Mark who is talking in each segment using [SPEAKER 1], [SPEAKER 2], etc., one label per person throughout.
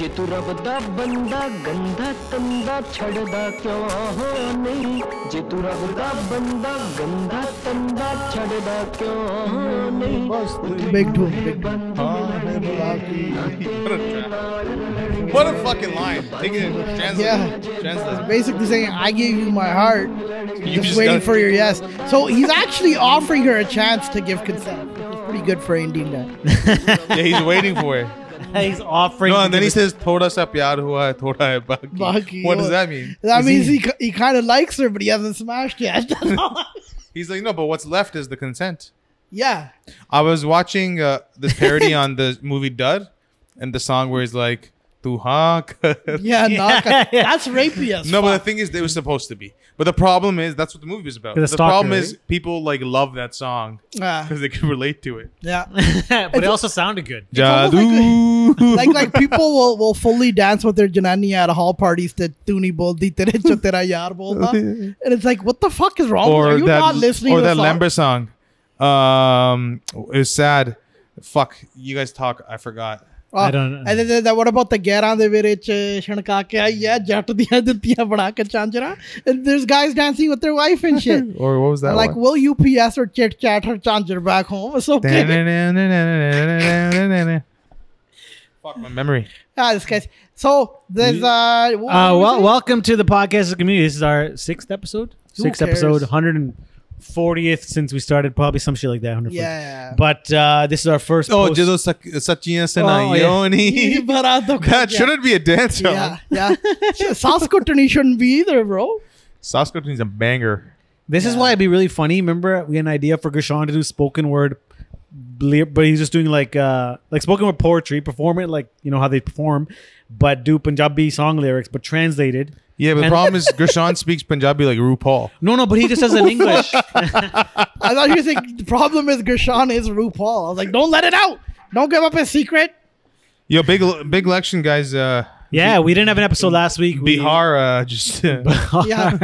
[SPEAKER 1] जेतुरवदा बंदा गंदा तंदा छड़दा क्यों हो नहीं जेतुरवदा बंदा गंदा तंदा छड़दा क्यों हो नहीं
[SPEAKER 2] बस तुम्ही big doom, big doom.
[SPEAKER 3] What a fucking line. Take it, translate.
[SPEAKER 2] Yeah.
[SPEAKER 3] it. Translate. it.
[SPEAKER 2] Basically saying, I gave you my heart, just,
[SPEAKER 3] just
[SPEAKER 2] waiting
[SPEAKER 3] gotta-
[SPEAKER 2] for your yes. So he's actually offering her a chance to give consent. It's pretty good for Indian guy.
[SPEAKER 3] Yeah, he's waiting for it.
[SPEAKER 4] He's offering.
[SPEAKER 3] No,
[SPEAKER 4] to
[SPEAKER 3] and then
[SPEAKER 4] give
[SPEAKER 3] he
[SPEAKER 4] it-
[SPEAKER 3] says, "Thoda sa pyar hua, hai, thoda hai baaki."
[SPEAKER 2] Baki,
[SPEAKER 3] What
[SPEAKER 2] oh.
[SPEAKER 3] does that mean?
[SPEAKER 2] That
[SPEAKER 4] Is
[SPEAKER 2] means
[SPEAKER 4] he-
[SPEAKER 2] he, ki- he kind of likes her, but he hasn't smashed yet.
[SPEAKER 3] He's like, "No, but what's left is the consent."
[SPEAKER 2] yeah.
[SPEAKER 3] I was watching uh, this parody on the movie Dud, and the song where he's like, "Tu haan ka-"
[SPEAKER 2] Yeah, knock- That's rapey as
[SPEAKER 3] No, but the
[SPEAKER 2] fuck.
[SPEAKER 3] thing is, it was supposed to be. But the problem is, that's what the movie was about. The
[SPEAKER 4] The stalker,
[SPEAKER 3] problem is,
[SPEAKER 4] right?
[SPEAKER 3] people like love that song
[SPEAKER 2] Yeah.
[SPEAKER 3] because they can relate to it.
[SPEAKER 2] yeah.
[SPEAKER 4] but it also sounded good.
[SPEAKER 2] almost like
[SPEAKER 3] Jadoo.
[SPEAKER 2] like like people will, will fully dance with their janani at hall parties to tuni boldi tere cho tera yaar bolna and it's like what the fuck is wrong
[SPEAKER 3] or
[SPEAKER 2] Oh, are you
[SPEAKER 3] that,
[SPEAKER 2] not listening
[SPEAKER 3] or
[SPEAKER 2] to
[SPEAKER 3] that
[SPEAKER 2] the
[SPEAKER 3] Lambert song. Um, it was sad. Fuck, you guys talk. I forgot.
[SPEAKER 2] song?
[SPEAKER 4] I don't-
[SPEAKER 2] Ah, and then, then, then what about the Gehran de Virich Shanka yeah jat diya dittiya bana ke chanjara and there's guys dancing with their wife and shit
[SPEAKER 3] Or what was that?
[SPEAKER 2] like
[SPEAKER 3] one?
[SPEAKER 2] will you PS or chit chat her chanjara back home it's okay
[SPEAKER 3] Fuck my memory.
[SPEAKER 2] ah, this guy's so there's uh, what
[SPEAKER 4] Uh,
[SPEAKER 2] were you
[SPEAKER 4] well,
[SPEAKER 2] saying?
[SPEAKER 4] welcome to the podcast of the community. This is our sixth episode.
[SPEAKER 2] Who
[SPEAKER 4] sixth
[SPEAKER 2] cares?
[SPEAKER 4] episode, 140th since we started, probably some shit like that. 140th.
[SPEAKER 2] yeah
[SPEAKER 4] But uh, this is our first.
[SPEAKER 3] Oh,
[SPEAKER 4] post-
[SPEAKER 3] Jido Sachiya
[SPEAKER 4] Oh, yeah.
[SPEAKER 3] Senayoni. That shouldn't be a dance song.
[SPEAKER 2] yeah yeah Sas Kutani shouldn't be either bro
[SPEAKER 3] Sasko needs a banger.
[SPEAKER 4] This is
[SPEAKER 2] Yeah.
[SPEAKER 4] why it'd be really funny. Remember, we had an idea for Gershon to do spoken word, ly- but he's just doing like uh like spoken word poetry, perform it like you know how they perform, but do Punjabi song lyrics but translated.
[SPEAKER 3] Yeah, but the
[SPEAKER 4] And-
[SPEAKER 3] problem is Gershon speaks Punjabi like RuPaul.
[SPEAKER 4] No, no, but he just does it in English.
[SPEAKER 2] I thought you were saying the problem is Gershon is RuPaul. I was like, don't let it out. Don't give up his secret.
[SPEAKER 3] Yo, big big election guys. Uh,
[SPEAKER 4] yeah, we didn't have an episode last week. We-
[SPEAKER 3] Bihar uh, just
[SPEAKER 2] Yeah. Fucking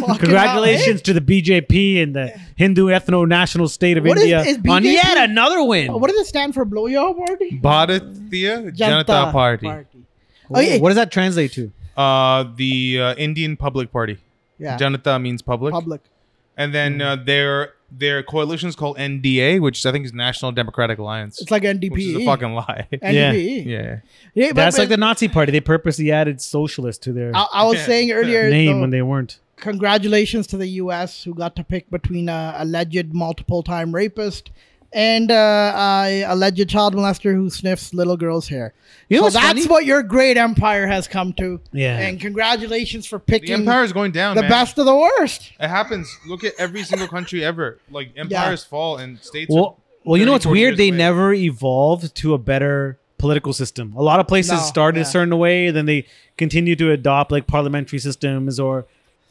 [SPEAKER 2] hell,
[SPEAKER 4] Congratulations to the BJP and the Hindu Ethno National State of
[SPEAKER 2] What is-
[SPEAKER 4] India
[SPEAKER 2] is
[SPEAKER 4] on
[SPEAKER 2] BJP?
[SPEAKER 4] yet another win.
[SPEAKER 2] eh? What does it stand for? Blow your party?
[SPEAKER 3] Bharatiya Janata, Party,
[SPEAKER 4] Oh,
[SPEAKER 2] yeah.
[SPEAKER 4] what does that translate to?
[SPEAKER 3] Uh, the uh, Indian Public Party.
[SPEAKER 2] Yeah.
[SPEAKER 3] Janata means public.
[SPEAKER 2] Public.
[SPEAKER 3] and then uh, their their coalition is called NDA, which I think is National Democratic Alliance.
[SPEAKER 2] It's like E. NDP.
[SPEAKER 3] which is a fucking lie.
[SPEAKER 2] NDP.
[SPEAKER 3] yeah.
[SPEAKER 2] Yeah, but-
[SPEAKER 4] That's
[SPEAKER 2] but
[SPEAKER 4] like the Nazi Party. They purposely added socialist to their
[SPEAKER 2] I, I was saying earlier,
[SPEAKER 4] name
[SPEAKER 2] though,
[SPEAKER 4] when they weren't.
[SPEAKER 2] congratulations to the U.S. who got to pick between a alleged multiple-time rapist and uh, a alleged child molester who sniffs little girls' hair.
[SPEAKER 4] You know
[SPEAKER 2] so
[SPEAKER 4] what's
[SPEAKER 2] that's
[SPEAKER 4] funny?
[SPEAKER 2] what your great empire has come to.
[SPEAKER 4] Yeah.
[SPEAKER 2] And congratulations for
[SPEAKER 3] The
[SPEAKER 2] picking
[SPEAKER 3] empire is going down.
[SPEAKER 2] the
[SPEAKER 3] man.
[SPEAKER 2] best of the worst.
[SPEAKER 3] It happens. Look at every single country ever. Like empires fall and states.
[SPEAKER 4] Well, well, you know what's
[SPEAKER 3] 34
[SPEAKER 4] weird?
[SPEAKER 3] years
[SPEAKER 4] They
[SPEAKER 3] later.
[SPEAKER 4] never evolved to a better political system. A lot of places
[SPEAKER 2] No,
[SPEAKER 4] started
[SPEAKER 2] yeah.
[SPEAKER 4] a certain way, then they continue to adopt like parliamentary systems or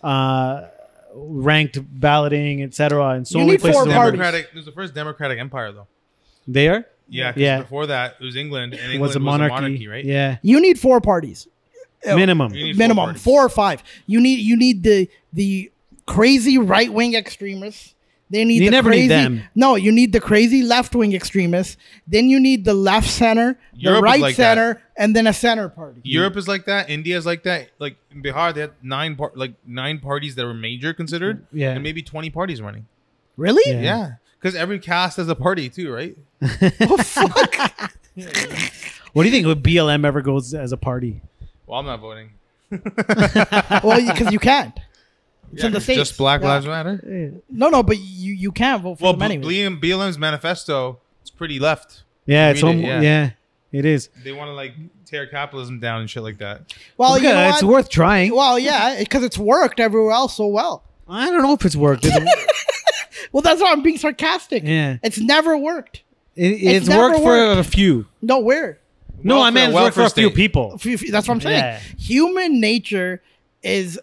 [SPEAKER 4] uh, ranked balloting, etc. And so
[SPEAKER 2] You
[SPEAKER 4] many
[SPEAKER 2] need four
[SPEAKER 4] places
[SPEAKER 3] It's
[SPEAKER 4] they-
[SPEAKER 2] parties.
[SPEAKER 3] democratic. It was the first democratic empire, though.
[SPEAKER 4] they are
[SPEAKER 3] Yeah, 'cause
[SPEAKER 4] Yeah.
[SPEAKER 3] Before that, it was England, and England
[SPEAKER 4] was a monarchy,
[SPEAKER 3] right?
[SPEAKER 4] Yeah,
[SPEAKER 2] You need four parties
[SPEAKER 4] minimum.
[SPEAKER 3] You need
[SPEAKER 2] minimum,
[SPEAKER 3] parties.
[SPEAKER 2] four or five. You need you need the the crazy right wing extremists. They need
[SPEAKER 4] You
[SPEAKER 2] the
[SPEAKER 4] never
[SPEAKER 2] crazy,
[SPEAKER 4] need them.
[SPEAKER 2] No, you need the crazy left wing extremists. Then you need the left center,
[SPEAKER 3] Europe
[SPEAKER 2] the
[SPEAKER 3] is
[SPEAKER 2] right
[SPEAKER 3] like that.
[SPEAKER 2] center, and then a center party.
[SPEAKER 3] Europe is like that. India is like that. Like in Bihar, they had nine par- like nine parties that were major considered.
[SPEAKER 4] Yeah.
[SPEAKER 3] and maybe twenty parties running.
[SPEAKER 2] really?
[SPEAKER 4] Yeah.
[SPEAKER 3] Yeah, because every caste has a party too, right?
[SPEAKER 4] What do you think? Would BLM ever goes as a party?
[SPEAKER 3] Well, I'm not voting.
[SPEAKER 2] Well, because you can't. It's in the states.
[SPEAKER 3] Just Black
[SPEAKER 2] Yeah.
[SPEAKER 3] Lives Matter.
[SPEAKER 2] No, no, but you you can't vote for
[SPEAKER 3] Well,
[SPEAKER 2] them
[SPEAKER 3] B-
[SPEAKER 2] anyway.
[SPEAKER 3] BLM, BLM's manifesto is pretty left.
[SPEAKER 4] Yeah, it's
[SPEAKER 3] Read it,
[SPEAKER 4] almo-
[SPEAKER 3] yeah.
[SPEAKER 4] yeah. it is.
[SPEAKER 3] They want to like tear capitalism down and shit like that.
[SPEAKER 2] well,
[SPEAKER 4] Okay,
[SPEAKER 2] you know
[SPEAKER 4] it's
[SPEAKER 2] what?
[SPEAKER 4] worth trying.
[SPEAKER 2] Well, yeah, because it's worked everywhere else so well.
[SPEAKER 4] I don't know if it's worked. It-
[SPEAKER 2] Well, that's why I'm being sarcastic.
[SPEAKER 4] Yeah.
[SPEAKER 2] It's never worked.
[SPEAKER 4] it-
[SPEAKER 2] It's
[SPEAKER 4] it's
[SPEAKER 2] never
[SPEAKER 4] worked for
[SPEAKER 2] worked.
[SPEAKER 4] a few.
[SPEAKER 2] No, where?
[SPEAKER 4] No, I
[SPEAKER 3] Welfare-
[SPEAKER 4] mean it's worked for a
[SPEAKER 3] welfare
[SPEAKER 4] few
[SPEAKER 3] state.
[SPEAKER 4] people.
[SPEAKER 2] F- f- That's what I'm saying.
[SPEAKER 4] Yeah.
[SPEAKER 2] Human nature is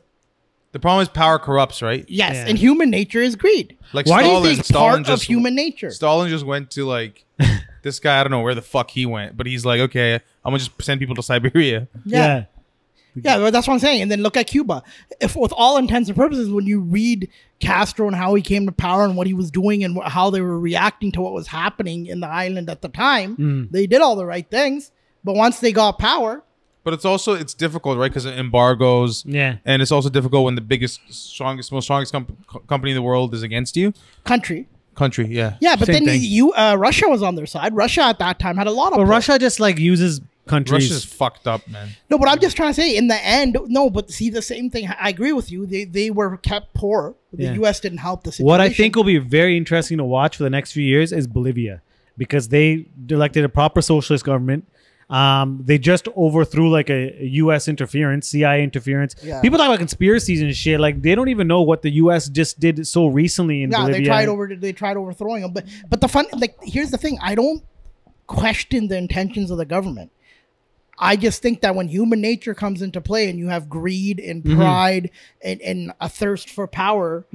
[SPEAKER 3] The problem is power corrupts, right?
[SPEAKER 2] yes,
[SPEAKER 4] Yeah.
[SPEAKER 2] and human nature is greed.
[SPEAKER 3] Like
[SPEAKER 2] Why
[SPEAKER 3] Stalin,
[SPEAKER 2] do you think
[SPEAKER 3] Stalin
[SPEAKER 2] part of
[SPEAKER 3] just
[SPEAKER 2] human nature?
[SPEAKER 3] Stalin just went to like this guy. I don't know where the fuck he went, but he's like, okay, I'm gonna just send people to Siberia.
[SPEAKER 4] Yeah.
[SPEAKER 2] Yeah, well, that's what I'm saying. And then look at Cuba. If with all intents and purposes, when you read Castro and how he came to power and what he was doing and wh- how they were reacting to what was happening in the island at the time,
[SPEAKER 4] Hmm.
[SPEAKER 2] they did all the right things. But once they got power,
[SPEAKER 3] But it's also it's difficult, right? Because embargoes.
[SPEAKER 4] Yeah.
[SPEAKER 3] And it's also difficult when the biggest, strongest, most strongest com- co- company in the world is against you.
[SPEAKER 2] country.
[SPEAKER 3] Country, yeah.
[SPEAKER 2] Yeah, but
[SPEAKER 4] Same
[SPEAKER 2] then
[SPEAKER 4] thing.
[SPEAKER 2] you uh, Russia was on their side. Russia at that time had a lot of.
[SPEAKER 4] But
[SPEAKER 2] pull.
[SPEAKER 4] Russia just like uses countries.
[SPEAKER 3] Russia's fucked up, man.
[SPEAKER 2] No, but I'm just trying to say, in the end, no. But see, the same thing. I agree with you. They they were kept poor. The
[SPEAKER 4] Yeah.
[SPEAKER 2] U.S. didn't help the situation.
[SPEAKER 4] What I think will be very interesting to watch for the next few years is Bolivia, because they elected a proper socialist government. Um, they just overthrew like a, a U.S. interference, CIA interference.
[SPEAKER 2] Yeah.
[SPEAKER 4] People talk about conspiracies and shit. Like they don't even know what the U.S. just did so recently in
[SPEAKER 2] yeah,
[SPEAKER 4] Bolivia.
[SPEAKER 2] they tried over. They tried overthrowing them. But but the fun like here's the thing. I don't question the intentions of the government. I just think that when human nature comes into play and you have greed and
[SPEAKER 4] Mm-hmm.
[SPEAKER 2] pride and, and a thirst for power,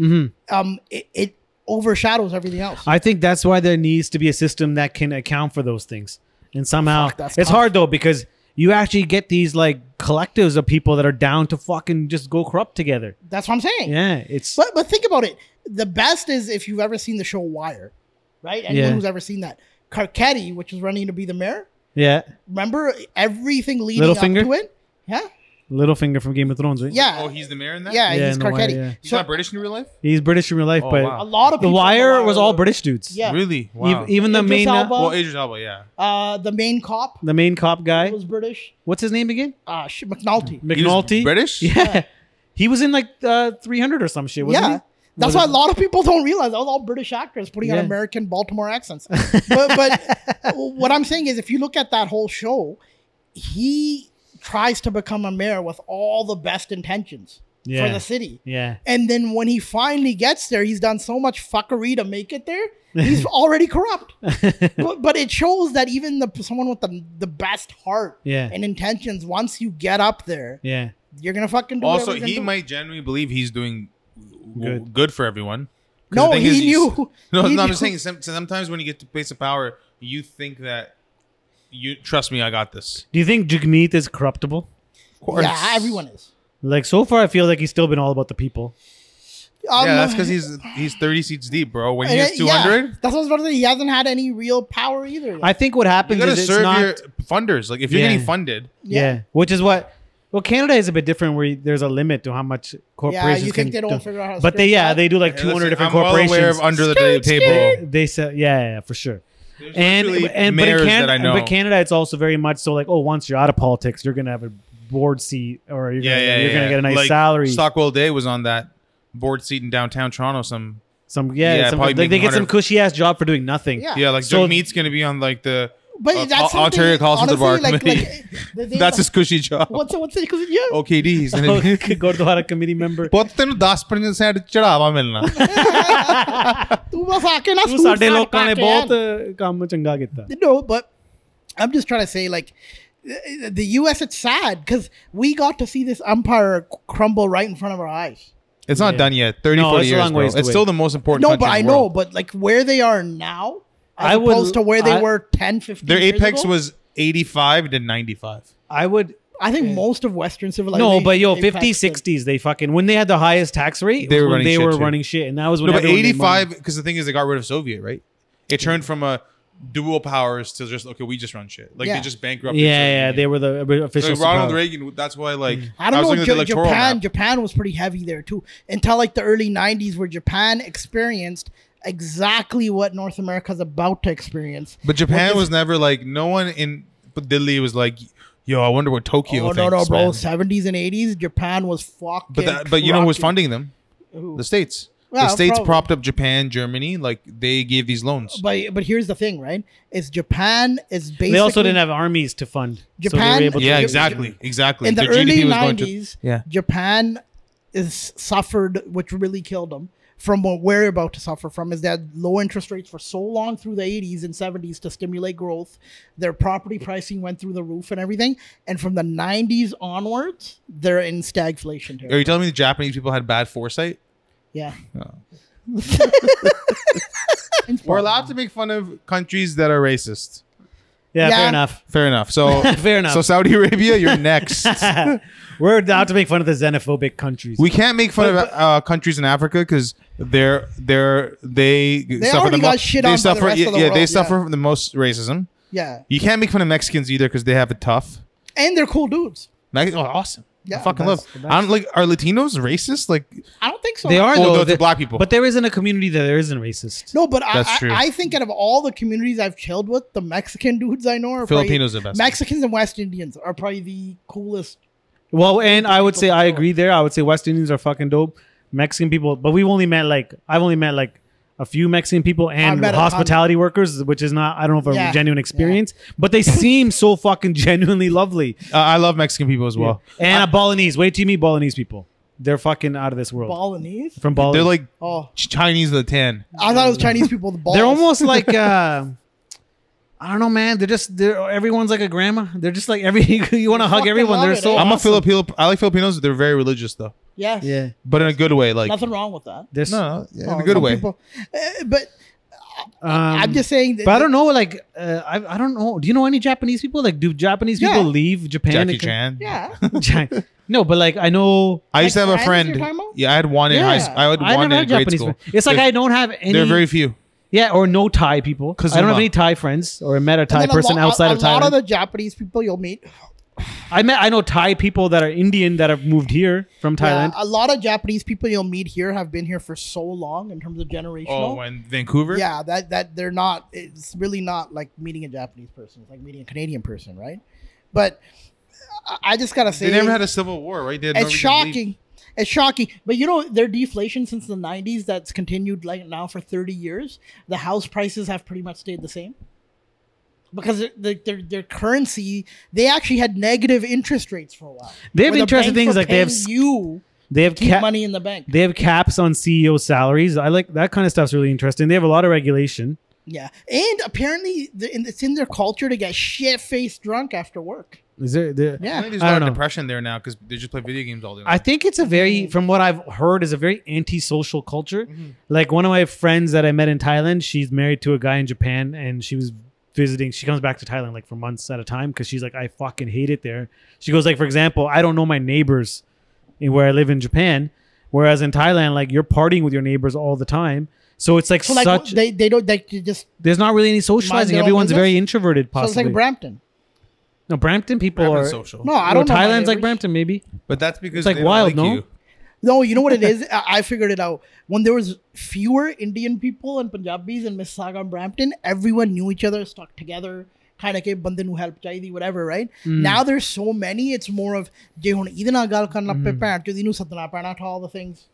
[SPEAKER 2] um, it, it overshadows everything else.
[SPEAKER 4] Mm-hmm. I think that's why there needs to be a system that can account for those things. And somehow
[SPEAKER 2] that's
[SPEAKER 4] it's
[SPEAKER 2] tough.
[SPEAKER 4] hard though because you actually get these like collectives of people that are down to fucking just go corrupt together.
[SPEAKER 2] That's what I'm saying.
[SPEAKER 4] Yeah, it's
[SPEAKER 2] But but think about it. The best is if you've ever seen the show Wire, right? Anyone
[SPEAKER 4] Yeah.
[SPEAKER 2] who's ever seen that. Carcetti, which is running to be the mayor,
[SPEAKER 4] yeah,
[SPEAKER 2] remember everything leading up
[SPEAKER 4] Littlefinger?
[SPEAKER 2] to it. Yeah,
[SPEAKER 4] Littlefinger from Game of Thrones. Right?
[SPEAKER 2] yeah,
[SPEAKER 3] Oh, he's the mayor in that.
[SPEAKER 2] yeah,
[SPEAKER 4] Yeah,
[SPEAKER 2] He's
[SPEAKER 4] in The Wire,
[SPEAKER 2] Carcetti.
[SPEAKER 4] yeah.
[SPEAKER 3] He's
[SPEAKER 2] So
[SPEAKER 3] not British in real life.
[SPEAKER 4] he's British in real life,
[SPEAKER 3] Oh,
[SPEAKER 4] but
[SPEAKER 2] a
[SPEAKER 3] wow.
[SPEAKER 2] lot of
[SPEAKER 4] The
[SPEAKER 2] people on
[SPEAKER 4] Wire was all British dudes.
[SPEAKER 2] Yeah,
[SPEAKER 3] Really?
[SPEAKER 4] E-
[SPEAKER 3] Wow.
[SPEAKER 4] even the
[SPEAKER 2] Idris
[SPEAKER 4] main
[SPEAKER 2] Elba.
[SPEAKER 3] well, Idris Elba, yeah.
[SPEAKER 2] Uh, the main cop
[SPEAKER 4] the main cop guy.
[SPEAKER 2] was British.
[SPEAKER 4] What's his name again?
[SPEAKER 2] Uh, sh-
[SPEAKER 4] Mm-hmm.
[SPEAKER 2] McNulty.
[SPEAKER 3] He was
[SPEAKER 4] McNulty.
[SPEAKER 3] British.
[SPEAKER 4] Yeah, he was in like uh, 300 or some shit. Wasn't
[SPEAKER 2] Yeah.
[SPEAKER 4] he?
[SPEAKER 2] That's
[SPEAKER 4] Was
[SPEAKER 2] why a
[SPEAKER 4] it-
[SPEAKER 2] lot of people don't realize that was all British actors putting on
[SPEAKER 4] Yeah.
[SPEAKER 2] American Baltimore accents. but, but what I'm saying is, if you look at that whole show, he tries to become a mayor with all the best intentions for
[SPEAKER 4] Yeah.
[SPEAKER 2] the city.
[SPEAKER 4] Yeah.
[SPEAKER 2] And then when he finally gets there, he's done so much fuckery to make it there. He's already corrupt. but, but it shows that even the someone with the, the best heart
[SPEAKER 4] Yeah.
[SPEAKER 2] and intentions, once you get up there,
[SPEAKER 4] Yeah.
[SPEAKER 2] you're gonna fucking do
[SPEAKER 3] Also,
[SPEAKER 2] whatever you're
[SPEAKER 3] he
[SPEAKER 2] gonna do.
[SPEAKER 3] might genuinely believe he's doing w-
[SPEAKER 4] Good.
[SPEAKER 3] good for everyone. 'Cause
[SPEAKER 2] No,
[SPEAKER 3] the thing
[SPEAKER 2] he
[SPEAKER 3] is, he's-
[SPEAKER 2] knew.
[SPEAKER 3] No,
[SPEAKER 2] He
[SPEAKER 3] no,
[SPEAKER 2] knew.
[SPEAKER 3] I'm just saying. Some, sometimes when you get to place of power, you think that you trust me. I got this.
[SPEAKER 4] Do you think Jagmeet is corruptible?
[SPEAKER 3] Of course.
[SPEAKER 2] Yeah, everyone is.
[SPEAKER 4] Like so far, I feel like he's still been all about the people.
[SPEAKER 2] Um,
[SPEAKER 3] yeah, that's because he's he's 30 seats deep, bro. When he
[SPEAKER 2] and,
[SPEAKER 3] hits
[SPEAKER 2] uh, yeah,
[SPEAKER 3] 200,
[SPEAKER 2] that's what I was about to say. He hasn't had any real power either. yet.
[SPEAKER 4] I think what
[SPEAKER 3] you
[SPEAKER 4] happens
[SPEAKER 3] gotta
[SPEAKER 4] is it's
[SPEAKER 3] serve
[SPEAKER 4] not.
[SPEAKER 3] your funders. Like if you're
[SPEAKER 4] Yeah.
[SPEAKER 3] getting funded,
[SPEAKER 4] yeah.
[SPEAKER 2] Yeah.
[SPEAKER 4] which is what. Well, Canada is a bit different, where there's a limit to how much corporations
[SPEAKER 2] you
[SPEAKER 4] can
[SPEAKER 2] think they don't
[SPEAKER 4] do.
[SPEAKER 2] figure out how to
[SPEAKER 4] but they,
[SPEAKER 2] script
[SPEAKER 4] yeah,
[SPEAKER 2] that?
[SPEAKER 4] they do like
[SPEAKER 3] Hey,
[SPEAKER 4] 200
[SPEAKER 3] listen,
[SPEAKER 4] different
[SPEAKER 3] I'm
[SPEAKER 4] corporations.
[SPEAKER 3] Well aware of under the day table.
[SPEAKER 4] they said, yeah, yeah, yeah, for sure.
[SPEAKER 3] There's
[SPEAKER 4] and
[SPEAKER 3] literally
[SPEAKER 4] and but in
[SPEAKER 3] mayors
[SPEAKER 4] Canada,
[SPEAKER 3] that I know.
[SPEAKER 4] but Canada, it's also very much so like, oh, once you're out of politics, you're gonna have a board seat, or you're
[SPEAKER 3] yeah,
[SPEAKER 4] gonna,
[SPEAKER 3] yeah,
[SPEAKER 4] you're gonna
[SPEAKER 3] yeah.
[SPEAKER 4] get a nice
[SPEAKER 3] Like,
[SPEAKER 4] salary.
[SPEAKER 3] Stockwell Day was on that board seat in downtown Toronto. Some
[SPEAKER 4] some yeah,
[SPEAKER 3] Yeah,
[SPEAKER 4] some,
[SPEAKER 3] probably
[SPEAKER 4] like, they
[SPEAKER 3] making
[SPEAKER 4] get some
[SPEAKER 3] 100
[SPEAKER 4] cushy ass job for doing nothing.
[SPEAKER 2] Yeah.
[SPEAKER 3] yeah, like
[SPEAKER 4] So-
[SPEAKER 3] Doug Meat's gonna be on like the
[SPEAKER 2] but
[SPEAKER 3] uh,
[SPEAKER 2] that's
[SPEAKER 3] Al-
[SPEAKER 2] something-
[SPEAKER 3] Ontario calls him the
[SPEAKER 2] honestly,
[SPEAKER 3] bar
[SPEAKER 2] like,
[SPEAKER 3] committee.
[SPEAKER 2] like, they- they-
[SPEAKER 3] that's his cushy job.
[SPEAKER 2] what's what's it? Because
[SPEAKER 4] Oh.
[SPEAKER 2] yeah,
[SPEAKER 3] OKD. He's
[SPEAKER 4] So
[SPEAKER 3] gonna be.
[SPEAKER 4] you could go to a committee member.
[SPEAKER 3] ਬਹੁਤ ਤੈਨੂੰ 10 percent side ਚੜਾਵਾ ਮਿਲਣਾ
[SPEAKER 2] ਤੂੰ ਬਸ ਆ ਕੇ ਨਾ
[SPEAKER 4] ਤੂੰ
[SPEAKER 2] suit
[SPEAKER 4] ਸਾਡੇ
[SPEAKER 2] ਸਾਟ
[SPEAKER 4] ਲੋਕਾਂ ਨੇ
[SPEAKER 2] ਪਾ ਕੇ ਆਇਆ।
[SPEAKER 4] ਬਹੁਤ ਅ, ਕੰਮ ਚੰਗਾ ਕੀਤਾ
[SPEAKER 2] No, but I'm just trying to say, like, the the U.S. It's sad because we got to see this empire crumble right in front of our eyes.
[SPEAKER 3] It's not
[SPEAKER 4] Yeah.
[SPEAKER 3] done yet. 30,
[SPEAKER 4] No,
[SPEAKER 3] 40
[SPEAKER 4] it's a
[SPEAKER 3] years,
[SPEAKER 4] long
[SPEAKER 3] bro.
[SPEAKER 4] ways
[SPEAKER 3] It's
[SPEAKER 4] to
[SPEAKER 3] still
[SPEAKER 4] wait.
[SPEAKER 3] the most important
[SPEAKER 2] No,
[SPEAKER 3] country
[SPEAKER 2] but I
[SPEAKER 3] in the
[SPEAKER 2] know,
[SPEAKER 3] world.
[SPEAKER 2] but like where they are now, as
[SPEAKER 4] I would-
[SPEAKER 2] opposed to where they
[SPEAKER 4] I-
[SPEAKER 2] were 10, 15
[SPEAKER 3] Their
[SPEAKER 2] years
[SPEAKER 3] apex
[SPEAKER 2] ago,
[SPEAKER 3] was 85 to 95.
[SPEAKER 4] I would
[SPEAKER 2] I think most of Western civilization.
[SPEAKER 4] no, but yo, 50s,
[SPEAKER 2] apex did.
[SPEAKER 4] 60s, they fucking when they had the highest tax rate,
[SPEAKER 3] They were
[SPEAKER 4] when
[SPEAKER 3] running
[SPEAKER 4] they
[SPEAKER 3] shit
[SPEAKER 4] were
[SPEAKER 3] too.
[SPEAKER 4] running shit, and that was when
[SPEAKER 3] No, but
[SPEAKER 4] everyone made money.
[SPEAKER 3] 85, because the thing is, they got rid of Soviet, right? It turned from a dual powers to just, okay, we just run shit. Like,
[SPEAKER 2] Yeah.
[SPEAKER 3] they just bankrupted.
[SPEAKER 4] Yeah,
[SPEAKER 3] Soviet
[SPEAKER 4] yeah,
[SPEAKER 3] Union.
[SPEAKER 4] they were the uh, official.
[SPEAKER 3] Like, Ronald
[SPEAKER 4] superpower.
[SPEAKER 3] Reagan, that's why, like,
[SPEAKER 2] I don't
[SPEAKER 3] was
[SPEAKER 2] know.
[SPEAKER 3] looking at
[SPEAKER 2] Ja-
[SPEAKER 3] the electoral
[SPEAKER 2] Japan,
[SPEAKER 3] map.
[SPEAKER 2] Japan was pretty heavy there too until like the early '90s, where Japan experienced exactly what North America's about to experience.
[SPEAKER 3] But
[SPEAKER 2] What
[SPEAKER 3] Japan
[SPEAKER 2] is-
[SPEAKER 3] was never like, no one in Delhi was like, yo, I wonder what Tokyo
[SPEAKER 2] Oh no, no,
[SPEAKER 3] thinks,
[SPEAKER 2] bro!
[SPEAKER 3] man.
[SPEAKER 2] '70s and '80s, Japan was fucking.
[SPEAKER 3] But that, but you know who was
[SPEAKER 2] cracking.
[SPEAKER 3] funding them? The states.
[SPEAKER 2] Yeah,
[SPEAKER 3] the states
[SPEAKER 2] probably.
[SPEAKER 3] propped up Japan, Germany. Like, they gave these loans.
[SPEAKER 2] But but here's the thing, right? Is Japan is basically
[SPEAKER 4] They also didn't have armies to fund. so
[SPEAKER 2] Japan-
[SPEAKER 4] they were able to
[SPEAKER 3] yeah,
[SPEAKER 2] J-
[SPEAKER 3] exactly, exactly.
[SPEAKER 2] in the
[SPEAKER 3] Their
[SPEAKER 2] early
[SPEAKER 3] GDP was going to-
[SPEAKER 2] '90s.
[SPEAKER 3] yeah,
[SPEAKER 2] Japan is suffered, which really killed them. From what we're about to suffer from is that low interest rates for so long through the 80s and 70s to stimulate growth. Their property pricing went through the roof and everything. And from the 90s onwards, they're in stagflation.
[SPEAKER 3] Are
[SPEAKER 2] Here.
[SPEAKER 3] you telling me the Japanese people had bad foresight?
[SPEAKER 2] Yeah.
[SPEAKER 3] We're allowed to make fun of countries that are racist.
[SPEAKER 4] Yeah,
[SPEAKER 2] Yeah.
[SPEAKER 4] fair enough.
[SPEAKER 3] Fair enough. So
[SPEAKER 4] Fair enough.
[SPEAKER 3] So Saudi Arabia, you're next.
[SPEAKER 4] We're about to make fun of the xenophobic countries.
[SPEAKER 3] we can't make fun of uh, countries in Africa because they're they're they suffer
[SPEAKER 2] already
[SPEAKER 3] the
[SPEAKER 2] got
[SPEAKER 3] most.
[SPEAKER 2] shit
[SPEAKER 3] they
[SPEAKER 2] on by the
[SPEAKER 3] suffer.
[SPEAKER 2] rest
[SPEAKER 3] yeah,
[SPEAKER 2] of the
[SPEAKER 3] yeah,
[SPEAKER 2] world,
[SPEAKER 3] they
[SPEAKER 2] yeah.
[SPEAKER 3] suffer from the most racism.
[SPEAKER 2] Yeah,
[SPEAKER 3] You can't make fun of Mexicans either because they have it tough.
[SPEAKER 2] and they're cool dudes.
[SPEAKER 3] Mex- oh, awesome.
[SPEAKER 2] Yeah,
[SPEAKER 3] I fucking
[SPEAKER 4] the
[SPEAKER 3] love.
[SPEAKER 4] best, the
[SPEAKER 3] I'm like, are Latinos racist? Like,
[SPEAKER 2] I don't think so.
[SPEAKER 4] they are
[SPEAKER 3] Well,
[SPEAKER 4] though.
[SPEAKER 3] those are
[SPEAKER 4] They-
[SPEAKER 3] black people.
[SPEAKER 4] but there isn't a community that there isn't racist.
[SPEAKER 2] No, but I,
[SPEAKER 3] That's
[SPEAKER 2] I,
[SPEAKER 3] true.
[SPEAKER 2] I think out of all the communities I've chilled with, the Mexican dudes I know are probably-
[SPEAKER 3] Filipinos are the best.
[SPEAKER 2] Mexicans and West Indians are probably the coolest.
[SPEAKER 4] Well, and I would say I agree there. I would say West Indians are fucking dope. Mexican people, but we've only met like I've only met like a few Mexican people and
[SPEAKER 2] met a
[SPEAKER 4] hospitality workers, which is not I don't know if a
[SPEAKER 2] Yeah.
[SPEAKER 4] genuine experience, but they seem so fucking genuinely lovely.
[SPEAKER 3] uh, I love Mexican people as well.
[SPEAKER 4] and a Balinese, wait till you meet Balinese people. They're fucking out of this world.
[SPEAKER 2] Balinese.
[SPEAKER 4] From Balinese,
[SPEAKER 3] They're like
[SPEAKER 2] Oh,
[SPEAKER 3] Ch- Chinese Latin.
[SPEAKER 2] I thought it was Chinese people. with The balls.
[SPEAKER 4] they're almost like uh I don't know, man. They're just they're everyone's like a grandma. They're just like every you want to hug
[SPEAKER 2] fucking
[SPEAKER 4] everyone.
[SPEAKER 2] love
[SPEAKER 4] They're
[SPEAKER 2] it, eh?
[SPEAKER 4] so
[SPEAKER 3] I'm
[SPEAKER 4] awesome.
[SPEAKER 3] a Filipino. I like Filipinos. They're very religious though,
[SPEAKER 2] yes.
[SPEAKER 4] yeah.
[SPEAKER 3] but in a good way. Like,
[SPEAKER 2] Nothing wrong with that.
[SPEAKER 4] They're s-
[SPEAKER 3] no, no, yeah, in
[SPEAKER 2] Oh,
[SPEAKER 3] a good
[SPEAKER 2] some
[SPEAKER 3] way.
[SPEAKER 2] people- eh, but
[SPEAKER 4] um,
[SPEAKER 2] I'm just saying that.
[SPEAKER 4] But I don't know, like, uh, I, I don't know. Do you know any Japanese people? Like, do Japanese
[SPEAKER 2] Yeah.
[SPEAKER 4] people leave Japan?
[SPEAKER 3] Jackie
[SPEAKER 4] and-
[SPEAKER 3] Chan.
[SPEAKER 2] Yeah.
[SPEAKER 4] Ja- no, but like, I know.
[SPEAKER 3] I used to
[SPEAKER 2] Like
[SPEAKER 3] have a
[SPEAKER 2] friends you're
[SPEAKER 3] friend.
[SPEAKER 2] talking about?
[SPEAKER 3] Yeah, I had one in
[SPEAKER 4] Yeah.
[SPEAKER 3] high. s- I had
[SPEAKER 4] I
[SPEAKER 3] one
[SPEAKER 4] never
[SPEAKER 3] in
[SPEAKER 4] had
[SPEAKER 3] grade
[SPEAKER 4] Japanese
[SPEAKER 3] school.
[SPEAKER 4] friends. It's like
[SPEAKER 3] They're-
[SPEAKER 4] I don't have any.
[SPEAKER 3] They're very few.
[SPEAKER 4] yeah, or no Thai people. I don't
[SPEAKER 3] Kazuma.
[SPEAKER 4] have any Thai friends or met a
[SPEAKER 2] And
[SPEAKER 4] Thai
[SPEAKER 2] then a
[SPEAKER 4] person
[SPEAKER 2] lo- a-
[SPEAKER 4] outside of
[SPEAKER 2] A lot
[SPEAKER 4] Thailand.
[SPEAKER 2] of the Japanese people you'll meet.
[SPEAKER 4] I met I know Thai people that are Indian that have moved here from
[SPEAKER 2] Yeah, uh,
[SPEAKER 4] Thailand.
[SPEAKER 2] a lot of Japanese people you'll meet here have been here for so long in terms of generational.
[SPEAKER 3] Oh, and Vancouver.
[SPEAKER 2] yeah, that that they're not. It's really not like meeting a Japanese person. It's like meeting a Canadian person, right? But I- I just gotta say,
[SPEAKER 3] They never had a civil war, right? They had
[SPEAKER 2] it's
[SPEAKER 3] Norwegian
[SPEAKER 2] shocking.
[SPEAKER 3] League.
[SPEAKER 2] It's shocking, but you know their deflation since the '90s that's continued like now for 30 years. The house prices have pretty much stayed the same because their- their their, their currency they actually had negative interest rates for a while.
[SPEAKER 4] They have
[SPEAKER 2] where the
[SPEAKER 4] interesting
[SPEAKER 2] banks
[SPEAKER 4] things
[SPEAKER 2] were
[SPEAKER 4] like they have
[SPEAKER 2] paying
[SPEAKER 4] s-
[SPEAKER 2] you
[SPEAKER 4] They have
[SPEAKER 2] keep
[SPEAKER 4] ca-
[SPEAKER 2] money in the bank.
[SPEAKER 4] They have caps on CEO salaries. I like that kind of stuff's really interesting. They have a lot of regulation.
[SPEAKER 2] Yeah, and apparently the, and it's in their culture to get shit faced drunk after work.
[SPEAKER 4] Is there? there
[SPEAKER 2] Yeah.
[SPEAKER 3] I think there's
[SPEAKER 4] I
[SPEAKER 3] a lot of
[SPEAKER 4] don't know.
[SPEAKER 3] depression there now because they just play video games all day.
[SPEAKER 4] I think it's a very,
[SPEAKER 2] Mm-hmm.
[SPEAKER 4] from what I've heard, is a very antisocial culture. Like one of my friends that I met in Thailand, she's married to a guy in Japan, and she was visiting. She comes back to Thailand like for months at a time because she's like, I fucking hate it there. She goes like, for example, I don't know my neighbors in where I live in Japan, whereas in Thailand, like you're partying with your neighbors all the time. So it's like
[SPEAKER 2] So like
[SPEAKER 4] such.
[SPEAKER 2] they they don't like you just
[SPEAKER 4] there's not really any
[SPEAKER 2] Mind
[SPEAKER 4] socializing.
[SPEAKER 2] their own
[SPEAKER 4] Everyone's
[SPEAKER 2] business?
[SPEAKER 4] very introverted.
[SPEAKER 2] so it's
[SPEAKER 4] Possibly
[SPEAKER 2] like Brampton.
[SPEAKER 4] no Brampton people
[SPEAKER 3] Rapid
[SPEAKER 4] are.
[SPEAKER 3] social.
[SPEAKER 2] No, I
[SPEAKER 4] No,
[SPEAKER 2] don't know. my
[SPEAKER 4] Thailand's like
[SPEAKER 2] neighbors.
[SPEAKER 4] Brampton, maybe.
[SPEAKER 3] but that's because
[SPEAKER 4] like
[SPEAKER 3] they don't
[SPEAKER 4] wild,
[SPEAKER 3] like
[SPEAKER 4] no?
[SPEAKER 3] you.
[SPEAKER 2] No, you know what it is? I I figured it out. When there was fewer Indian people and Punjabis in Mississauga and Brampton, everyone knew each other, stuck together. Kind of ke bande nu help chahiye, whatever, right?
[SPEAKER 4] Hmm.
[SPEAKER 2] Now there's so many, it's more of ਜੇ ਹੁਣ ਇਹਦੇ ਨਾਲ ਗੱਲ ਕਰਨ
[SPEAKER 4] Hmm.
[SPEAKER 2] ਲੱਗ ਪਏ ਭੈਣ ਚੋਦ ਇਹਨੂੰ ਸੱਦਣਾ ਪੈਣਾ to all the things.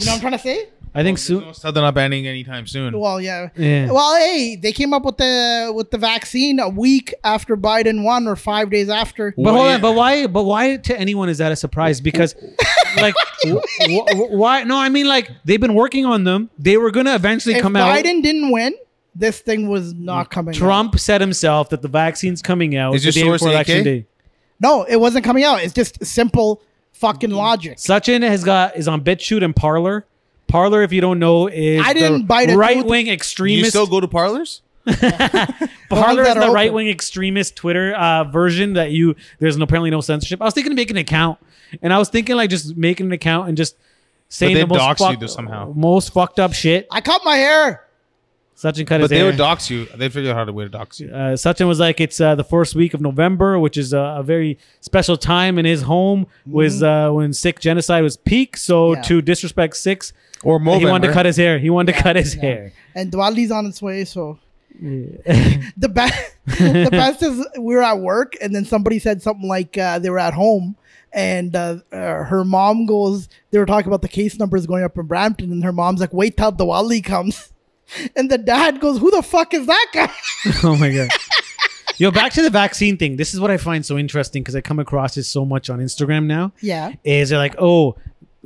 [SPEAKER 2] You know what I'm trying to say?
[SPEAKER 4] I think
[SPEAKER 3] There's
[SPEAKER 4] soon.
[SPEAKER 3] no Southern up ending anytime soon.
[SPEAKER 2] Well, yeah.
[SPEAKER 4] Yeah.
[SPEAKER 2] Well, hey, they came up with the with the vaccine a week after Biden won, or five days after.
[SPEAKER 4] But hold
[SPEAKER 3] Why-
[SPEAKER 4] on, but why? But why to anyone is that a surprise? Because, like, wh- wh- why? No, I mean, like, they've been working on them. They were gonna eventually
[SPEAKER 2] If
[SPEAKER 4] come out.
[SPEAKER 2] Biden didn't win, this thing was not coming. out.
[SPEAKER 4] Trump said himself that the vaccine's coming out
[SPEAKER 3] Is
[SPEAKER 4] the
[SPEAKER 3] your
[SPEAKER 4] day
[SPEAKER 3] source
[SPEAKER 4] before election
[SPEAKER 3] AK?
[SPEAKER 4] day.
[SPEAKER 2] No, it wasn't coming out. It's just simple fucking logic.
[SPEAKER 4] Sachin has got is on BitChute and Parlor. Parlor, if you don't know, is
[SPEAKER 2] I didn't bite a tooth.
[SPEAKER 4] right wing
[SPEAKER 3] you
[SPEAKER 4] extremist.
[SPEAKER 3] still go to parlors?
[SPEAKER 4] Parlor
[SPEAKER 2] that
[SPEAKER 4] is
[SPEAKER 2] are
[SPEAKER 4] the
[SPEAKER 2] open.
[SPEAKER 4] right wing extremist Twitter uh, version that you there's no, apparently no censorship. I was thinking of making an account, and I was thinking like just making an account and just saying
[SPEAKER 3] they
[SPEAKER 4] the most
[SPEAKER 3] dox you
[SPEAKER 4] fuck-
[SPEAKER 3] though somehow.
[SPEAKER 4] most fucked up shit.
[SPEAKER 2] I cut my hair.
[SPEAKER 4] Sachin cut his
[SPEAKER 3] But they
[SPEAKER 4] hair.
[SPEAKER 3] would dox you. They'd figure out how to way to dox you.
[SPEAKER 4] uh, Sachin was like, it's uh, the first week of November, which is uh, a very special time in his home.
[SPEAKER 3] Mm-hmm.
[SPEAKER 4] Was uh, when Sikh genocide was peak, so
[SPEAKER 2] Yeah.
[SPEAKER 4] to disrespect Sikhs,
[SPEAKER 3] Or Movember.
[SPEAKER 4] he wanted to cut his hair. He wanted to cut his hair.
[SPEAKER 2] And Diwali's on its way, so the best the best is we were at work and then somebody said something like uh, they were at home and uh, uh, her mom goes they were talking about the case numbers going up in Brampton and her mom's like wait till Diwali comes and the dad goes who the fuck is that guy
[SPEAKER 4] oh my god. Yo, back to the vaccine thing. This is what I find so interesting because I come across this so much on Instagram now.
[SPEAKER 2] yeah
[SPEAKER 4] Is they're like, oh,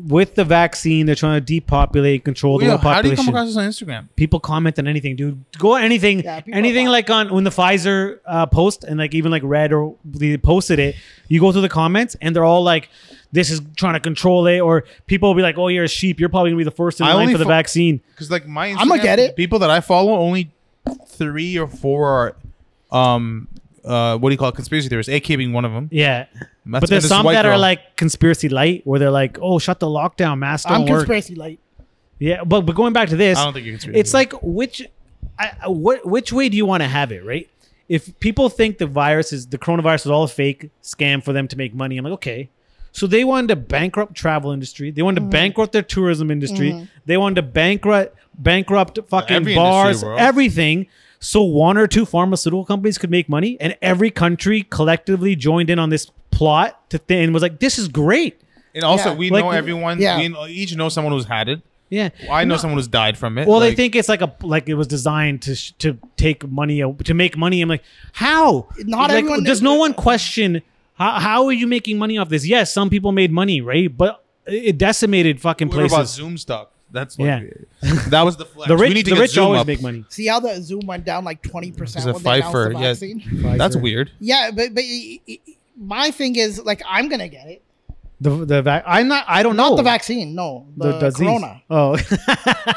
[SPEAKER 4] with the vaccine, they're trying to depopulate and control the
[SPEAKER 3] Yo,
[SPEAKER 4] whole
[SPEAKER 3] how
[SPEAKER 4] population.
[SPEAKER 3] do you come across this on Instagram?
[SPEAKER 4] people comment on anything, dude. Go on anything,
[SPEAKER 2] Yeah, people
[SPEAKER 4] anything
[SPEAKER 2] are-
[SPEAKER 4] like on when the Pfizer uh, post and like even like Red or they posted it. You go through the comments and they're all like, "This is trying to control it," or people will be like, "Oh, you're a sheep. You're probably gonna be the first in
[SPEAKER 3] I
[SPEAKER 4] line
[SPEAKER 3] only
[SPEAKER 4] for the
[SPEAKER 3] fo-
[SPEAKER 4] vaccine."
[SPEAKER 3] Because like my Instagram,
[SPEAKER 2] I'ma get it.
[SPEAKER 3] People that I follow, only three or four are um uh, what do you call it, conspiracy theorists, AK being one of them.
[SPEAKER 4] Yeah.
[SPEAKER 3] That's-
[SPEAKER 4] but
[SPEAKER 3] and this
[SPEAKER 4] there's
[SPEAKER 3] is
[SPEAKER 4] some
[SPEAKER 3] white
[SPEAKER 4] that are
[SPEAKER 3] girl.
[SPEAKER 4] like conspiracy light, where they're like, "Oh, shut the lockdown, mask don't
[SPEAKER 2] I'm
[SPEAKER 4] work."
[SPEAKER 2] conspiracy light.
[SPEAKER 4] Yeah, but but going back to this,
[SPEAKER 3] I don't think you're conspiracy
[SPEAKER 4] It's like which, I, I- what which way do you want to have it, right? If people think the virus is the coronavirus is all a fake scam for them to make money, I'm like, okay. So they wanted to bankrupt travel industry. They wanted to bankrupt their tourism industry. They wanted to bankrupt bankrupt fucking
[SPEAKER 3] Every industry,
[SPEAKER 4] bars,
[SPEAKER 3] bro.
[SPEAKER 4] everything. So one or two pharmaceutical companies could make money, and every country collectively joined in on this plot to th- and was like, "This is great."
[SPEAKER 3] And also,
[SPEAKER 2] Yeah.
[SPEAKER 3] we
[SPEAKER 4] Like-
[SPEAKER 3] know everyone.
[SPEAKER 2] Yeah.
[SPEAKER 3] We know- each know someone who's had it.
[SPEAKER 4] Yeah,
[SPEAKER 3] I know someone who's died from it.
[SPEAKER 4] Well, they
[SPEAKER 3] Like,
[SPEAKER 4] think it's like a like it was designed to sh- to take money out- to make money. I'm like, how?
[SPEAKER 2] Not
[SPEAKER 4] Like,
[SPEAKER 2] everyone-
[SPEAKER 4] Does no one question how how are you making money off this? Yes, some people made money, right? But it decimated fucking
[SPEAKER 3] What about
[SPEAKER 4] places.
[SPEAKER 3] Zoom stock? That's what
[SPEAKER 4] Yeah.
[SPEAKER 3] that was the flex.
[SPEAKER 4] The
[SPEAKER 3] we
[SPEAKER 4] rich,
[SPEAKER 3] need to
[SPEAKER 4] the
[SPEAKER 3] get
[SPEAKER 4] rich
[SPEAKER 3] Zoom
[SPEAKER 4] always
[SPEAKER 3] up.
[SPEAKER 4] make money.
[SPEAKER 2] See how the Zoom went down like 20%
[SPEAKER 3] It's
[SPEAKER 2] when
[SPEAKER 3] a
[SPEAKER 2] they announced the
[SPEAKER 3] Pfeiffer. Yeah,
[SPEAKER 2] vaccine?
[SPEAKER 3] that's
[SPEAKER 4] Pfizer.
[SPEAKER 3] weird.
[SPEAKER 2] Yeah, but, but y- y- y- my thing is, like, I'm going to get it.
[SPEAKER 4] The the vac- I'm not. I don't know
[SPEAKER 2] Not the vaccine, no. The,
[SPEAKER 4] disease.
[SPEAKER 2] corona.
[SPEAKER 4] Oh,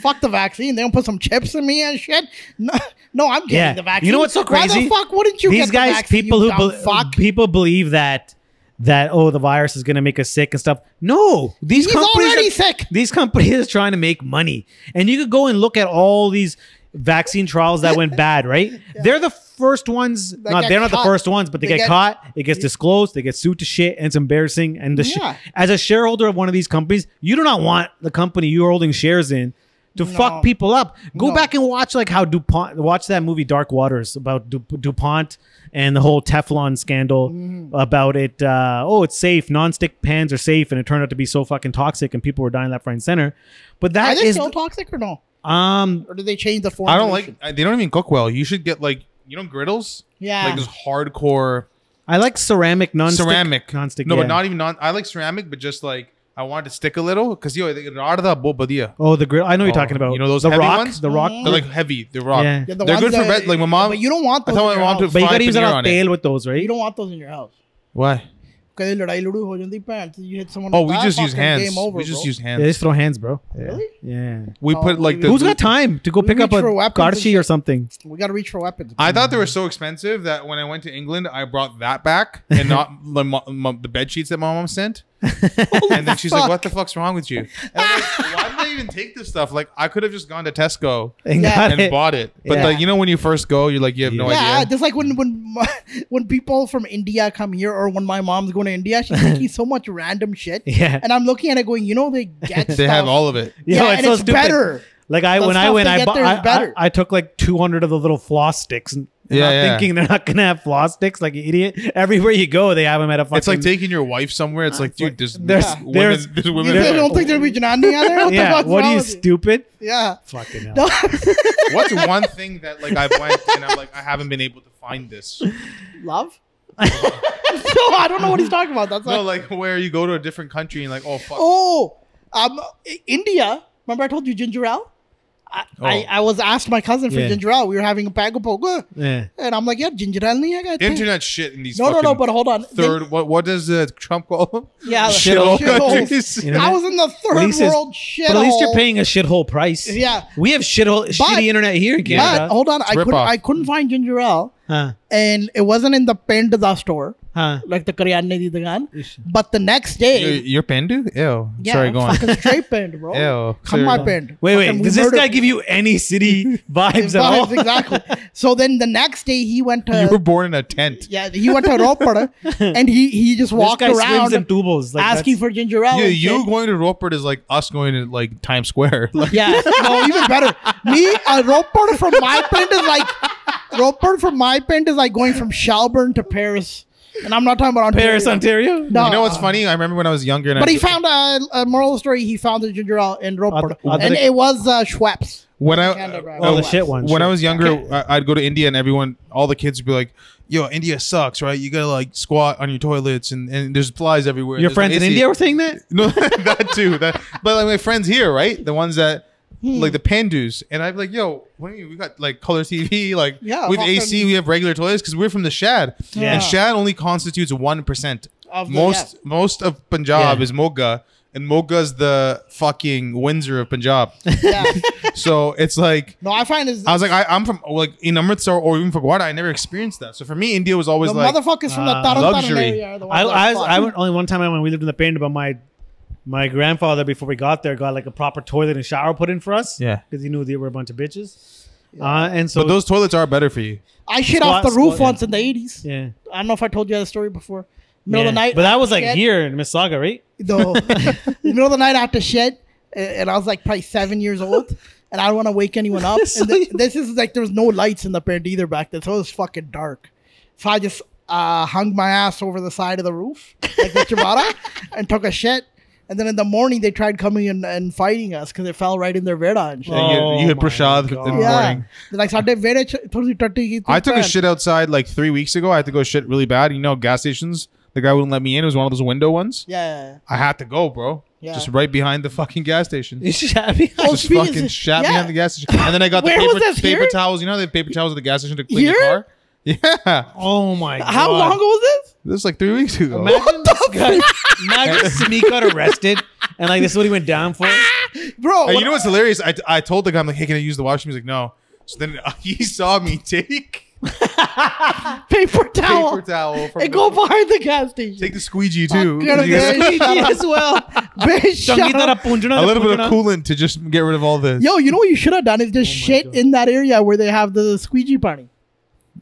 [SPEAKER 2] Fuck the vaccine. They don't put some chips in me and shit. No, no I'm getting
[SPEAKER 4] yeah.
[SPEAKER 2] the vaccine.
[SPEAKER 4] You know what's so crazy?
[SPEAKER 2] Why the fuck wouldn't you
[SPEAKER 4] These
[SPEAKER 2] get
[SPEAKER 4] guys,
[SPEAKER 2] the vaccine?
[SPEAKER 4] people
[SPEAKER 2] you dumb
[SPEAKER 4] who bel-
[SPEAKER 2] fuck.
[SPEAKER 4] people believe that that oh the virus is going to make us sick and stuff. No, these
[SPEAKER 2] He's
[SPEAKER 4] companies
[SPEAKER 2] already
[SPEAKER 4] are-
[SPEAKER 2] sick.
[SPEAKER 4] These companies are trying to make money, and you could go and look at all these vaccine trials that went bad. Right? They're the first ones. not
[SPEAKER 2] get
[SPEAKER 4] they're not
[SPEAKER 2] caught.
[SPEAKER 4] the first ones, but they,
[SPEAKER 2] They
[SPEAKER 4] get,
[SPEAKER 2] get-
[SPEAKER 4] caught. It gets disclosed. They get sued to shit, and it's embarrassing. And the sh-
[SPEAKER 2] Yeah.
[SPEAKER 4] as a shareholder of one of these companies, you do not want the company you're holding shares in. To
[SPEAKER 2] No.
[SPEAKER 4] fuck people up, go
[SPEAKER 2] No.
[SPEAKER 4] back and watch like how DuPont watch that movie Dark Waters about du- DuPont and the whole Teflon scandal
[SPEAKER 2] Mm-hmm.
[SPEAKER 4] about it. Uh, oh, it's safe. Nonstick pans are safe, and it turned out to be so fucking toxic, and people were dying left, right, and center. But
[SPEAKER 2] Are
[SPEAKER 4] that
[SPEAKER 2] they
[SPEAKER 4] is
[SPEAKER 2] still toxic or no?
[SPEAKER 4] um
[SPEAKER 2] Or did they change the
[SPEAKER 3] I
[SPEAKER 2] formulation?
[SPEAKER 3] don't like. I- They don't even cook well. You should get like you know griddles.
[SPEAKER 2] Yeah.
[SPEAKER 3] like this hardcore
[SPEAKER 4] I like ceramic nonstick
[SPEAKER 3] ceramic.
[SPEAKER 4] nonstick.
[SPEAKER 3] no,
[SPEAKER 4] yeah.
[SPEAKER 3] but not even non. I like ceramic, but just like I wanted to stick a little because yo, they are the bobadia.
[SPEAKER 4] Oh, the grill. I know what
[SPEAKER 3] Oh,
[SPEAKER 4] you're talking about.
[SPEAKER 3] you know those
[SPEAKER 4] the
[SPEAKER 3] heavy
[SPEAKER 4] rock,
[SPEAKER 3] ones?
[SPEAKER 4] the rock.
[SPEAKER 3] They're like heavy. They're rock.
[SPEAKER 4] Yeah.
[SPEAKER 2] Yeah, the
[SPEAKER 3] They're
[SPEAKER 2] ones
[SPEAKER 3] good for
[SPEAKER 2] that-
[SPEAKER 3] red. Like my mom.
[SPEAKER 2] But you don't want
[SPEAKER 3] I
[SPEAKER 2] those.
[SPEAKER 3] thought
[SPEAKER 2] in
[SPEAKER 3] my
[SPEAKER 2] your
[SPEAKER 3] mom
[SPEAKER 2] house.
[SPEAKER 3] took
[SPEAKER 4] But you gotta
[SPEAKER 3] fried
[SPEAKER 4] use it
[SPEAKER 3] paneer
[SPEAKER 4] on
[SPEAKER 3] on it.
[SPEAKER 4] tail with those, right?
[SPEAKER 2] You don't want those in your house.
[SPEAKER 3] Why?
[SPEAKER 2] ਕਦੇ ਲੜਾਈ ਲੜੂ ਹੋ ਜਾਂਦੀ ਭੈਣ ਤੇ you hit someone
[SPEAKER 3] Oh,
[SPEAKER 2] with
[SPEAKER 3] we
[SPEAKER 2] that,
[SPEAKER 3] just use
[SPEAKER 2] fucking
[SPEAKER 3] hands.
[SPEAKER 2] game over,
[SPEAKER 3] We just
[SPEAKER 2] bro.
[SPEAKER 3] use
[SPEAKER 4] Yeah,
[SPEAKER 3] hands.
[SPEAKER 4] just throw hands, bro.
[SPEAKER 2] Really?
[SPEAKER 4] Yeah.
[SPEAKER 3] We
[SPEAKER 2] Oh,
[SPEAKER 3] put like
[SPEAKER 2] we-
[SPEAKER 3] the.
[SPEAKER 4] Who's got time to go
[SPEAKER 2] We
[SPEAKER 4] pick
[SPEAKER 2] reach
[SPEAKER 4] up a
[SPEAKER 2] for weapons and
[SPEAKER 4] Garci or
[SPEAKER 2] shit.
[SPEAKER 4] something?
[SPEAKER 2] We gotta reach for weapons.
[SPEAKER 3] I thought they were so expensive that when I went to England, I brought that back and not the, mo- mo- the bed sheets that my mom sent. and then she's like, "What the fuck's wrong with you?" And I'm like, Why did I even take this stuff? Like, I could have just gone to Tesco
[SPEAKER 4] And
[SPEAKER 2] Yeah.
[SPEAKER 4] got
[SPEAKER 3] and
[SPEAKER 4] it.
[SPEAKER 3] bought it. But
[SPEAKER 4] Yeah.
[SPEAKER 3] like, you know, when you first go, you're like, you have no
[SPEAKER 2] yeah,
[SPEAKER 3] idea.
[SPEAKER 2] just like when when when people from India come here, or when my mom's going to India, she's taking so much random shit.
[SPEAKER 4] Yeah.
[SPEAKER 2] and I'm looking at it going, you know, they get
[SPEAKER 3] They
[SPEAKER 2] stuff.
[SPEAKER 3] have all of it.
[SPEAKER 4] Yo,
[SPEAKER 2] Yeah, and it's
[SPEAKER 4] stupid.
[SPEAKER 2] better.
[SPEAKER 4] Like I
[SPEAKER 2] The
[SPEAKER 4] when I
[SPEAKER 2] stuff
[SPEAKER 4] went,
[SPEAKER 2] they
[SPEAKER 4] I,
[SPEAKER 2] get
[SPEAKER 4] bought,
[SPEAKER 2] there is
[SPEAKER 4] I,
[SPEAKER 2] better.
[SPEAKER 4] I I took like 200 of the little floss sticks and and
[SPEAKER 3] Yeah,
[SPEAKER 4] not
[SPEAKER 3] yeah.
[SPEAKER 4] thinking they're not gonna have floss sticks like you idiot. Everywhere you go, they have them at a fucking.
[SPEAKER 3] It's like taking your wife somewhere.
[SPEAKER 2] Ah,
[SPEAKER 3] It's like, dude, there's there's
[SPEAKER 4] there's-
[SPEAKER 3] women,
[SPEAKER 4] there's-
[SPEAKER 3] there's,
[SPEAKER 2] You
[SPEAKER 3] women.
[SPEAKER 2] really
[SPEAKER 3] everywhere.
[SPEAKER 2] don't think there'll be Janani out there? What the
[SPEAKER 4] yeah,
[SPEAKER 2] fuck's
[SPEAKER 4] what are
[SPEAKER 2] wrong
[SPEAKER 4] you
[SPEAKER 2] with
[SPEAKER 4] stupid?
[SPEAKER 2] Yeah.
[SPEAKER 4] Fucking hell.
[SPEAKER 3] What's one thing that like I went and I'm like, I haven't been able to find this.
[SPEAKER 2] Love? no, I don't know what he's talking about. That's
[SPEAKER 3] No,
[SPEAKER 2] like,
[SPEAKER 3] like where you go to a different country and like, oh fuck.
[SPEAKER 2] oh, um, I- India. Remember I told you ginger ale? I, I, I was asked my cousin for
[SPEAKER 4] Oh. Yeah.
[SPEAKER 2] ginger ale. We were having a pago pogo.
[SPEAKER 4] Yeah.
[SPEAKER 2] And I'm like, yeah, ginger ale nahi hai kya?
[SPEAKER 3] Internet shit in these.
[SPEAKER 2] No, no, no,
[SPEAKER 3] fucking
[SPEAKER 2] but hold on. Then-
[SPEAKER 3] third. what what does uh, Trump call them?
[SPEAKER 2] yeah,
[SPEAKER 4] Shithole
[SPEAKER 2] shitholes.
[SPEAKER 3] countries.
[SPEAKER 4] You know
[SPEAKER 2] I
[SPEAKER 4] that?
[SPEAKER 2] was in the third
[SPEAKER 4] At least it's-
[SPEAKER 2] world shit.
[SPEAKER 4] But at least you're paying a shithole price.
[SPEAKER 2] Yeah.
[SPEAKER 4] We have shithole shitty internet here in
[SPEAKER 2] But
[SPEAKER 4] Canada.
[SPEAKER 2] hold on, I
[SPEAKER 3] rip
[SPEAKER 2] couldn't,
[SPEAKER 3] off.
[SPEAKER 2] I couldn't find ginger ale,
[SPEAKER 4] Huh.
[SPEAKER 2] and it wasn't in the Penda store,
[SPEAKER 4] Huh.
[SPEAKER 2] like the Karyanne di dukan. But the next day,
[SPEAKER 3] Your Pandu? Ew.
[SPEAKER 2] yeah,
[SPEAKER 3] Sorry, go on.
[SPEAKER 2] fucking straight pend, bro.
[SPEAKER 3] Ew.
[SPEAKER 2] Come my pend.
[SPEAKER 4] Wait, wait.
[SPEAKER 2] Fucking we
[SPEAKER 4] Does this
[SPEAKER 2] murdered-
[SPEAKER 4] guy give you any city vibes at all?
[SPEAKER 2] Vibes, exactly. So then the next day he went to
[SPEAKER 3] You were born in a tent.
[SPEAKER 2] yeah he went to Ropar and he he just
[SPEAKER 4] This
[SPEAKER 2] walked
[SPEAKER 4] guy swims
[SPEAKER 2] around
[SPEAKER 4] in tubals. Like
[SPEAKER 2] asking
[SPEAKER 4] that's-
[SPEAKER 2] for ginger ale.
[SPEAKER 3] You,
[SPEAKER 2] and
[SPEAKER 3] you
[SPEAKER 2] shit.
[SPEAKER 3] going to Ropert is like us going to like Times Square. Like,
[SPEAKER 2] Yeah, no, even better. Me, a Ropar from my pend is like Ropar from my pend is like going from Shelburne to Paris, and I'm not talking about Ontario.
[SPEAKER 4] Paris, Ontario.
[SPEAKER 2] No,
[SPEAKER 3] you know what's funny? I remember when I was younger. And
[SPEAKER 2] But
[SPEAKER 3] I,
[SPEAKER 2] he found a, a moral of the story. He found the ginger ale in Ropar,
[SPEAKER 4] Other- other-
[SPEAKER 2] and it was uh, Schweppes.
[SPEAKER 3] when I uh,
[SPEAKER 2] Canada, bro.
[SPEAKER 4] All
[SPEAKER 2] Oh,
[SPEAKER 4] the shit ones.
[SPEAKER 3] when I
[SPEAKER 4] sure.
[SPEAKER 3] was younger, I, I'd go to India and everyone, all the kids would be like, "Yo, India sucks, right? You gotta like squat on your toilets and, and there's flies everywhere."
[SPEAKER 4] your
[SPEAKER 3] There's
[SPEAKER 4] friends
[SPEAKER 3] no
[SPEAKER 4] in
[SPEAKER 3] AC."
[SPEAKER 4] India were saying that.
[SPEAKER 3] No, that too. That, but like my friends here, right? The ones that
[SPEAKER 2] Hmm.
[SPEAKER 3] like the Pandus, and I'm like, yo, what do you mean? We got like color TV, like
[SPEAKER 2] Yeah,
[SPEAKER 3] with
[SPEAKER 2] fucking-
[SPEAKER 3] AC, we have regular toilets because we're from the Shad,
[SPEAKER 4] Yeah.
[SPEAKER 3] and Shad only constitutes one percent.
[SPEAKER 2] Of the-
[SPEAKER 3] most most of Punjab
[SPEAKER 4] Yeah.
[SPEAKER 3] is Moga, and Mocha's the fucking Windsor of Punjab.
[SPEAKER 2] Yeah.
[SPEAKER 3] so it's like
[SPEAKER 2] No, I find is
[SPEAKER 3] I was like, I, I'm from like in Amritsar or even Fagwada. I never experienced that. So for me, India was always
[SPEAKER 2] the
[SPEAKER 3] like
[SPEAKER 2] motherfuckers from the
[SPEAKER 4] uh,
[SPEAKER 2] Tarantan
[SPEAKER 3] luxury.
[SPEAKER 2] area. Are the ones
[SPEAKER 4] I,
[SPEAKER 2] that
[SPEAKER 4] I,
[SPEAKER 2] fuck.
[SPEAKER 4] I went only one time when we lived in the paint, but my my grandfather before we got there got like a proper toilet and shower put in for us.
[SPEAKER 3] Yeah.
[SPEAKER 4] because he knew they were a bunch of bitches. Uh, and so
[SPEAKER 3] but those toilets are better for you.
[SPEAKER 2] I shit
[SPEAKER 4] Squat,
[SPEAKER 2] off the roof
[SPEAKER 4] squat,
[SPEAKER 2] once in the eighties.
[SPEAKER 4] yeah,
[SPEAKER 2] I don't know if I told you that story before. Middle
[SPEAKER 4] yeah.
[SPEAKER 2] of the night.
[SPEAKER 4] But that was like
[SPEAKER 2] shit.
[SPEAKER 4] here in Mississauga, right?
[SPEAKER 2] No, middle of the night after shit, a- and I was like probably seven years old, and I don't want to wake anyone up.
[SPEAKER 4] So
[SPEAKER 2] and th-
[SPEAKER 4] you-
[SPEAKER 2] this is like there was no lights in the bed either back then, so it was fucking dark. So I just uh, hung my ass over the side of the roof, like the ciabatta, and took a shit. And then in the morning they tried coming in and fighting us because it fell right in their verda and shit.
[SPEAKER 4] Oh,
[SPEAKER 3] And you, you had
[SPEAKER 4] my
[SPEAKER 3] prashad in the
[SPEAKER 4] God.
[SPEAKER 3] morning.
[SPEAKER 2] yeah, They're like "Saturday verda ch- thodi tatti ki
[SPEAKER 3] I took a
[SPEAKER 2] pan."
[SPEAKER 3] shit outside like three weeks ago. I had to go shit really bad. You know, gas stations. The guy wouldn't let me in. It was one of those window ones.
[SPEAKER 2] Yeah.
[SPEAKER 3] I had to go, bro.
[SPEAKER 2] Yeah.
[SPEAKER 3] Just right behind the fucking gas station.
[SPEAKER 4] You should be
[SPEAKER 2] Oh,
[SPEAKER 3] Just
[SPEAKER 2] speaking-
[SPEAKER 3] fucking shot me
[SPEAKER 2] yeah.
[SPEAKER 3] on the gas station. And then I got the
[SPEAKER 2] Where
[SPEAKER 3] paper,
[SPEAKER 2] was this?
[SPEAKER 3] paper
[SPEAKER 2] Here?
[SPEAKER 3] towels. You know the paper towels at the gas station to clean
[SPEAKER 2] Here?
[SPEAKER 3] your car? Yeah.
[SPEAKER 4] Oh my god!
[SPEAKER 2] How long ago was this?
[SPEAKER 3] This was like three weeks ago.
[SPEAKER 4] Imagine this guy. Imagine Sneak got arrested, and like this is what he went down for.
[SPEAKER 2] Ah, Bro,
[SPEAKER 3] Hey,
[SPEAKER 2] when
[SPEAKER 3] you know what's hilarious? I, I told the guy, I'm like, hey, can I use the washroom? He's like, no. So then uh, he saw me take
[SPEAKER 2] I- paper towel.
[SPEAKER 3] paper towel from
[SPEAKER 2] and go
[SPEAKER 3] the,
[SPEAKER 2] behind the gas station.
[SPEAKER 3] take the squeegee too.
[SPEAKER 2] Fuck, gotta
[SPEAKER 3] You guys-
[SPEAKER 2] get-
[SPEAKER 4] as well.
[SPEAKER 2] Bitch, shut up.
[SPEAKER 3] a little bit of coolant to just get rid of all this.
[SPEAKER 2] Yo, you know what you should have done is just
[SPEAKER 3] Oh
[SPEAKER 2] shit in that area where they have the squeegee party.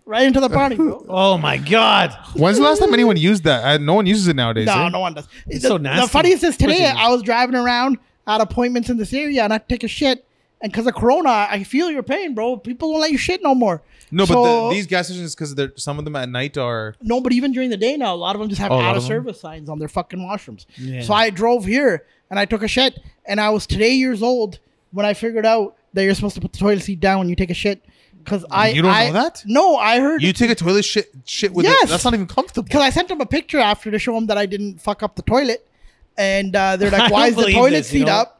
[SPEAKER 2] Right into the party. bro.
[SPEAKER 4] Oh my god!
[SPEAKER 3] When's the last time anyone used that? I, no one uses it nowadays. eh?
[SPEAKER 2] no, no one does. the,
[SPEAKER 4] so nasty.
[SPEAKER 2] The funniest is
[SPEAKER 4] Of
[SPEAKER 2] today
[SPEAKER 4] course it is.
[SPEAKER 2] I was driving around at appointments in this area and I take a shit. And because of Corona, I feel your pain, bro. People don't let you shit no more.
[SPEAKER 3] No, but
[SPEAKER 2] So-
[SPEAKER 3] the, these gas stations because they're some of them at night are.
[SPEAKER 2] No, but even during the day now, a lot of them just have
[SPEAKER 3] Oh, a lot
[SPEAKER 2] out
[SPEAKER 3] of
[SPEAKER 2] of
[SPEAKER 3] them?
[SPEAKER 2] service signs on their fucking washrooms.
[SPEAKER 4] Yeah.
[SPEAKER 2] So I drove here and I took a shit, and I was today years old when I figured out that you're supposed to put the toilet seat down when you take a shit. Because I
[SPEAKER 3] You don't
[SPEAKER 2] I-
[SPEAKER 3] know that?
[SPEAKER 2] No, I heard
[SPEAKER 3] You take a toilet shit shit with it.
[SPEAKER 2] Yes.
[SPEAKER 3] That's not even comfortable.
[SPEAKER 2] because I sent him a picture after to show him that I didn't fuck up the toilet, and uh, they're
[SPEAKER 4] I
[SPEAKER 2] like,
[SPEAKER 4] don't
[SPEAKER 2] "Why is the
[SPEAKER 4] believe
[SPEAKER 2] toilet
[SPEAKER 4] this, you
[SPEAKER 2] seat
[SPEAKER 4] know?
[SPEAKER 2] up?"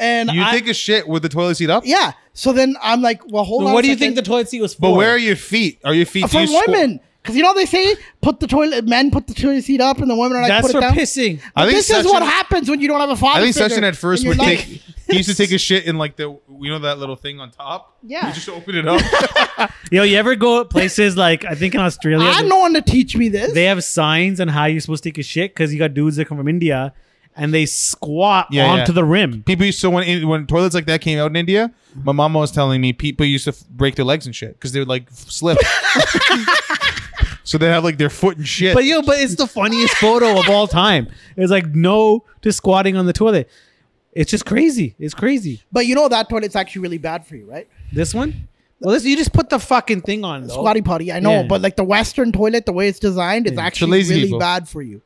[SPEAKER 2] And
[SPEAKER 3] You
[SPEAKER 2] I,
[SPEAKER 3] take a shit with the toilet seat up.
[SPEAKER 2] yeah. So then I'm like, "Well, hold on."
[SPEAKER 4] what
[SPEAKER 2] a
[SPEAKER 4] do you
[SPEAKER 2] second.
[SPEAKER 4] think the toilet seat was for?
[SPEAKER 3] But where are your feet? Are your feet do
[SPEAKER 2] for
[SPEAKER 3] you squ-
[SPEAKER 2] women? Because you know they say put the toilet men put the toilet seat up, and the women are like,
[SPEAKER 4] That's
[SPEAKER 2] "Put
[SPEAKER 4] for
[SPEAKER 2] it down."
[SPEAKER 4] pissing.
[SPEAKER 3] I think
[SPEAKER 2] this
[SPEAKER 3] Sachin-
[SPEAKER 2] is what happens when you don't have a father.
[SPEAKER 3] I think
[SPEAKER 2] figure
[SPEAKER 3] Session at first
[SPEAKER 2] in your
[SPEAKER 3] would
[SPEAKER 2] life.
[SPEAKER 3] take. He used to take a shit in like the you know that little thing on top.
[SPEAKER 2] Yeah.
[SPEAKER 3] You just open it up.
[SPEAKER 4] Yo, you ever go places like I think in Australia?
[SPEAKER 2] I'm no one to teach me this.
[SPEAKER 4] they have signs on how you're supposed to take a shit because you got dudes that come from India and they squat
[SPEAKER 3] Yeah,
[SPEAKER 4] onto
[SPEAKER 3] yeah.
[SPEAKER 4] the rim.
[SPEAKER 3] people used to when when toilets like that came out in India, my mama was telling me people used to f- break their legs and shit because they would like f- slip. so they have like their foot and shit.
[SPEAKER 4] But yo, but it's the funniest photo of all time. It's like no to squatting on the toilet. It's just crazy. It's crazy.
[SPEAKER 2] but you know that toilet's actually really bad for you, right?
[SPEAKER 4] This one? Well, this you just put the fucking thing on. though.
[SPEAKER 2] Squatty potty, I know,
[SPEAKER 4] Yeah.
[SPEAKER 2] but like the Western toilet, the way it's designed, it's actually
[SPEAKER 3] lazy
[SPEAKER 2] really
[SPEAKER 3] people.
[SPEAKER 2] bad for you.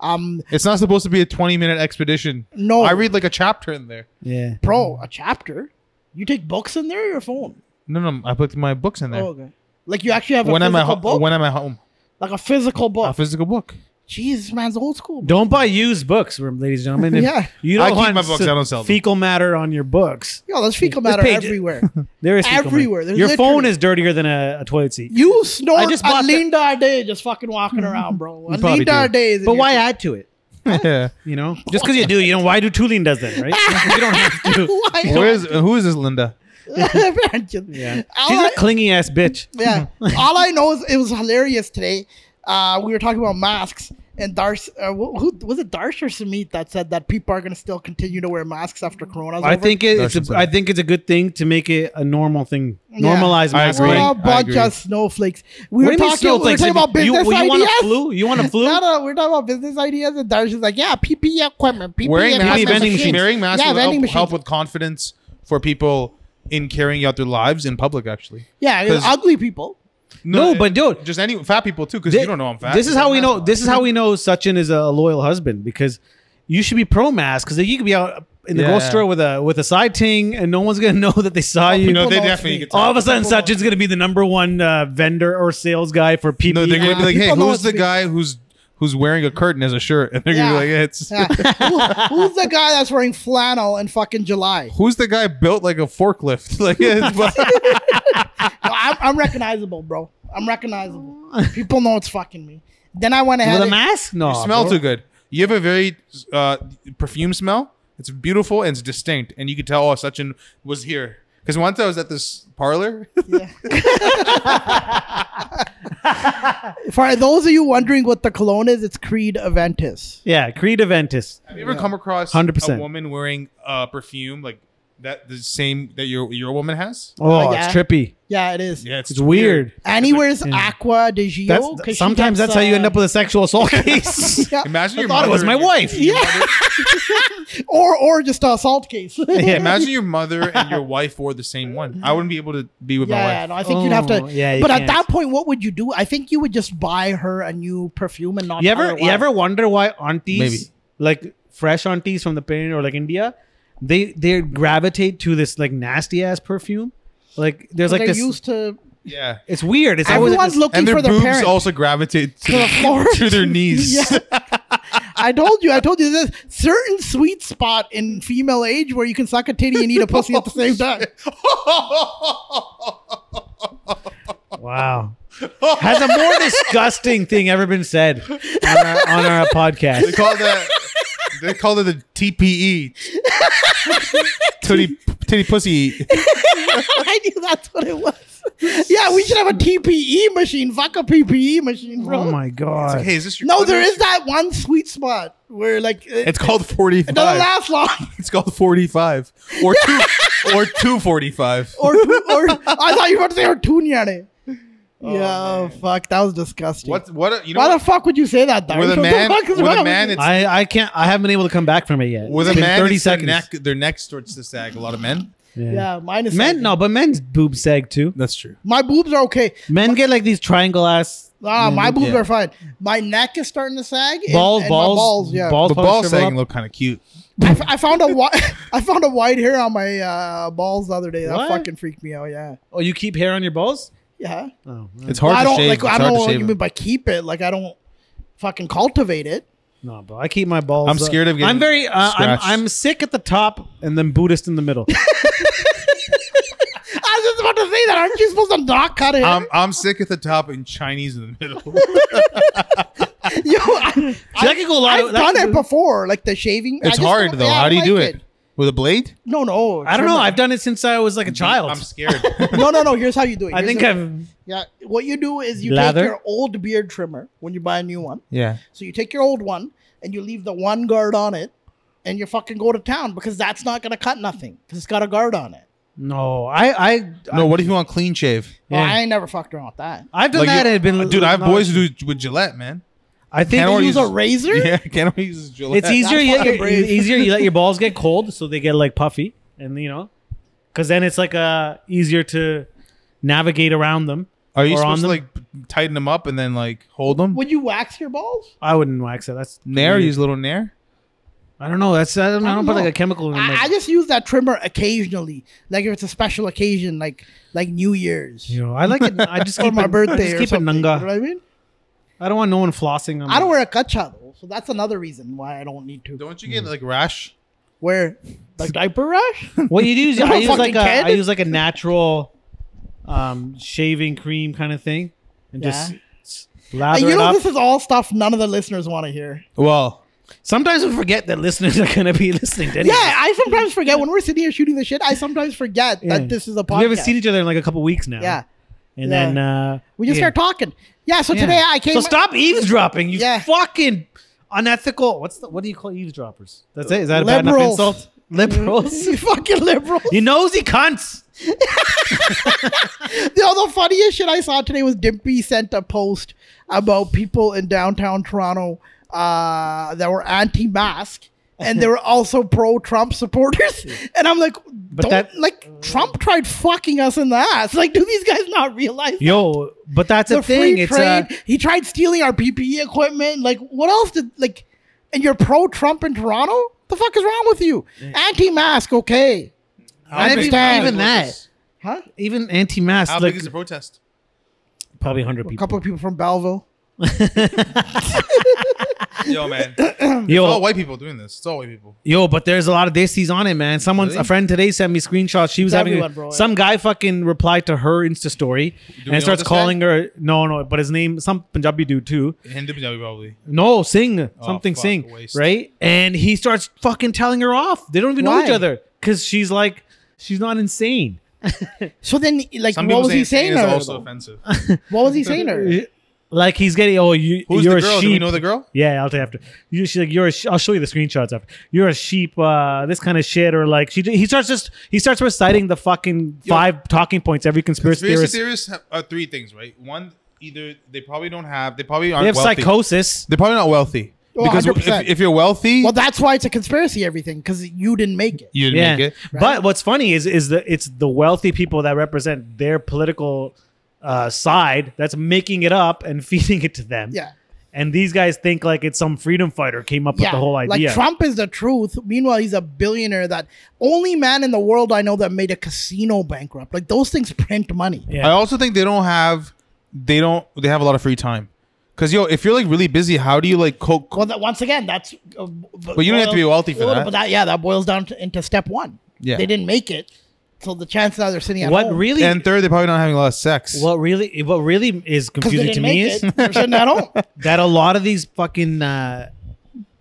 [SPEAKER 2] Um,
[SPEAKER 3] it's not supposed to be a twenty minute expedition.
[SPEAKER 2] No.
[SPEAKER 3] I read like a chapter in there.
[SPEAKER 4] Yeah.
[SPEAKER 2] bro, a chapter. You take books in there or your phone?
[SPEAKER 3] No, no, I put my books in there.
[SPEAKER 2] Oh, okay. Like you actually have a
[SPEAKER 3] when I'm
[SPEAKER 2] physical
[SPEAKER 3] at home,
[SPEAKER 2] book,
[SPEAKER 3] when I'm at home,
[SPEAKER 2] like a physical book.
[SPEAKER 3] a physical book.
[SPEAKER 2] Jeez, this man's old school.
[SPEAKER 4] Don't buy used books, ladies and gentlemen. If
[SPEAKER 2] Yeah.
[SPEAKER 4] You
[SPEAKER 3] I
[SPEAKER 4] don't
[SPEAKER 3] keep
[SPEAKER 4] want
[SPEAKER 3] my books,
[SPEAKER 4] s-
[SPEAKER 3] I don't sell them.
[SPEAKER 4] fecal matter on your books.
[SPEAKER 2] Yo, there's fecal
[SPEAKER 4] This
[SPEAKER 2] matter
[SPEAKER 4] page-
[SPEAKER 2] everywhere.
[SPEAKER 4] There is fecal matter.
[SPEAKER 2] Everywhere. There's
[SPEAKER 4] Your phone
[SPEAKER 2] literally-
[SPEAKER 4] is dirtier than a, a toilet seat.
[SPEAKER 2] you snort
[SPEAKER 4] I just bought
[SPEAKER 2] a
[SPEAKER 4] the-
[SPEAKER 2] Linda a day, just fucking walking around, bro. A
[SPEAKER 4] probably
[SPEAKER 2] Linda a
[SPEAKER 4] do.
[SPEAKER 2] day. is in
[SPEAKER 4] But
[SPEAKER 2] your-
[SPEAKER 4] why add to it?
[SPEAKER 3] yeah.
[SPEAKER 4] You know, just because you do, you know why do two lean does that, right? you don't have to.
[SPEAKER 2] Why?
[SPEAKER 3] Where is who is this Linda?
[SPEAKER 4] Yeah.
[SPEAKER 2] yeah.
[SPEAKER 4] She's a clingy ass bitch.
[SPEAKER 2] Yeah. All I know is it was hilarious today. Uh, we were talking about masks, and Darsh, uh, wh- who was it, Darsh or Samit that said that people are going to still continue to wear masks after Corona's
[SPEAKER 4] I
[SPEAKER 2] over?
[SPEAKER 4] think it, it's.
[SPEAKER 3] Russians
[SPEAKER 4] A,
[SPEAKER 3] are-
[SPEAKER 4] I think it's a good thing to make it a normal thing.
[SPEAKER 2] Yeah.
[SPEAKER 4] Normalize
[SPEAKER 3] I
[SPEAKER 4] mask
[SPEAKER 3] agree.
[SPEAKER 2] we're
[SPEAKER 4] wearing.
[SPEAKER 2] all a
[SPEAKER 3] I
[SPEAKER 2] bunch
[SPEAKER 3] agree.
[SPEAKER 2] of snowflakes. We were
[SPEAKER 4] What do you mean
[SPEAKER 2] talking, we were
[SPEAKER 4] snowflakes?
[SPEAKER 2] talking about
[SPEAKER 4] You-
[SPEAKER 2] business
[SPEAKER 4] you, want
[SPEAKER 2] ideas.
[SPEAKER 4] a flu? You want a flu?
[SPEAKER 2] No, no, we're talking about business ideas, and Darsh is like, yeah, PPE equipment, PPE
[SPEAKER 3] Wearing
[SPEAKER 2] equipment,
[SPEAKER 3] masks,
[SPEAKER 4] vending machines.
[SPEAKER 3] Wearing masks
[SPEAKER 2] yeah,
[SPEAKER 3] will
[SPEAKER 2] vending
[SPEAKER 3] help,
[SPEAKER 2] machines.
[SPEAKER 3] help with confidence for people in carrying out their lives in public. Actually,
[SPEAKER 2] yeah,
[SPEAKER 3] 'cause-
[SPEAKER 2] ugly people.
[SPEAKER 4] No, but dude-
[SPEAKER 3] just any fat people too, because
[SPEAKER 4] Thi-
[SPEAKER 3] you don't know I'm fat.
[SPEAKER 4] This is
[SPEAKER 3] You
[SPEAKER 4] how
[SPEAKER 3] don't
[SPEAKER 4] we
[SPEAKER 3] mask
[SPEAKER 4] know.
[SPEAKER 3] on.
[SPEAKER 4] This is how we know Sachin is a loyal husband because you should be pro mask because you could be out in the
[SPEAKER 3] Yeah.
[SPEAKER 4] grocery store with a with a side ting and no one's gonna know that they saw you.
[SPEAKER 3] You know
[SPEAKER 2] People
[SPEAKER 3] they
[SPEAKER 2] know it's
[SPEAKER 3] definitely
[SPEAKER 2] me.
[SPEAKER 3] get.
[SPEAKER 4] All of a sudden,
[SPEAKER 2] People know.
[SPEAKER 4] Sachin's gonna be the number one uh, vendor or sales guy for PPE.
[SPEAKER 3] No, they're gonna be like, hey,
[SPEAKER 2] People know
[SPEAKER 3] who's
[SPEAKER 2] it's
[SPEAKER 3] the
[SPEAKER 2] me.
[SPEAKER 3] guy who's who's wearing a curtain as a shirt? And they're gonna be like,
[SPEAKER 2] Yeah.
[SPEAKER 3] yeah, it's
[SPEAKER 2] Yeah. Who- who's the guy that's wearing flannel in fucking July?
[SPEAKER 3] who's the guy built like a forklift? Like, yeah, it's bu-
[SPEAKER 2] No, I'm, I'm recognizable, bro. I'm recognizable. People know it's fucking me. Then I went ahead.
[SPEAKER 4] with a
[SPEAKER 2] and-
[SPEAKER 4] mask. No,
[SPEAKER 2] Ah,
[SPEAKER 3] you smell
[SPEAKER 4] bro.
[SPEAKER 3] too good. You have a very uh, perfume smell. It's beautiful and it's distinct, and you could tell oh Sachin was here because once I was at this parlor.
[SPEAKER 2] For those of you wondering what the cologne is, it's Creed Aventus.
[SPEAKER 4] Yeah, Creed Aventus.
[SPEAKER 3] Have you ever come across
[SPEAKER 4] 100%.
[SPEAKER 3] a woman wearing uh, perfume like that, the same that your your woman has?
[SPEAKER 4] Oh,
[SPEAKER 2] Uh, yeah.
[SPEAKER 4] it's trippy.
[SPEAKER 2] Yeah, it is.
[SPEAKER 3] Yeah,
[SPEAKER 4] It's weird.
[SPEAKER 2] And he wears Aqua de Gio.
[SPEAKER 4] That's,
[SPEAKER 2] 'cause she
[SPEAKER 4] sometimes
[SPEAKER 2] gets,
[SPEAKER 4] that's how you
[SPEAKER 2] uh,
[SPEAKER 4] end up with a sexual assault case.
[SPEAKER 2] Yeah.
[SPEAKER 3] Imagine your
[SPEAKER 4] thought it
[SPEAKER 3] mother
[SPEAKER 4] was my
[SPEAKER 3] and your-
[SPEAKER 4] wife.
[SPEAKER 3] your mother-
[SPEAKER 2] or or just a assault case. yeah,
[SPEAKER 4] Yeah.
[SPEAKER 3] Imagine your mother and your wife wore the same one. I wouldn't be able to be with my
[SPEAKER 2] yeah,
[SPEAKER 3] wife.
[SPEAKER 2] no, I think you'd have
[SPEAKER 4] Oh,
[SPEAKER 2] to.
[SPEAKER 4] yeah, you
[SPEAKER 2] but at
[SPEAKER 4] can't.
[SPEAKER 2] that point, what would you do? I think you would just buy her a new perfume and not.
[SPEAKER 4] You
[SPEAKER 2] tell
[SPEAKER 4] ever
[SPEAKER 2] her
[SPEAKER 4] you
[SPEAKER 2] why.
[SPEAKER 4] ever wonder why aunties
[SPEAKER 3] Maybe.
[SPEAKER 4] like fresh aunties from the Pain or like India, they they gravitate to this like nasty ass perfume. Like there's like
[SPEAKER 2] they're
[SPEAKER 4] this
[SPEAKER 2] used to.
[SPEAKER 3] Yeah.
[SPEAKER 4] it's weird. It's always like
[SPEAKER 2] Everyone's
[SPEAKER 4] this,
[SPEAKER 2] looking
[SPEAKER 3] And their
[SPEAKER 2] for their
[SPEAKER 3] boobs
[SPEAKER 2] parents.
[SPEAKER 3] also gravitate to,
[SPEAKER 2] To the floor.
[SPEAKER 3] to their knees.
[SPEAKER 2] Yeah. I told you, I told you this certain sweet spot in female age where you can suck a titty and eat a pussy at the
[SPEAKER 4] Oh,
[SPEAKER 2] same time.
[SPEAKER 4] Wow. Has a more disgusting thing ever been said on our, on our
[SPEAKER 3] They
[SPEAKER 4] podcast?
[SPEAKER 3] call that they call it the E. TPE. Titty, titty pussy.
[SPEAKER 2] I knew that's what it was. Yeah, we should have a TPE machine, fuck a PPE machine, bro.
[SPEAKER 4] Oh my god.
[SPEAKER 3] Hey, is this your
[SPEAKER 2] no, there is that one sweet spot where like it,
[SPEAKER 3] It's called
[SPEAKER 2] it doesn't
[SPEAKER 3] 45.
[SPEAKER 2] last long.
[SPEAKER 3] It's called 45 or two or 245.
[SPEAKER 2] Or, or I thought you were about to say or tuniane.
[SPEAKER 3] Oh,
[SPEAKER 2] yeah, fuck, that was disgusting.
[SPEAKER 3] What what you know
[SPEAKER 2] Why
[SPEAKER 3] what?
[SPEAKER 2] the fuck would you say that? Darren?
[SPEAKER 3] With a
[SPEAKER 2] What the
[SPEAKER 3] man-
[SPEAKER 2] fuck is
[SPEAKER 3] with a
[SPEAKER 2] wrong
[SPEAKER 3] man,
[SPEAKER 2] you?
[SPEAKER 3] it's-
[SPEAKER 4] I, I can't I haven't been able to come back from it yet.
[SPEAKER 3] with
[SPEAKER 4] It's
[SPEAKER 3] a
[SPEAKER 4] been
[SPEAKER 3] man, it's their neck their neck starts to sag. A lot of men.
[SPEAKER 4] Yeah.
[SPEAKER 2] yeah, mine is
[SPEAKER 4] Men no, but men's boobs sag too.
[SPEAKER 3] That's true.
[SPEAKER 2] My boobs are okay.
[SPEAKER 4] Men get like these triangle ass
[SPEAKER 2] Ah, my boobs
[SPEAKER 3] yeah.
[SPEAKER 2] are fine. My neck is starting to sag. and-
[SPEAKER 4] balls,
[SPEAKER 2] and my
[SPEAKER 4] balls,
[SPEAKER 2] balls. Yeah,
[SPEAKER 4] balls.
[SPEAKER 3] The
[SPEAKER 4] probably
[SPEAKER 3] ball
[SPEAKER 4] shrivel
[SPEAKER 3] sagging
[SPEAKER 4] up.
[SPEAKER 3] look kind of cute.
[SPEAKER 2] I, f- I found a white. I found a white hair on my uh, balls the other day. That
[SPEAKER 4] What?
[SPEAKER 2] fucking freaked me out. Yeah,
[SPEAKER 4] Oh, you keep hair on your balls?
[SPEAKER 2] yeah.
[SPEAKER 4] Oh, no.
[SPEAKER 3] It's hard
[SPEAKER 2] I
[SPEAKER 3] to
[SPEAKER 2] don't
[SPEAKER 3] shave.
[SPEAKER 2] like.
[SPEAKER 3] it's
[SPEAKER 2] I
[SPEAKER 3] hard
[SPEAKER 2] don't
[SPEAKER 3] to
[SPEAKER 2] know what
[SPEAKER 3] shave
[SPEAKER 2] you
[SPEAKER 3] them.
[SPEAKER 2] mean by keep it. Like I don't fucking cultivate it.
[SPEAKER 4] no, bro. I keep my balls.
[SPEAKER 3] I'm scared of getting
[SPEAKER 4] I'm very. Uh, I'm,
[SPEAKER 3] scratched.
[SPEAKER 4] I'm sick at the top and then Buddhist in the middle.
[SPEAKER 2] I was just about to say that. Aren't you supposed to not cut it?
[SPEAKER 3] I'm, I'm sick at the top and Chinese in the middle.
[SPEAKER 2] Yo, I,
[SPEAKER 4] See, that could go a lot.
[SPEAKER 2] I've
[SPEAKER 4] of- that
[SPEAKER 2] done
[SPEAKER 4] could
[SPEAKER 2] it
[SPEAKER 4] go-
[SPEAKER 2] before. Like the shaving. I
[SPEAKER 3] It's
[SPEAKER 2] just
[SPEAKER 3] hard
[SPEAKER 2] don't-
[SPEAKER 3] though.
[SPEAKER 2] yeah, I
[SPEAKER 3] How do you
[SPEAKER 2] like
[SPEAKER 3] do it? With a blade?
[SPEAKER 2] No, no.
[SPEAKER 4] I don't know.
[SPEAKER 2] trim
[SPEAKER 4] I've done it since I was like a child.
[SPEAKER 3] I'm scared.
[SPEAKER 2] it. No, no, no. Here's how you do it.
[SPEAKER 4] I
[SPEAKER 2] Here's
[SPEAKER 4] think
[SPEAKER 2] how-
[SPEAKER 4] I've.
[SPEAKER 2] Yeah, what you do is you
[SPEAKER 4] Lather?
[SPEAKER 2] take your old beard trimmer when you buy a new one.
[SPEAKER 3] yeah.
[SPEAKER 2] So you take your old one and you leave the one guard on it, and you fucking go to town because that's not gonna cut nothing because it's got a guard on it.
[SPEAKER 4] No, I. I.
[SPEAKER 3] No, what if you want clean shave?
[SPEAKER 2] Well,
[SPEAKER 4] Yeah.
[SPEAKER 2] I ain't never fucked around with that.
[SPEAKER 4] I've done
[SPEAKER 3] Like
[SPEAKER 4] that.
[SPEAKER 3] you-
[SPEAKER 4] and been,
[SPEAKER 3] dude, I have
[SPEAKER 4] no,
[SPEAKER 3] boys who do with Gillette, man.
[SPEAKER 4] I think
[SPEAKER 3] Can't
[SPEAKER 4] you-
[SPEAKER 3] always-
[SPEAKER 2] Use a razor.
[SPEAKER 3] Yeah, can't always use Gillette.
[SPEAKER 4] it's easier.
[SPEAKER 2] That's
[SPEAKER 4] You,
[SPEAKER 2] fucking
[SPEAKER 4] you-
[SPEAKER 2] brave.
[SPEAKER 4] easier. You let your balls get cold, so they get like puffy, and you know, because then it's like uh easier to navigate around them.
[SPEAKER 3] Are you
[SPEAKER 4] or on
[SPEAKER 3] supposed to
[SPEAKER 4] them.
[SPEAKER 3] like tighten them up and then like hold them?
[SPEAKER 2] Would you wax your balls?
[SPEAKER 4] I wouldn't wax it. That's
[SPEAKER 3] Nair, use a little Nair.
[SPEAKER 4] I don't know. That's I don't, I don't
[SPEAKER 2] don't
[SPEAKER 4] put
[SPEAKER 2] know.
[SPEAKER 4] like a chemical in my
[SPEAKER 2] I, I just use that trimmer occasionally, like if it's a special occasion, like like New Year's
[SPEAKER 4] You know, I like it. I just
[SPEAKER 2] or
[SPEAKER 4] keep
[SPEAKER 2] my
[SPEAKER 4] it,
[SPEAKER 2] birthday
[SPEAKER 4] I just
[SPEAKER 2] or
[SPEAKER 4] keep it
[SPEAKER 2] something. You know
[SPEAKER 4] nanga.
[SPEAKER 2] what I mean?
[SPEAKER 4] I don't want no one flossing. On
[SPEAKER 2] I don't
[SPEAKER 4] my-
[SPEAKER 2] wear a kacha though, so that's another reason why I don't need to
[SPEAKER 3] Don't you get like rash?
[SPEAKER 2] wear the diaper rash.
[SPEAKER 4] What you do is
[SPEAKER 2] I'm
[SPEAKER 4] I
[SPEAKER 2] a
[SPEAKER 4] use like
[SPEAKER 2] fucking
[SPEAKER 4] a I
[SPEAKER 2] kid.
[SPEAKER 4] use like a natural um, shaving cream kind of thing, and just
[SPEAKER 2] Yeah.
[SPEAKER 4] s- lather
[SPEAKER 2] And you
[SPEAKER 4] it
[SPEAKER 2] know,
[SPEAKER 4] up.
[SPEAKER 2] this is all stuff none of the listeners want to hear.
[SPEAKER 3] Well,
[SPEAKER 4] Sometimes we forget that listeners are gonna be listening. To
[SPEAKER 2] Yeah,
[SPEAKER 4] this.
[SPEAKER 2] I sometimes forget when we're sitting here shooting the shit. I sometimes forget
[SPEAKER 4] Yeah.
[SPEAKER 2] that this is a podcast.
[SPEAKER 4] we haven't seen each other in like a couple weeks now.
[SPEAKER 2] Yeah,
[SPEAKER 4] and
[SPEAKER 2] Yeah.
[SPEAKER 4] then uh,
[SPEAKER 2] we just
[SPEAKER 4] yeah.
[SPEAKER 2] start talking. Yeah, so
[SPEAKER 4] Yeah.
[SPEAKER 2] today I came.
[SPEAKER 4] So stop eavesdropping. You
[SPEAKER 2] Yeah.
[SPEAKER 4] fucking unethical. What's the, what do you call eavesdroppers? That's it. Is that a bad enough
[SPEAKER 2] Liberals.
[SPEAKER 4] insult? Liberals.
[SPEAKER 2] You fucking liberal.
[SPEAKER 4] you nosy cunts.
[SPEAKER 2] You know, the funniest shit I saw today was Dimpy sent a post about people in downtown Toronto uh, that were anti-mask and they were also pro-Trump supporters. And I'm like, don't
[SPEAKER 4] that-
[SPEAKER 2] like Trump tried fucking us in the ass. Like, do these guys not realize?
[SPEAKER 4] Yo, but that's
[SPEAKER 2] the
[SPEAKER 4] a thing.
[SPEAKER 2] free
[SPEAKER 4] it's
[SPEAKER 2] trade.
[SPEAKER 4] uh,
[SPEAKER 2] he tried stealing our PPE equipment. Like, what else did like? And you're pro Trump in Toronto? The fuck is wrong with you? Anti-mask, okay?
[SPEAKER 3] how
[SPEAKER 4] big-
[SPEAKER 3] how
[SPEAKER 4] even
[SPEAKER 3] big was
[SPEAKER 4] that.
[SPEAKER 3] this?
[SPEAKER 2] Huh?
[SPEAKER 4] even anti-mask.
[SPEAKER 3] How
[SPEAKER 4] like,
[SPEAKER 3] big is the protest?
[SPEAKER 4] probably 100
[SPEAKER 2] A
[SPEAKER 4] people.
[SPEAKER 2] couple of people from Belleville.
[SPEAKER 3] Yo, man.
[SPEAKER 4] Yo,
[SPEAKER 3] All white people doing this. It's all white people.
[SPEAKER 4] Yo, but there's a lot of desis on it, man. Someone's
[SPEAKER 3] Really?
[SPEAKER 4] a friend today sent me screenshots. She was
[SPEAKER 2] It's
[SPEAKER 4] having
[SPEAKER 2] everyone, bro.
[SPEAKER 4] some guy fucking replied to her Insta story
[SPEAKER 3] know
[SPEAKER 4] and starts
[SPEAKER 3] this
[SPEAKER 4] calling her. No, no, but his name some Punjabi dude too.
[SPEAKER 3] Hindi Punjabi probably.
[SPEAKER 4] No, Singh, something
[SPEAKER 3] Oh, fuck,
[SPEAKER 4] Singh,
[SPEAKER 3] waste.
[SPEAKER 4] right? And he starts fucking telling her off. They don't even know each
[SPEAKER 2] Why?
[SPEAKER 4] other because she's like, she's not insane.
[SPEAKER 2] So then, like,
[SPEAKER 3] Some
[SPEAKER 2] what
[SPEAKER 3] people
[SPEAKER 2] was
[SPEAKER 3] say
[SPEAKER 2] he saying?
[SPEAKER 3] It's
[SPEAKER 2] to her,
[SPEAKER 3] also
[SPEAKER 2] though?
[SPEAKER 3] offensive.
[SPEAKER 2] What was he saying? to her?
[SPEAKER 4] Like he's getting, oh, you,
[SPEAKER 3] Who's
[SPEAKER 4] you're
[SPEAKER 3] the
[SPEAKER 4] a
[SPEAKER 3] girl?
[SPEAKER 4] sheep.
[SPEAKER 3] Do we know the girl?
[SPEAKER 4] Yeah, I'll tell you after. You, she's like, you're. A sh- I'll show you the screenshots after. You're a sheep. Uh, this kind of shit, or like she. He starts just. He starts reciting the fucking
[SPEAKER 3] Yo.
[SPEAKER 4] five talking points every conspiracy
[SPEAKER 3] Conspiracy theorists
[SPEAKER 4] theorist.
[SPEAKER 3] have, are three things, right? One, either they probably don't have, they probably aren't
[SPEAKER 4] They have
[SPEAKER 3] wealthy.
[SPEAKER 4] psychosis.
[SPEAKER 3] They're probably not wealthy.
[SPEAKER 2] Oh,
[SPEAKER 3] because if,
[SPEAKER 2] 100%.
[SPEAKER 3] if you're wealthy,
[SPEAKER 2] Well, that's why it's a conspiracy. Everything because you didn't make it.
[SPEAKER 3] you didn't
[SPEAKER 4] Yeah,
[SPEAKER 3] make it.
[SPEAKER 4] but what's funny is is the it's the wealthy people that represent their political uh, side that's making it up and feeding it to them.
[SPEAKER 2] Yeah.
[SPEAKER 4] and these guys think like it's some freedom fighter came up with the whole idea.
[SPEAKER 2] Like Trump is the truth. Meanwhile, he's a billionaire that only man in the world I know that made a casino bankrupt. Like those things print money.
[SPEAKER 4] Yeah.
[SPEAKER 3] I also think they don't have, they don't, they have a lot of free time. Because yo, if you're like really busy, how do you like cope?
[SPEAKER 2] Well, that, once again, that's. Uh, but
[SPEAKER 3] you don't have to be wealthy for that.
[SPEAKER 2] But that, yeah, that boils down to, into step one.
[SPEAKER 3] Yeah.
[SPEAKER 2] They didn't make it, so the chances are they're sitting at
[SPEAKER 4] what
[SPEAKER 2] home.
[SPEAKER 4] really?
[SPEAKER 3] And third, they're probably not having a lot of sex.
[SPEAKER 4] what really? What really is
[SPEAKER 2] Because they
[SPEAKER 4] confusing
[SPEAKER 2] didn't
[SPEAKER 4] to
[SPEAKER 2] make
[SPEAKER 4] me is
[SPEAKER 2] it, they're sitting at home.
[SPEAKER 4] that a lot of these fucking uh,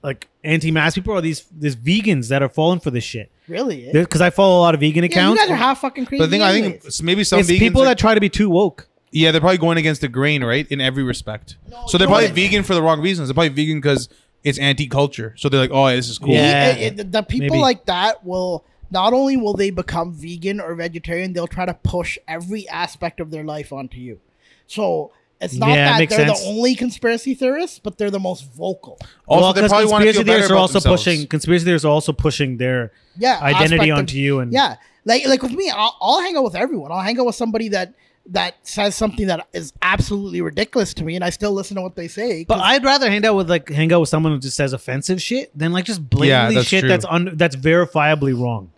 [SPEAKER 4] like anti-mass people are these these vegans that are falling for this shit.
[SPEAKER 2] Really? Yeah,
[SPEAKER 4] Because I follow a lot of vegan
[SPEAKER 2] you
[SPEAKER 4] accounts.
[SPEAKER 2] guys are half fucking crazy.
[SPEAKER 3] but I think I think
[SPEAKER 2] anyways.
[SPEAKER 3] s- maybe some
[SPEAKER 4] it's
[SPEAKER 3] vegans
[SPEAKER 4] people
[SPEAKER 3] are-
[SPEAKER 4] that try to be too woke.
[SPEAKER 3] yeah they're probably going against the grain right in every respect. so they're
[SPEAKER 2] you know
[SPEAKER 3] probably
[SPEAKER 2] what?
[SPEAKER 3] vegan for the wrong reasons. They're probably vegan because it's anti-culture. So they're like, oh, this is cool.
[SPEAKER 4] Yeah.
[SPEAKER 2] It- it- the people
[SPEAKER 4] Maybe.
[SPEAKER 2] like that will not only will they become vegan or vegetarian, they'll try to push every aspect of their life onto you. So it's not
[SPEAKER 4] Yeah,
[SPEAKER 2] that
[SPEAKER 4] makes
[SPEAKER 2] they're
[SPEAKER 4] sense.
[SPEAKER 2] the only conspiracy theorists, but they're the most vocal.
[SPEAKER 3] Also,
[SPEAKER 4] well,
[SPEAKER 3] they
[SPEAKER 4] 'cause
[SPEAKER 3] probably want to
[SPEAKER 4] conspiracy
[SPEAKER 3] feel better
[SPEAKER 4] theorists are
[SPEAKER 3] about
[SPEAKER 4] also
[SPEAKER 3] themselves.
[SPEAKER 4] pushing conspiracy theorists are also pushing their
[SPEAKER 2] Yeah, aspect
[SPEAKER 4] identity
[SPEAKER 2] of-
[SPEAKER 4] onto you and
[SPEAKER 2] yeah, like like with me, I'll, I'll hang out with everyone. I'll hang out with somebody that that says something that is absolutely ridiculous to me, and I still listen to what they say.
[SPEAKER 4] But I'd rather hang out with like hang out with someone who just says offensive shit than like just blatantly
[SPEAKER 3] that's
[SPEAKER 4] shit
[SPEAKER 3] true.
[SPEAKER 4] that's un- that's verifiably wrong.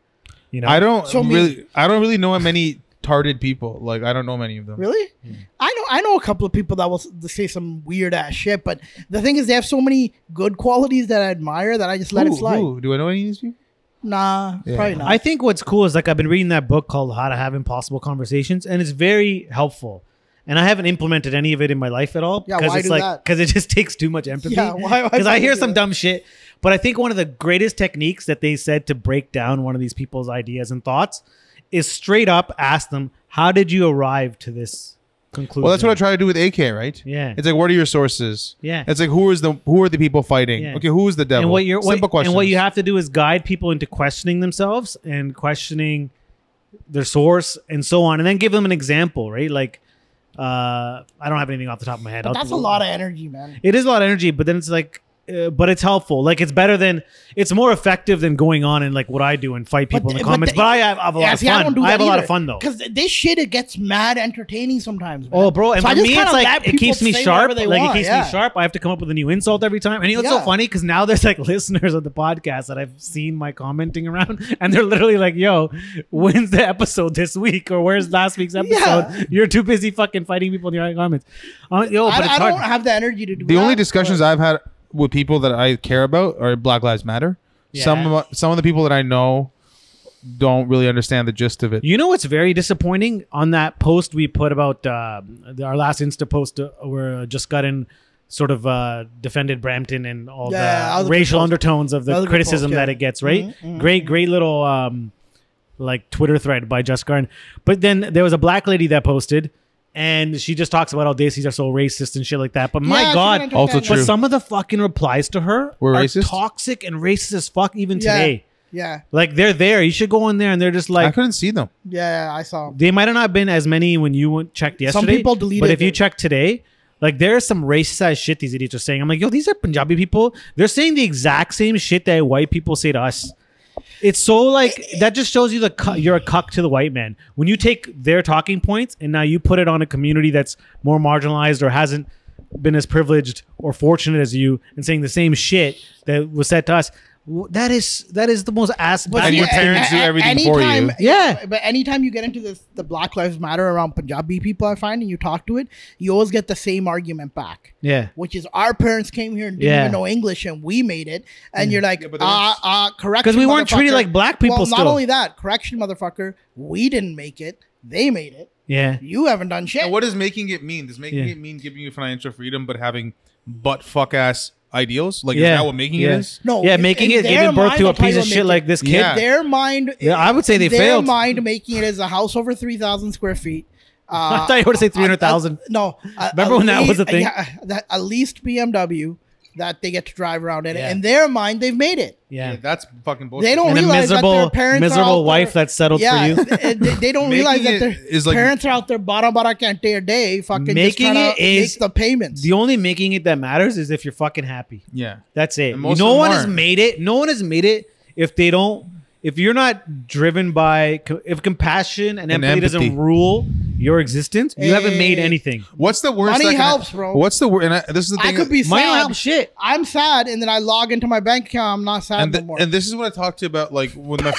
[SPEAKER 4] You know,
[SPEAKER 3] I don't
[SPEAKER 2] So me-
[SPEAKER 3] really, I don't really know many tarded people. Like I don't know many of them.
[SPEAKER 2] Really?
[SPEAKER 4] Hmm.
[SPEAKER 2] I know I know a couple of people that will s- say some weird ass shit, but the thing is, they have so many good qualities that I admire that I just let
[SPEAKER 3] Who-
[SPEAKER 2] it slide.
[SPEAKER 3] who? Do I know any of these people?
[SPEAKER 2] Nah,
[SPEAKER 3] Yeah.
[SPEAKER 2] probably not.
[SPEAKER 4] I think what's cool is like I've been reading that book called How to Have Impossible Conversations, and it's very helpful. And I haven't implemented any of it in my life at all
[SPEAKER 2] Yeah,
[SPEAKER 4] because
[SPEAKER 2] why
[SPEAKER 4] it's
[SPEAKER 2] do
[SPEAKER 4] like
[SPEAKER 2] that?
[SPEAKER 4] because it just takes too much empathy.
[SPEAKER 2] Yeah, why- why
[SPEAKER 4] Because I
[SPEAKER 2] fucking
[SPEAKER 4] hear
[SPEAKER 2] do
[SPEAKER 4] some
[SPEAKER 2] that?
[SPEAKER 4] dumb shit, but I think one of the greatest techniques that they said to break down one of these people's ideas and thoughts is straight up ask them, "How did you arrive to this conclusion?"
[SPEAKER 3] Well, that's what I try to do with AK, right?
[SPEAKER 4] Yeah.
[SPEAKER 3] It's like, what are your sources?
[SPEAKER 4] Yeah.
[SPEAKER 3] It's like, who is the who are the people fighting?
[SPEAKER 4] Yeah.
[SPEAKER 3] Okay, who is the devil?
[SPEAKER 4] and what you're what,
[SPEAKER 3] Simple questions.
[SPEAKER 4] and what you have to do is guide people into questioning themselves and questioning their source and so on and then give them an example right like uh i don't have anything off the top of my head
[SPEAKER 2] but
[SPEAKER 4] I'll-
[SPEAKER 2] that's a lot of energy, man.
[SPEAKER 4] it is a lot of energy but then it's like uh, but it's helpful like it's better than it's more effective than going on and like what i do and fight people in the comments but, i have, I have a lot of fun i, have a lot of fun though
[SPEAKER 2] because this shit it gets mad entertaining sometimes. man.
[SPEAKER 4] Oh, bro! And
[SPEAKER 2] So I
[SPEAKER 4] for
[SPEAKER 2] just
[SPEAKER 4] me,
[SPEAKER 2] kinda
[SPEAKER 4] it's
[SPEAKER 2] let
[SPEAKER 4] like it
[SPEAKER 2] people
[SPEAKER 4] keeps me
[SPEAKER 2] say
[SPEAKER 4] sharp.
[SPEAKER 2] whatever they
[SPEAKER 4] Like
[SPEAKER 2] want,
[SPEAKER 4] it keeps
[SPEAKER 2] yeah.
[SPEAKER 4] me sharp. I have to come up with a new insult every time. And you know, it's so
[SPEAKER 2] Yeah.
[SPEAKER 4] funny because now there's like listeners of the podcast that I've seen my commenting around, and they're literally like, "Yo, when's the episode this week? Or where's last week's episode?
[SPEAKER 2] Yeah.
[SPEAKER 4] You're too busy fucking fighting people in your comments." Uh, yo, but
[SPEAKER 2] I,
[SPEAKER 4] it's
[SPEAKER 2] I
[SPEAKER 4] hard.
[SPEAKER 2] don't have the energy to do.
[SPEAKER 3] the
[SPEAKER 2] that,
[SPEAKER 3] only discussions I've had with people that I care about are Black Lives Matter.
[SPEAKER 4] Yeah.
[SPEAKER 3] Some of, some of the people that I know don't really understand the gist of it.
[SPEAKER 4] You know what's very disappointing on that post we put about um our last Insta post uh, where just got in sort of uh, defended Brampton and all
[SPEAKER 2] Yeah, yeah, that was
[SPEAKER 4] the
[SPEAKER 2] a good
[SPEAKER 4] racial
[SPEAKER 2] post.
[SPEAKER 4] undertones of
[SPEAKER 2] That was
[SPEAKER 4] the
[SPEAKER 2] a good
[SPEAKER 4] criticism
[SPEAKER 2] post, yeah. Mm-hmm,
[SPEAKER 4] that it gets, right? Great, great little um, like Twitter thread by Just Garn. But then there was a black lady that posted and she just talks about how Daisies are so racist and shit like that. But
[SPEAKER 2] Yeah, I
[SPEAKER 4] my
[SPEAKER 2] can
[SPEAKER 4] God,
[SPEAKER 2] understand
[SPEAKER 3] Also
[SPEAKER 2] that.
[SPEAKER 3] true.
[SPEAKER 4] but some of the fucking replies to her
[SPEAKER 3] Were
[SPEAKER 4] are
[SPEAKER 3] racist?
[SPEAKER 4] toxic and racist as fuck even
[SPEAKER 2] Yeah.
[SPEAKER 4] today.
[SPEAKER 2] Yeah,
[SPEAKER 4] Like they're there. You should go in there and they're just
[SPEAKER 3] I
[SPEAKER 4] like
[SPEAKER 3] couldn't see them.
[SPEAKER 2] yeah, I saw.
[SPEAKER 4] they might have not been as many when you went, checked yesterday.
[SPEAKER 2] people deleted
[SPEAKER 4] But if you
[SPEAKER 2] it.
[SPEAKER 4] check today, like there is some racist ass shit these idiots are saying. I'm like, yo, these are Punjabi people. They're saying the exact same shit that white people say to us. It's so like that just shows you the cu- you're a cuck to the white man when you take their talking points and now you put it on a community that's more marginalized or hasn't been as privileged or fortunate as you and saying the same shit that was said to us. W- That is that is the most ass.
[SPEAKER 2] But
[SPEAKER 4] bad-
[SPEAKER 3] And your
[SPEAKER 2] a-
[SPEAKER 3] parents do
[SPEAKER 2] a- a-
[SPEAKER 3] everything for you.
[SPEAKER 2] anytime-
[SPEAKER 4] Yeah.
[SPEAKER 2] But anytime you get into this, the Black Lives Matter around Punjabi people, I find, and you talk to it, you always get the same argument back,
[SPEAKER 4] yeah.
[SPEAKER 2] which is our parents came here and didn't
[SPEAKER 4] Yeah.
[SPEAKER 2] even know English and we made it. And you're like,
[SPEAKER 3] Yeah, but they
[SPEAKER 2] ah,
[SPEAKER 3] weren't-
[SPEAKER 2] ah, correction.
[SPEAKER 4] 'Cause we weren't treated
[SPEAKER 2] motherfucker."
[SPEAKER 4] like black people
[SPEAKER 2] Well, not
[SPEAKER 4] still.
[SPEAKER 2] only that, correction, motherfucker, we didn't make it. They made it.
[SPEAKER 4] Yeah.
[SPEAKER 2] You haven't done shit.
[SPEAKER 3] And what does making it mean? Does making
[SPEAKER 4] Yeah.
[SPEAKER 3] it mean giving you financial freedom but having butt fuck ass ideals? Like
[SPEAKER 4] Yeah.
[SPEAKER 3] is that what making
[SPEAKER 4] Yeah.
[SPEAKER 3] it is?
[SPEAKER 2] no,
[SPEAKER 4] yeah,
[SPEAKER 2] in-
[SPEAKER 4] making
[SPEAKER 2] in
[SPEAKER 4] it
[SPEAKER 2] their
[SPEAKER 4] giving birth
[SPEAKER 2] mind,
[SPEAKER 4] to a
[SPEAKER 2] I'll tell you
[SPEAKER 4] piece of
[SPEAKER 2] what
[SPEAKER 4] shit
[SPEAKER 2] making-
[SPEAKER 4] like this kid.
[SPEAKER 3] Yeah.
[SPEAKER 2] their mind.
[SPEAKER 4] Yeah, I would say they
[SPEAKER 2] their
[SPEAKER 4] failed.
[SPEAKER 2] mind making it as a house over three thousand square feet. Uh,
[SPEAKER 4] I thought you were to say three hundred
[SPEAKER 2] Uh,
[SPEAKER 4] thousand.
[SPEAKER 2] No, uh,
[SPEAKER 4] Remember
[SPEAKER 2] at
[SPEAKER 4] when that was a thing?
[SPEAKER 2] Yeah, that at least BMW that they get to drive around in.
[SPEAKER 4] Yeah.
[SPEAKER 2] In their mind, they've made it.
[SPEAKER 4] Yeah.
[SPEAKER 3] Yeah, that's fucking bullshit.
[SPEAKER 2] They don't
[SPEAKER 4] And a
[SPEAKER 2] realize that their
[SPEAKER 4] miserable
[SPEAKER 2] parents are out
[SPEAKER 4] miserable wife
[SPEAKER 2] there,
[SPEAKER 4] that settled
[SPEAKER 2] yeah,
[SPEAKER 4] for you.
[SPEAKER 2] they, they don't
[SPEAKER 3] Making
[SPEAKER 2] realize that
[SPEAKER 3] it
[SPEAKER 2] their
[SPEAKER 3] is like-
[SPEAKER 2] parents are out there bara bara kante a day, fucking just
[SPEAKER 4] Making
[SPEAKER 2] trying to
[SPEAKER 4] it is
[SPEAKER 2] make the payments.
[SPEAKER 4] The only making it that matters is if you're fucking happy.
[SPEAKER 3] Yeah.
[SPEAKER 4] That's it.
[SPEAKER 3] And most
[SPEAKER 4] No
[SPEAKER 3] of
[SPEAKER 4] one
[SPEAKER 3] them
[SPEAKER 4] has
[SPEAKER 3] aren't.
[SPEAKER 4] made it. No one has made it if they don't. If you're not driven by co- if compassion and,
[SPEAKER 3] And
[SPEAKER 4] empathy, doesn't
[SPEAKER 3] empathy.
[SPEAKER 4] rule your existence, you haven't made
[SPEAKER 2] Hey.
[SPEAKER 4] anything.
[SPEAKER 3] What's the worst?
[SPEAKER 2] Money
[SPEAKER 3] that can hap-
[SPEAKER 2] helps, bro.
[SPEAKER 3] What's the worst? And I, this is the
[SPEAKER 2] I
[SPEAKER 3] thing.
[SPEAKER 2] could be
[SPEAKER 4] Money don't
[SPEAKER 2] sad.
[SPEAKER 4] help shit.
[SPEAKER 2] I'm sad, and then I log into my bank account. I'm not sad
[SPEAKER 3] and,
[SPEAKER 2] no
[SPEAKER 3] th-
[SPEAKER 2] more.
[SPEAKER 3] and this is what I talked to about, like with my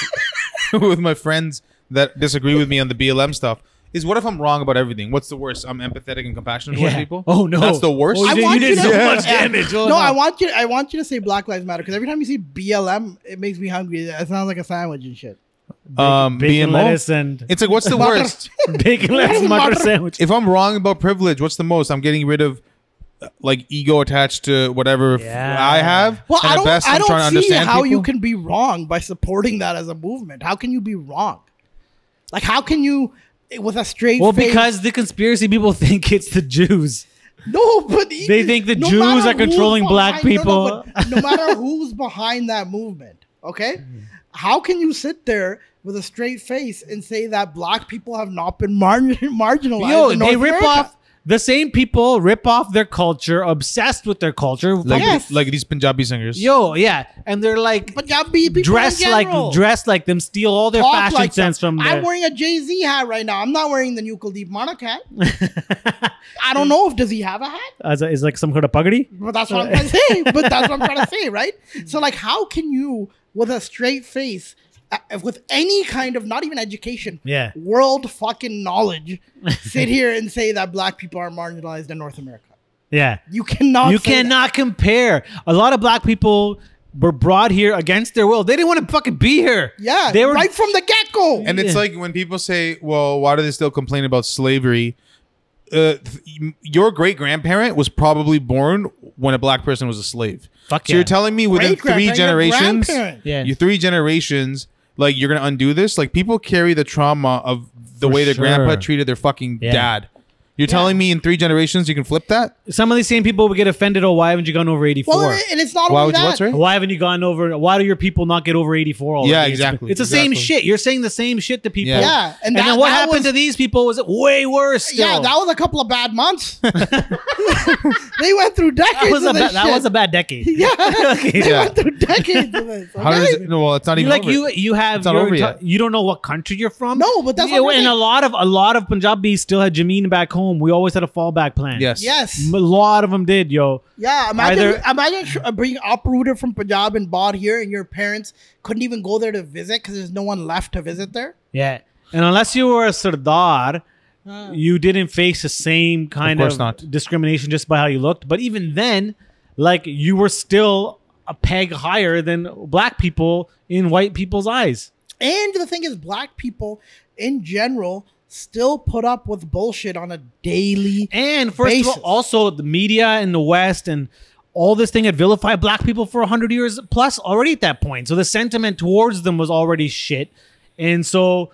[SPEAKER 3] with my friends that disagree with me on the BLM stuff. Is what if I'm wrong about everything? What's the worst? I'm empathetic and compassionate towards
[SPEAKER 4] Yeah.
[SPEAKER 3] people.
[SPEAKER 4] Oh, no.
[SPEAKER 3] that's the worst.
[SPEAKER 4] Oh,
[SPEAKER 2] I
[SPEAKER 4] You did-
[SPEAKER 2] want
[SPEAKER 4] you
[SPEAKER 2] you
[SPEAKER 4] did
[SPEAKER 2] to,
[SPEAKER 4] so much
[SPEAKER 2] Yeah.
[SPEAKER 4] damage. Oh,
[SPEAKER 2] no, I
[SPEAKER 4] no.
[SPEAKER 2] want you. I want you to say Black Lives Matter because every time you see BLM, it makes me hungry. That sounds like a sandwich and shit.
[SPEAKER 3] um,
[SPEAKER 4] Bacon
[SPEAKER 3] BMO?
[SPEAKER 4] lettuce and
[SPEAKER 3] It's like what's the
[SPEAKER 2] Butter.
[SPEAKER 3] worst?
[SPEAKER 4] bacon lettuce mutter
[SPEAKER 2] Mutter.
[SPEAKER 4] sandwich.
[SPEAKER 3] If I'm wrong about privilege, what's the most? I'm getting rid of uh, like ego attached to whatever f-
[SPEAKER 4] Yeah.
[SPEAKER 3] I have.
[SPEAKER 2] Well,
[SPEAKER 3] and
[SPEAKER 2] I
[SPEAKER 3] at
[SPEAKER 2] don't.
[SPEAKER 3] best,
[SPEAKER 2] I
[SPEAKER 3] I'm trying to
[SPEAKER 2] don't see
[SPEAKER 3] understand
[SPEAKER 2] how you
[SPEAKER 3] people.
[SPEAKER 2] can be wrong by supporting that as a movement. How can you be wrong? Like, how can you, with a straight?
[SPEAKER 4] Well,
[SPEAKER 2] face-
[SPEAKER 4] because the conspiracy people think it's the Jews.
[SPEAKER 2] no, but e-
[SPEAKER 4] They think the
[SPEAKER 2] no
[SPEAKER 4] Jews
[SPEAKER 2] matter
[SPEAKER 4] are
[SPEAKER 2] who's
[SPEAKER 4] controlling black
[SPEAKER 2] behind- no, no,
[SPEAKER 4] people.
[SPEAKER 2] but No, matter who's behind that movement, okay? How can you sit there with a straight face and say that black people have not been mar- marginalized?
[SPEAKER 4] Yo,
[SPEAKER 2] in
[SPEAKER 4] they
[SPEAKER 2] North
[SPEAKER 4] rip
[SPEAKER 2] America?
[SPEAKER 4] off the same people rip off their culture, obsessed with their culture.
[SPEAKER 3] like
[SPEAKER 2] Yes.
[SPEAKER 3] like these Punjabi singers.
[SPEAKER 4] Yo, yeah, and they're like
[SPEAKER 2] Punjabi people in
[SPEAKER 4] dress
[SPEAKER 2] general.
[SPEAKER 4] like dress like them, steal all their
[SPEAKER 2] Talk
[SPEAKER 4] fashion
[SPEAKER 2] like
[SPEAKER 4] sense
[SPEAKER 2] them.
[SPEAKER 4] from
[SPEAKER 2] I'm
[SPEAKER 4] them.
[SPEAKER 2] wearing a Jay Z hat right now. I'm not wearing the new Kuldeep Monarch hat. I don't know if does he have a hat,
[SPEAKER 4] As a, is like some kind of pagadi.
[SPEAKER 2] but that's what I'm trying to say. But that's what I'm trying to say, right? So like, how can you with a straight face, uh, with any kind of not even education,
[SPEAKER 4] Yeah.
[SPEAKER 2] world fucking knowledge, sit here and say that black people are marginalized in North America?
[SPEAKER 4] Yeah,
[SPEAKER 2] You cannot.
[SPEAKER 4] you
[SPEAKER 2] say that.
[SPEAKER 4] cannot compare. A lot of black people were brought here against their will. They didn't want to fucking be here.
[SPEAKER 2] Yeah,
[SPEAKER 4] they were.
[SPEAKER 2] right from the get go.
[SPEAKER 3] And it's
[SPEAKER 4] Yeah.
[SPEAKER 3] like when people say, "Well, why do they still complain about slavery?" Uh, th- your great grandparent was probably born when a black person was a slave.
[SPEAKER 4] Fuck
[SPEAKER 3] so
[SPEAKER 4] yeah.
[SPEAKER 3] you're telling me within three generations,
[SPEAKER 4] Yeah.
[SPEAKER 3] you three generations, like you're gonna undo this? Like people carry the trauma of the
[SPEAKER 4] For
[SPEAKER 3] way their
[SPEAKER 4] sure.
[SPEAKER 3] grandpa treated their fucking
[SPEAKER 4] Yeah.
[SPEAKER 3] dad. You're telling me in three generations you can flip that?
[SPEAKER 4] some of these same people would get offended. Oh, why haven't you gone over eighty-four?
[SPEAKER 2] Well, and it- and it's not
[SPEAKER 3] Why
[SPEAKER 2] only
[SPEAKER 3] would you-
[SPEAKER 2] that.
[SPEAKER 3] what's right?
[SPEAKER 4] Why haven't you gone over? Why do your people not get over 84 already?
[SPEAKER 3] Yeah,
[SPEAKER 4] It's-
[SPEAKER 3] exactly,
[SPEAKER 4] It's, the same
[SPEAKER 3] exactly.
[SPEAKER 4] shit. You're saying the same shit to people.
[SPEAKER 3] Yeah.
[SPEAKER 2] Yeah, and
[SPEAKER 4] And,
[SPEAKER 2] that-
[SPEAKER 4] then what
[SPEAKER 2] that
[SPEAKER 4] happened
[SPEAKER 2] was-
[SPEAKER 4] to these people was way worse. Still.
[SPEAKER 2] Yeah, that was a couple of bad months. they went through decades.
[SPEAKER 4] That was a
[SPEAKER 2] of this
[SPEAKER 4] bad, that
[SPEAKER 2] shit.
[SPEAKER 4] was a bad decade.
[SPEAKER 2] yeah. They
[SPEAKER 3] Yeah.
[SPEAKER 2] went through decades of this.
[SPEAKER 3] How
[SPEAKER 2] okay?
[SPEAKER 3] does it, no, well, it's not
[SPEAKER 4] You
[SPEAKER 3] even
[SPEAKER 4] like
[SPEAKER 3] over.
[SPEAKER 4] you you have
[SPEAKER 3] It's not
[SPEAKER 4] your
[SPEAKER 3] over
[SPEAKER 4] enti-
[SPEAKER 3] yet.
[SPEAKER 4] you don't know what country you're from.
[SPEAKER 2] No, but that's
[SPEAKER 4] Yeah,
[SPEAKER 2] what I'm
[SPEAKER 4] and a
[SPEAKER 2] saying.
[SPEAKER 4] lot of a lot of Punjabis still had Jameen back home. We always had a fallback plan.
[SPEAKER 3] yes,
[SPEAKER 2] Yes.
[SPEAKER 4] a lot of them did, yo.
[SPEAKER 2] Yeah. Imagine,
[SPEAKER 4] Either-
[SPEAKER 2] imagine sh- uh, being uprooted from Punjab and bought here, and your parents couldn't even go there to visit because there's no one left to visit there.
[SPEAKER 4] Yeah, and unless you were a Sardar. You didn't face the same kind
[SPEAKER 3] course
[SPEAKER 4] of
[SPEAKER 3] not.
[SPEAKER 4] discrimination just by how you looked, but even then, like you were still a peg higher than black people in white people's eyes.
[SPEAKER 2] And the thing is, black people in general still put up with bullshit on a daily.
[SPEAKER 4] And first
[SPEAKER 2] basis.
[SPEAKER 4] of all, also the media in the West and all this thing had vilified black people for 100 years plus already at that point. So the sentiment towards them was already shit. And so,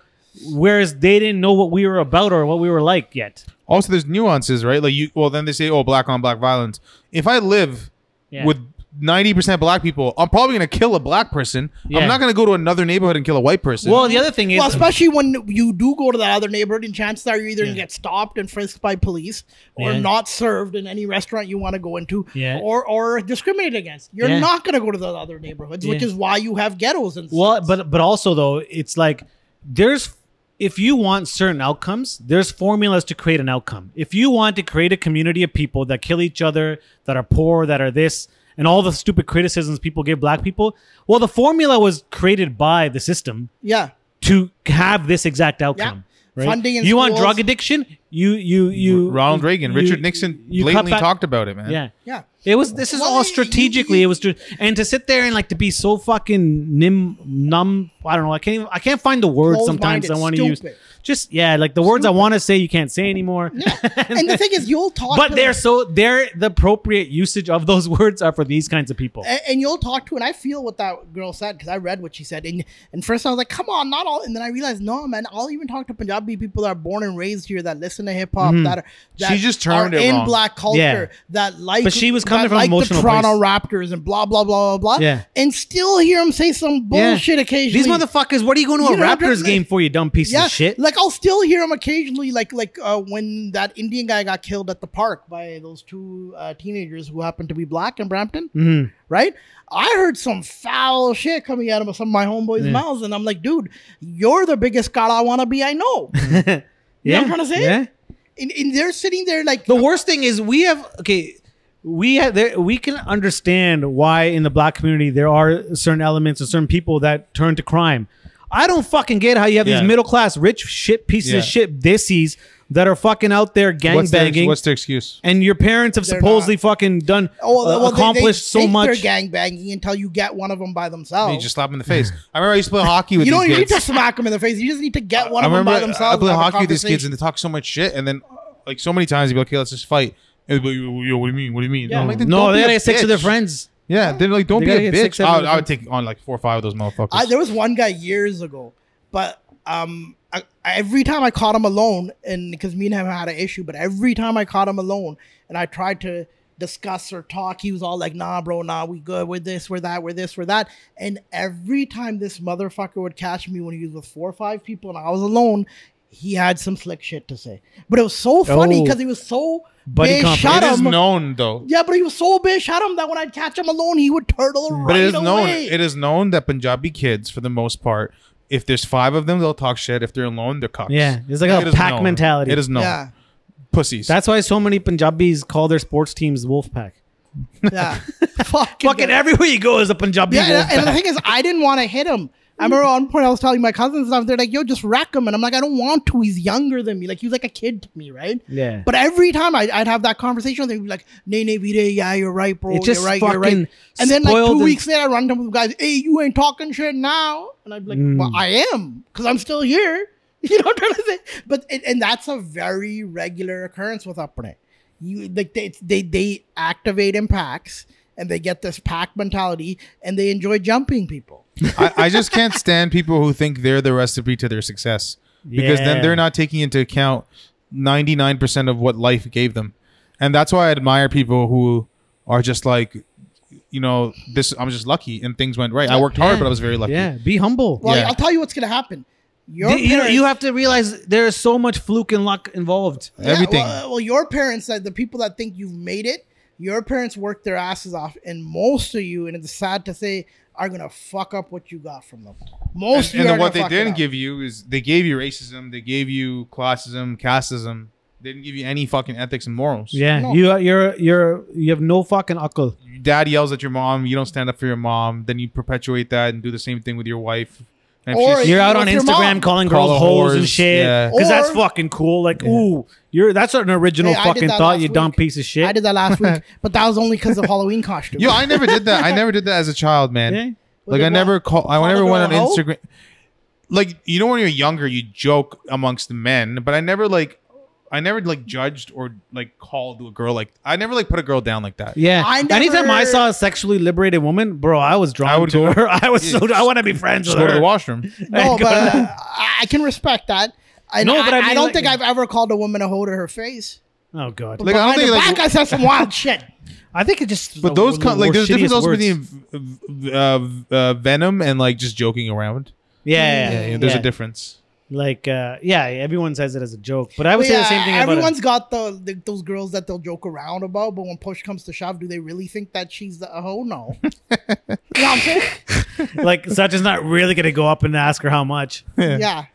[SPEAKER 4] whereas they didn't know what we were about or what we were like yet.
[SPEAKER 3] also there's nuances right like you well then they say oh black on black violence if i live
[SPEAKER 4] Yeah.
[SPEAKER 3] with 90% black people i'm probably going to kill a black person
[SPEAKER 4] Yeah.
[SPEAKER 3] i'm not going to go to another neighborhood and kill a white person
[SPEAKER 4] Well, the other thing is,
[SPEAKER 2] Well, especially when you do go to that other neighborhood, and chances are you're either gonna
[SPEAKER 4] Yeah.
[SPEAKER 2] get stopped and frisked by police, or
[SPEAKER 4] Yeah.
[SPEAKER 2] not served in any restaurant you want to go into,
[SPEAKER 4] Yeah.
[SPEAKER 2] or or discriminated against. You're
[SPEAKER 4] Yeah.
[SPEAKER 2] not gonna go to the other neighborhoods, which
[SPEAKER 4] Yeah.
[SPEAKER 2] is why you have ghettos and
[SPEAKER 4] well,
[SPEAKER 2] stuff.
[SPEAKER 4] but but also though, it's like there's if you want certain outcomes, there's formulas to create an outcome. If you want to create a community of people that kill each other, that are poor, that are this, and all the stupid criticisms people give black people. Well, the formula was created by the system
[SPEAKER 2] Yeah.
[SPEAKER 4] to have this exact outcome. Right?
[SPEAKER 2] Funding in
[SPEAKER 4] you want
[SPEAKER 2] schools.
[SPEAKER 4] drug addiction? You you you.
[SPEAKER 3] Ronald Reagan,
[SPEAKER 4] you-
[SPEAKER 3] Richard Nixon
[SPEAKER 4] you cut
[SPEAKER 3] blatantly
[SPEAKER 4] back-
[SPEAKER 3] talked about it, man.
[SPEAKER 4] Yeah.
[SPEAKER 2] Yeah.
[SPEAKER 4] It was. This is
[SPEAKER 2] Well,
[SPEAKER 4] all
[SPEAKER 2] you-
[SPEAKER 4] strategically.
[SPEAKER 2] you-
[SPEAKER 4] it was, str- and to sit there and like to be so fucking nim numb. I don't know. I can't. Even, I can't find the words sometimes
[SPEAKER 2] Closed-minded,
[SPEAKER 4] I want to use.
[SPEAKER 2] stupid.
[SPEAKER 4] Just yeah, like the words I want to say, you can't say anymore.
[SPEAKER 2] And the thing is, you'll talk.
[SPEAKER 4] but
[SPEAKER 2] to
[SPEAKER 4] they're so they're the appropriate usage of those words are for these kinds of people.
[SPEAKER 2] and, and you'll talk to, and I feel what that girl said because I read what she said. And and first I was like, come on, not all. And then I realized, no, man, I'll even talk to Punjabi people that are born and raised here that listen to hip hop
[SPEAKER 4] Mm-hmm.
[SPEAKER 2] that are that
[SPEAKER 3] She just turned
[SPEAKER 2] are
[SPEAKER 3] it
[SPEAKER 2] in
[SPEAKER 3] wrong.
[SPEAKER 2] black culture
[SPEAKER 4] Yeah.
[SPEAKER 2] that like.
[SPEAKER 4] But she was coming
[SPEAKER 2] that
[SPEAKER 4] from an
[SPEAKER 2] like
[SPEAKER 4] emotional
[SPEAKER 2] the Toronto
[SPEAKER 4] place.
[SPEAKER 2] Raptors and blah blah blah blah blah.
[SPEAKER 4] Yeah.
[SPEAKER 2] And still hear him say some bullshit occasionally.
[SPEAKER 4] These motherfuckers, what are you going to
[SPEAKER 2] You
[SPEAKER 4] a
[SPEAKER 2] know, I'm
[SPEAKER 4] Raptors
[SPEAKER 2] just-
[SPEAKER 4] game for, you dumb piece
[SPEAKER 2] Yeah,
[SPEAKER 4] of shit?
[SPEAKER 2] like I'll still hear him occasionally, like like uh, when that Indian guy got killed at the park by those two uh, teenagers who happened to be black in Brampton,
[SPEAKER 4] Mm-hmm.
[SPEAKER 2] right? I heard some foul shit coming out of some of my homeboys' mouths, and I'm like, dude, you're the biggest Kala wannabe I know.
[SPEAKER 4] yeah,
[SPEAKER 2] I'm trying to say?
[SPEAKER 4] Yeah.
[SPEAKER 2] and, and they're sitting there like,
[SPEAKER 4] The worst thing is we have okay, we have there, we can understand why in the black community there are certain elements and certain people that turn to crime. I don't fucking get how you have
[SPEAKER 3] Yeah.
[SPEAKER 4] these middle class rich shit pieces
[SPEAKER 3] Yeah.
[SPEAKER 4] of shit dissies that are fucking out there
[SPEAKER 3] What's their,
[SPEAKER 4] gangbanging.
[SPEAKER 3] what's their excuse?
[SPEAKER 4] and your parents have
[SPEAKER 2] They're
[SPEAKER 4] supposedly fucking done
[SPEAKER 2] oh,
[SPEAKER 4] uh,
[SPEAKER 2] well, they-
[SPEAKER 4] accomplished
[SPEAKER 2] they,
[SPEAKER 4] so
[SPEAKER 2] fake Their
[SPEAKER 4] much.
[SPEAKER 2] gang banging until you get one of them by
[SPEAKER 3] You
[SPEAKER 2] themselves.
[SPEAKER 3] just slap 'em in the face. I remember I used to play hockey with
[SPEAKER 2] you don't
[SPEAKER 3] these
[SPEAKER 2] even need
[SPEAKER 3] kids.
[SPEAKER 2] to smack them in the face. You just need to get one
[SPEAKER 3] I
[SPEAKER 2] of them
[SPEAKER 3] remember uh,
[SPEAKER 2] by
[SPEAKER 3] I,
[SPEAKER 2] themselves.
[SPEAKER 3] I play
[SPEAKER 2] and have a
[SPEAKER 3] hockey with these kids
[SPEAKER 2] conversation.
[SPEAKER 3] and they talk so much shit, and then like so many times you'd be like, "Okay, let's just fight." And they'd be like, yo, what do you mean? What do you mean?
[SPEAKER 2] Yeah.
[SPEAKER 3] I'm like, then
[SPEAKER 4] No,
[SPEAKER 3] don't
[SPEAKER 4] they
[SPEAKER 3] be a
[SPEAKER 4] gotta get six of their
[SPEAKER 3] bitch.
[SPEAKER 4] friends.
[SPEAKER 3] Yeah, they're like, "Don't
[SPEAKER 4] They
[SPEAKER 3] be
[SPEAKER 4] gotta
[SPEAKER 3] a
[SPEAKER 4] get six,
[SPEAKER 3] bitch."
[SPEAKER 4] seven
[SPEAKER 3] I,
[SPEAKER 4] of
[SPEAKER 3] would- I
[SPEAKER 4] their
[SPEAKER 3] would take on like four or five of those motherfuckers.
[SPEAKER 2] I, there was one guy years ago, but um, I, every time I caught him alone, and because me and him had an issue, but every time I caught him alone, and I tried to discuss or talk, he was all like, "Nah, bro, nah, we good. We're this, we're that, we're this, we're that." And every time this motherfucker would catch me when he was with four or five people and I was alone, he had some slick shit to say. But it was so funny
[SPEAKER 4] Oh.
[SPEAKER 2] because he was so.
[SPEAKER 4] Buddy
[SPEAKER 2] big
[SPEAKER 4] comp.
[SPEAKER 2] shot
[SPEAKER 3] it is
[SPEAKER 2] him.
[SPEAKER 3] known though.
[SPEAKER 2] yeah, but he was so big shot him that when I'd catch him alone, he would turtle right
[SPEAKER 3] But it is
[SPEAKER 2] away.
[SPEAKER 3] known. It is known that Punjabi kids, for the most part, if there's five of them, they'll talk shit. If they're alone, they're cucks.
[SPEAKER 4] Yeah, it's like a
[SPEAKER 3] is
[SPEAKER 4] pack
[SPEAKER 3] known.
[SPEAKER 4] mentality.
[SPEAKER 3] It is known.
[SPEAKER 2] yeah,
[SPEAKER 3] Pussies.
[SPEAKER 4] That's why so many Punjabis call their sports teams Wolfpack.
[SPEAKER 2] yeah. Fucking,
[SPEAKER 4] Fucking everywhere you go is a Punjabi
[SPEAKER 2] Yeah,
[SPEAKER 4] Wolfpack.
[SPEAKER 2] and, and the thing is, I didn't want to hit him. I remember on point I was telling my cousins and stuff. They're like, "Yo, just rack him," and I'm like, "I don't want to. He's younger than me. Like he was like a kid to me, right?"
[SPEAKER 4] Yeah.
[SPEAKER 2] But every time I, I'd have that conversation, they'd be like, "Nay, nay, vide, yeah, you're right, bro.
[SPEAKER 4] It just
[SPEAKER 2] you're right, you're right."
[SPEAKER 4] fucking
[SPEAKER 2] And then like
[SPEAKER 4] spoiled
[SPEAKER 2] two
[SPEAKER 4] and-
[SPEAKER 2] weeks later, I run into guys, "Hey, you ain't talking shit now," and I'd be like, "Well,
[SPEAKER 4] Mm.
[SPEAKER 2] I am, because I'm still here." You know what I'm trying to say? But and, and that's a very regular occurrence with Upne. You like they they they activate impacts and they get this pack mentality and they enjoy jumping people.
[SPEAKER 3] I, I just can't stand people who think they're the recipe to their success because
[SPEAKER 4] Yeah.
[SPEAKER 3] then they're not taking into account 99% of what life gave them. And that's why I admire people who are just like, you know, this, I'm just lucky and things went right. I worked hard, but I was very lucky.
[SPEAKER 4] yeah, be humble.
[SPEAKER 2] Well,
[SPEAKER 3] Yeah.
[SPEAKER 2] I'll tell you what's gonna happen. Your
[SPEAKER 4] Th- you,
[SPEAKER 2] parents-
[SPEAKER 4] you have to realize there is so much fluke and luck involved.
[SPEAKER 2] Yeah,
[SPEAKER 3] Everything.
[SPEAKER 2] Well, uh, well, your parents, uh, the people that think you've made it, your parents work their asses off, and most of you, and it's sad to say, are gonna fuck up what you got from them. Most of
[SPEAKER 3] and
[SPEAKER 2] you
[SPEAKER 3] then
[SPEAKER 2] are
[SPEAKER 3] what
[SPEAKER 2] gonna
[SPEAKER 3] they
[SPEAKER 2] fuck it
[SPEAKER 3] didn't
[SPEAKER 2] up.
[SPEAKER 3] give you is they gave you racism, they gave you classism, casteism. They didn't give you any fucking ethics and morals.
[SPEAKER 4] Yeah,
[SPEAKER 2] No.
[SPEAKER 4] you are- you're you're you have no fucking akal.
[SPEAKER 3] Your dad yells at your mom, you don't stand up for your mom, then you perpetuate that and do the same thing with your wife. And if
[SPEAKER 2] Or
[SPEAKER 3] she's-
[SPEAKER 4] You're out on
[SPEAKER 2] With your
[SPEAKER 4] Instagram
[SPEAKER 2] mom.
[SPEAKER 4] calling
[SPEAKER 3] Call
[SPEAKER 4] girls
[SPEAKER 3] the
[SPEAKER 4] hoes and
[SPEAKER 3] whores,
[SPEAKER 4] shit
[SPEAKER 3] yeah.
[SPEAKER 4] because that's
[SPEAKER 2] Or-
[SPEAKER 4] fucking cool. Like, ooh, you're that's an original
[SPEAKER 2] Hey, I did
[SPEAKER 4] fucking
[SPEAKER 2] that
[SPEAKER 4] thought.
[SPEAKER 2] last
[SPEAKER 4] You dumb
[SPEAKER 2] week.
[SPEAKER 4] piece of shit.
[SPEAKER 2] I did that last week, but that was only because of Halloween costume.
[SPEAKER 3] Yo, I never did that. I never did that as a child, man.
[SPEAKER 4] Yeah.
[SPEAKER 3] Like
[SPEAKER 2] Like
[SPEAKER 3] I
[SPEAKER 2] what?
[SPEAKER 3] never call. I
[SPEAKER 2] Call
[SPEAKER 3] never
[SPEAKER 2] the
[SPEAKER 3] went
[SPEAKER 2] girl
[SPEAKER 3] on
[SPEAKER 2] a hoe?
[SPEAKER 3] Instagram. Like you know, when you're younger, you joke amongst the men, but I never like, I never like judged or like called a girl like. I never like put a girl down like that.
[SPEAKER 4] Yeah.
[SPEAKER 2] I
[SPEAKER 4] Anytime I
[SPEAKER 2] never-
[SPEAKER 4] saw a sexually liberated woman, bro, I was drawn
[SPEAKER 3] I would
[SPEAKER 4] to
[SPEAKER 3] go-
[SPEAKER 4] her. I was so I want to be friends
[SPEAKER 3] Just go
[SPEAKER 4] with her.
[SPEAKER 3] to the washroom.
[SPEAKER 2] no,
[SPEAKER 4] Thank
[SPEAKER 2] but
[SPEAKER 4] God.
[SPEAKER 2] uh, I I can respect that. And
[SPEAKER 4] No,
[SPEAKER 2] I,
[SPEAKER 4] but I
[SPEAKER 2] I,
[SPEAKER 4] mean,
[SPEAKER 2] don't
[SPEAKER 4] like-
[SPEAKER 2] think I've ever called a woman a hoe to her face.
[SPEAKER 4] oh god.
[SPEAKER 3] Like I
[SPEAKER 2] Behind
[SPEAKER 3] don't think
[SPEAKER 2] her
[SPEAKER 3] like.
[SPEAKER 2] back, I said some wild shit.
[SPEAKER 4] I think it just.
[SPEAKER 3] but
[SPEAKER 4] the-
[SPEAKER 3] those
[SPEAKER 4] one
[SPEAKER 3] con-
[SPEAKER 4] of the
[SPEAKER 3] like
[SPEAKER 4] more
[SPEAKER 3] there's a difference
[SPEAKER 4] shittiest
[SPEAKER 3] also
[SPEAKER 4] words.
[SPEAKER 3] between v- uh, uh, venom and like just joking around.
[SPEAKER 4] Yeah,
[SPEAKER 3] Yeah, yeah, there's
[SPEAKER 4] yeah.
[SPEAKER 3] a difference.
[SPEAKER 4] Like, uh, yeah, everyone says it as a joke, but I would
[SPEAKER 2] But
[SPEAKER 4] say the
[SPEAKER 2] yeah,
[SPEAKER 4] same thing about
[SPEAKER 2] Everyone's
[SPEAKER 4] it.
[SPEAKER 2] got the, the those girls that they'll joke around about, but when push comes to shove, do they really think that she's a hoe? No. you know what I'm saying?
[SPEAKER 4] like such is not really gonna go up and ask her how much.
[SPEAKER 2] Yeah.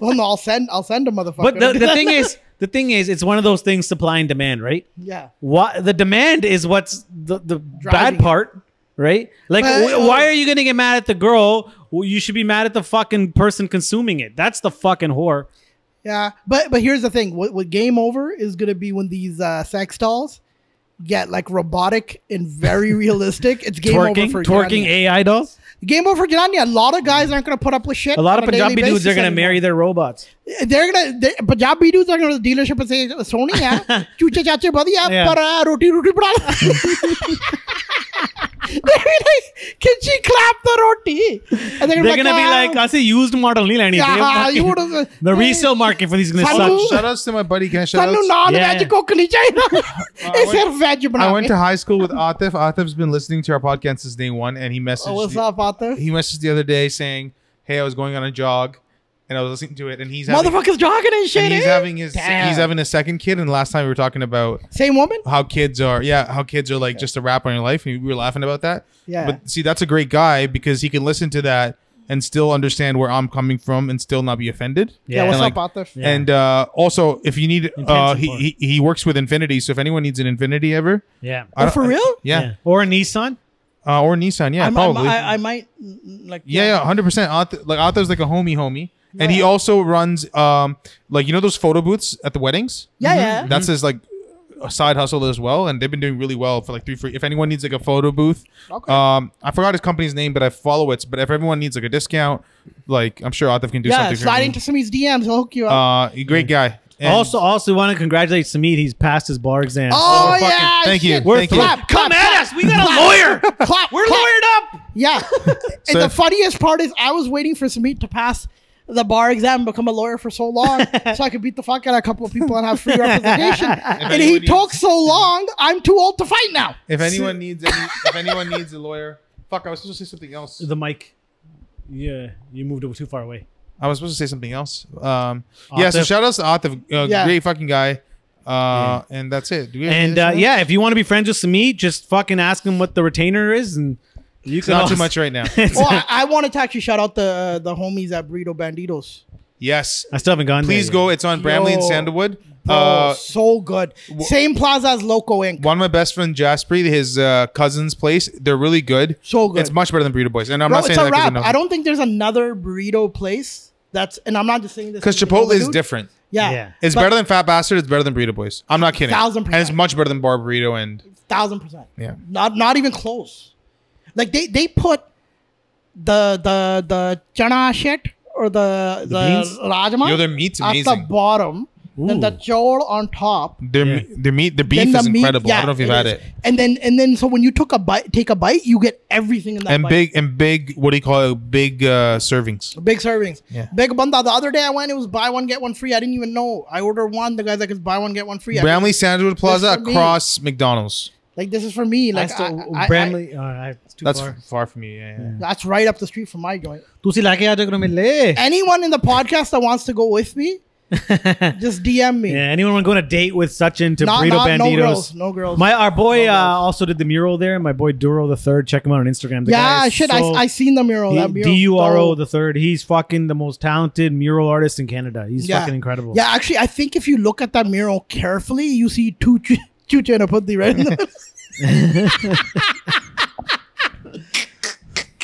[SPEAKER 2] well, no, I'll send I'll send a motherfucker.
[SPEAKER 4] But the, the thing is, the thing is, it's one of those things supply and demand, right?
[SPEAKER 2] Yeah.
[SPEAKER 4] What the demand is what's the the
[SPEAKER 2] Driving
[SPEAKER 4] bad
[SPEAKER 2] it.
[SPEAKER 4] part, right? Like,
[SPEAKER 2] But-
[SPEAKER 4] wh- why are you gonna get mad at the girl? Well, you should be mad at the fucking person consuming it. That's the fucking whore.
[SPEAKER 2] Yeah, but but here's the thing: what, what game over is gonna be when these uh, sex dolls get like robotic and very realistic. It's game
[SPEAKER 4] twerking,
[SPEAKER 2] over for
[SPEAKER 4] twerking
[SPEAKER 2] Gandhi.
[SPEAKER 4] AI dolls.
[SPEAKER 2] Game over for Gandhi. A lot of guys aren't gonna put up with shit.
[SPEAKER 4] A lot of
[SPEAKER 2] on daily
[SPEAKER 4] Punjabi dudes are
[SPEAKER 2] basis
[SPEAKER 4] gonna
[SPEAKER 2] anymore. Uh,
[SPEAKER 4] marry their robots.
[SPEAKER 2] They're gonna they, Punjabi dudes are gonna go to the dealership and say, "Sony, yeah, chuche chache buddy, yeah,
[SPEAKER 4] Yeah.
[SPEAKER 2] but uh, roti roti bada." They're like, can she clap the roti? And they're,
[SPEAKER 4] They're gonna be like, I see used model nahi leni. They-
[SPEAKER 2] yeah, you would have
[SPEAKER 4] The resale market for these is gonna
[SPEAKER 2] Hello?
[SPEAKER 4] suck.
[SPEAKER 3] Shout outs to my buddy. Can I shout
[SPEAKER 2] ਸਾਨੂੰ
[SPEAKER 3] outs?
[SPEAKER 2] Non
[SPEAKER 4] Yeah.
[SPEAKER 2] Veg cook ਨਹੀਂ ਚਾਹੀਦਾ ਇਹ ਸਿਰਫ veg
[SPEAKER 3] I went to
[SPEAKER 2] ਬਣਾਵੇ
[SPEAKER 3] high school with Atif. Atif's been listening to our podcast since day one, and he messaged.
[SPEAKER 2] Oh, What's
[SPEAKER 3] the-
[SPEAKER 2] up, Arthur?
[SPEAKER 3] He messaged the other day saying, "Hey, I was going on a jog, and I was listening to it, and he's having,
[SPEAKER 2] Motherfuckers jogging and shit.
[SPEAKER 3] and he's
[SPEAKER 2] eh?
[SPEAKER 3] having his
[SPEAKER 2] Damn.
[SPEAKER 3] he's having a second kid. And last time we were talking about
[SPEAKER 2] Same woman?
[SPEAKER 3] how kids are, yeah, how kids are like just a wrap on your life, and we were laughing about that.
[SPEAKER 2] Yeah.
[SPEAKER 3] But see, that's a great guy because he can listen to that and still understand where I'm coming from and still not be offended.
[SPEAKER 2] Yeah,
[SPEAKER 4] Yeah,
[SPEAKER 2] what's
[SPEAKER 3] like-
[SPEAKER 2] up, Arthur?
[SPEAKER 4] Yeah.
[SPEAKER 3] And uh, also, if you need, uh,
[SPEAKER 4] Intensive part.
[SPEAKER 3] he, he he works with Infinity, so if anyone needs an Infinity ever, I
[SPEAKER 4] Yeah.
[SPEAKER 2] Oh,
[SPEAKER 3] don't-
[SPEAKER 2] for real?
[SPEAKER 3] yeah,
[SPEAKER 4] Yeah. Or a Nissan.
[SPEAKER 3] Uh, or Nissan, yeah,
[SPEAKER 2] I'm, I'm,
[SPEAKER 3] probably.
[SPEAKER 2] I, I might, mm, like,
[SPEAKER 3] yeah, yeah, hundred percent. Like Arthur's like a homie, homie, and he also runs um like you know those photo booths at the weddings.
[SPEAKER 2] Yeah, yeah.
[SPEAKER 3] That's his like a side hustle as well, and they've been doing really well for like three. Four, if anyone needs like a photo booth,
[SPEAKER 2] Okay.
[SPEAKER 3] um, I forgot his company's name, but I follow it. But if everyone needs like a discount, like I'm sure Arthur can do
[SPEAKER 2] yeah,
[SPEAKER 3] something. for
[SPEAKER 2] slide
[SPEAKER 3] me.
[SPEAKER 2] into some of these DMs. He'll hook you up.
[SPEAKER 3] uh, great guy. And-
[SPEAKER 4] also, also want to congratulate Samid. He's passed his bar exam.
[SPEAKER 2] oh,
[SPEAKER 3] we're fucking-
[SPEAKER 2] yeah.
[SPEAKER 3] thank you,
[SPEAKER 2] shit.
[SPEAKER 3] We're thank you.
[SPEAKER 2] Clap, clap,
[SPEAKER 4] Come at us. We got a lawyer.
[SPEAKER 2] clap, clap.
[SPEAKER 4] We're
[SPEAKER 2] clap.
[SPEAKER 4] lawyered up.
[SPEAKER 2] Yeah. and
[SPEAKER 3] So-
[SPEAKER 2] the funniest part is I was waiting for Samit to pass the bar exam and become a lawyer for so long so I could beat the fuck out of a couple of people and have free representation. and he
[SPEAKER 3] anyone needs-
[SPEAKER 2] took so long, I'm too old to fight now.
[SPEAKER 3] if anyone needs any, if anyone needs a lawyer, fuck, I was supposed to say something else.
[SPEAKER 4] The mic. Yeah, you moved it too far away.
[SPEAKER 3] I was supposed to say something else. Um, yeah, so
[SPEAKER 4] Atif.
[SPEAKER 3] shout out to Atif, uh,
[SPEAKER 2] Yeah.
[SPEAKER 3] great fucking guy. Uh, and that's it. Do we have
[SPEAKER 4] And
[SPEAKER 3] anything
[SPEAKER 4] uh,
[SPEAKER 3] else?
[SPEAKER 4] yeah, if you want to be friends with Samid, just fucking ask him what the retainer is, and you
[SPEAKER 3] It's
[SPEAKER 4] can.
[SPEAKER 3] not
[SPEAKER 4] also-
[SPEAKER 3] too much right now.
[SPEAKER 2] Well, Oh, I, I wanted to actually shout out the the homies at Burrito Banditos.
[SPEAKER 3] yes,
[SPEAKER 4] I still haven't gone.
[SPEAKER 3] please
[SPEAKER 4] there yet.
[SPEAKER 3] go. It's on Bramley and
[SPEAKER 2] Yo.
[SPEAKER 3] Sandalwood.
[SPEAKER 2] Oh,
[SPEAKER 3] Uh,
[SPEAKER 2] so good. Same plaza as Loco Inc.
[SPEAKER 3] one of my best friend Jaspri, his uh, cousin's place. They're really good.
[SPEAKER 2] So good.
[SPEAKER 3] It's much better than Burrito Boys. And I'm
[SPEAKER 2] Bro,
[SPEAKER 3] not saying
[SPEAKER 2] it's a
[SPEAKER 3] that because
[SPEAKER 2] wrap.
[SPEAKER 3] enough.
[SPEAKER 2] I don't think there's another burrito place that's, and I'm not just saying this
[SPEAKER 3] because
[SPEAKER 2] to be
[SPEAKER 3] Chipotle is
[SPEAKER 2] dude.
[SPEAKER 3] different.
[SPEAKER 2] Yeah,
[SPEAKER 4] Yeah.
[SPEAKER 3] It's
[SPEAKER 2] But-
[SPEAKER 3] better than Fat Bastard. It's better than Burrito Boys. I'm not kidding.
[SPEAKER 2] Thousand
[SPEAKER 3] And it's
[SPEAKER 2] percent.
[SPEAKER 3] much better than Bar Burrito and
[SPEAKER 2] thousand percent.
[SPEAKER 3] yeah.
[SPEAKER 2] Not not even close. Like they they put the the the chana shit or the the,
[SPEAKER 4] beans?
[SPEAKER 2] rajma
[SPEAKER 3] Yo, their meat's
[SPEAKER 2] at the
[SPEAKER 3] amazing.
[SPEAKER 2] bottom, then the
[SPEAKER 4] Ooh.
[SPEAKER 2] chol on top.
[SPEAKER 3] Their,
[SPEAKER 4] Yeah.
[SPEAKER 3] me- their meat, the
[SPEAKER 2] then
[SPEAKER 3] beef
[SPEAKER 2] the
[SPEAKER 3] is
[SPEAKER 2] meat-
[SPEAKER 3] incredible. I
[SPEAKER 2] yeah,
[SPEAKER 3] don't know if you've had
[SPEAKER 2] is.
[SPEAKER 3] it.
[SPEAKER 2] And then and then so when you took a bite, take a bite, you get everything in that
[SPEAKER 3] and
[SPEAKER 2] bite.
[SPEAKER 3] big and big what do you call it big uh servings
[SPEAKER 2] Big servings.
[SPEAKER 3] Yeah.
[SPEAKER 2] Big banda. The other day I went, it was buy one, get one free. I didn't even know. I ordered one. The guy's like, it's buy one, get one free. I-
[SPEAKER 3] bramley sandwood plaza
[SPEAKER 2] for me.
[SPEAKER 3] across mcdonald's
[SPEAKER 2] like, this is for me.
[SPEAKER 4] I
[SPEAKER 2] Like,
[SPEAKER 4] still,
[SPEAKER 2] I- I-
[SPEAKER 4] Bramley. all right, it's too
[SPEAKER 3] that's
[SPEAKER 4] far.
[SPEAKER 3] far, far from you yeah, yeah.
[SPEAKER 2] I- that's right up the street from my joint.
[SPEAKER 4] तुसी लाके आ जाओ करो मिले.
[SPEAKER 2] Anyone in the podcast that wants to go with me, just DM me.
[SPEAKER 4] Yeah, anyone want to go on a date with Sachin to
[SPEAKER 2] Not-
[SPEAKER 4] Burrito
[SPEAKER 2] not- no
[SPEAKER 4] Banditos?
[SPEAKER 2] girls, no girls.
[SPEAKER 4] My our boy
[SPEAKER 2] No
[SPEAKER 4] uh,
[SPEAKER 2] girls.
[SPEAKER 4] also did the mural there. My boy Duro the third. Check him out on Instagram. The guy
[SPEAKER 2] yeah,
[SPEAKER 4] is
[SPEAKER 2] shit.
[SPEAKER 4] so-
[SPEAKER 2] I, I seen the mural.
[SPEAKER 4] he-
[SPEAKER 2] that mural.
[SPEAKER 4] D U R O
[SPEAKER 2] dope.
[SPEAKER 4] the third. He's fucking the most talented mural artist in Canada. He's fucking incredible.
[SPEAKER 2] Yeah, actually, I think if you look at that mural carefully, you see two ch- two Chanaputhi right in the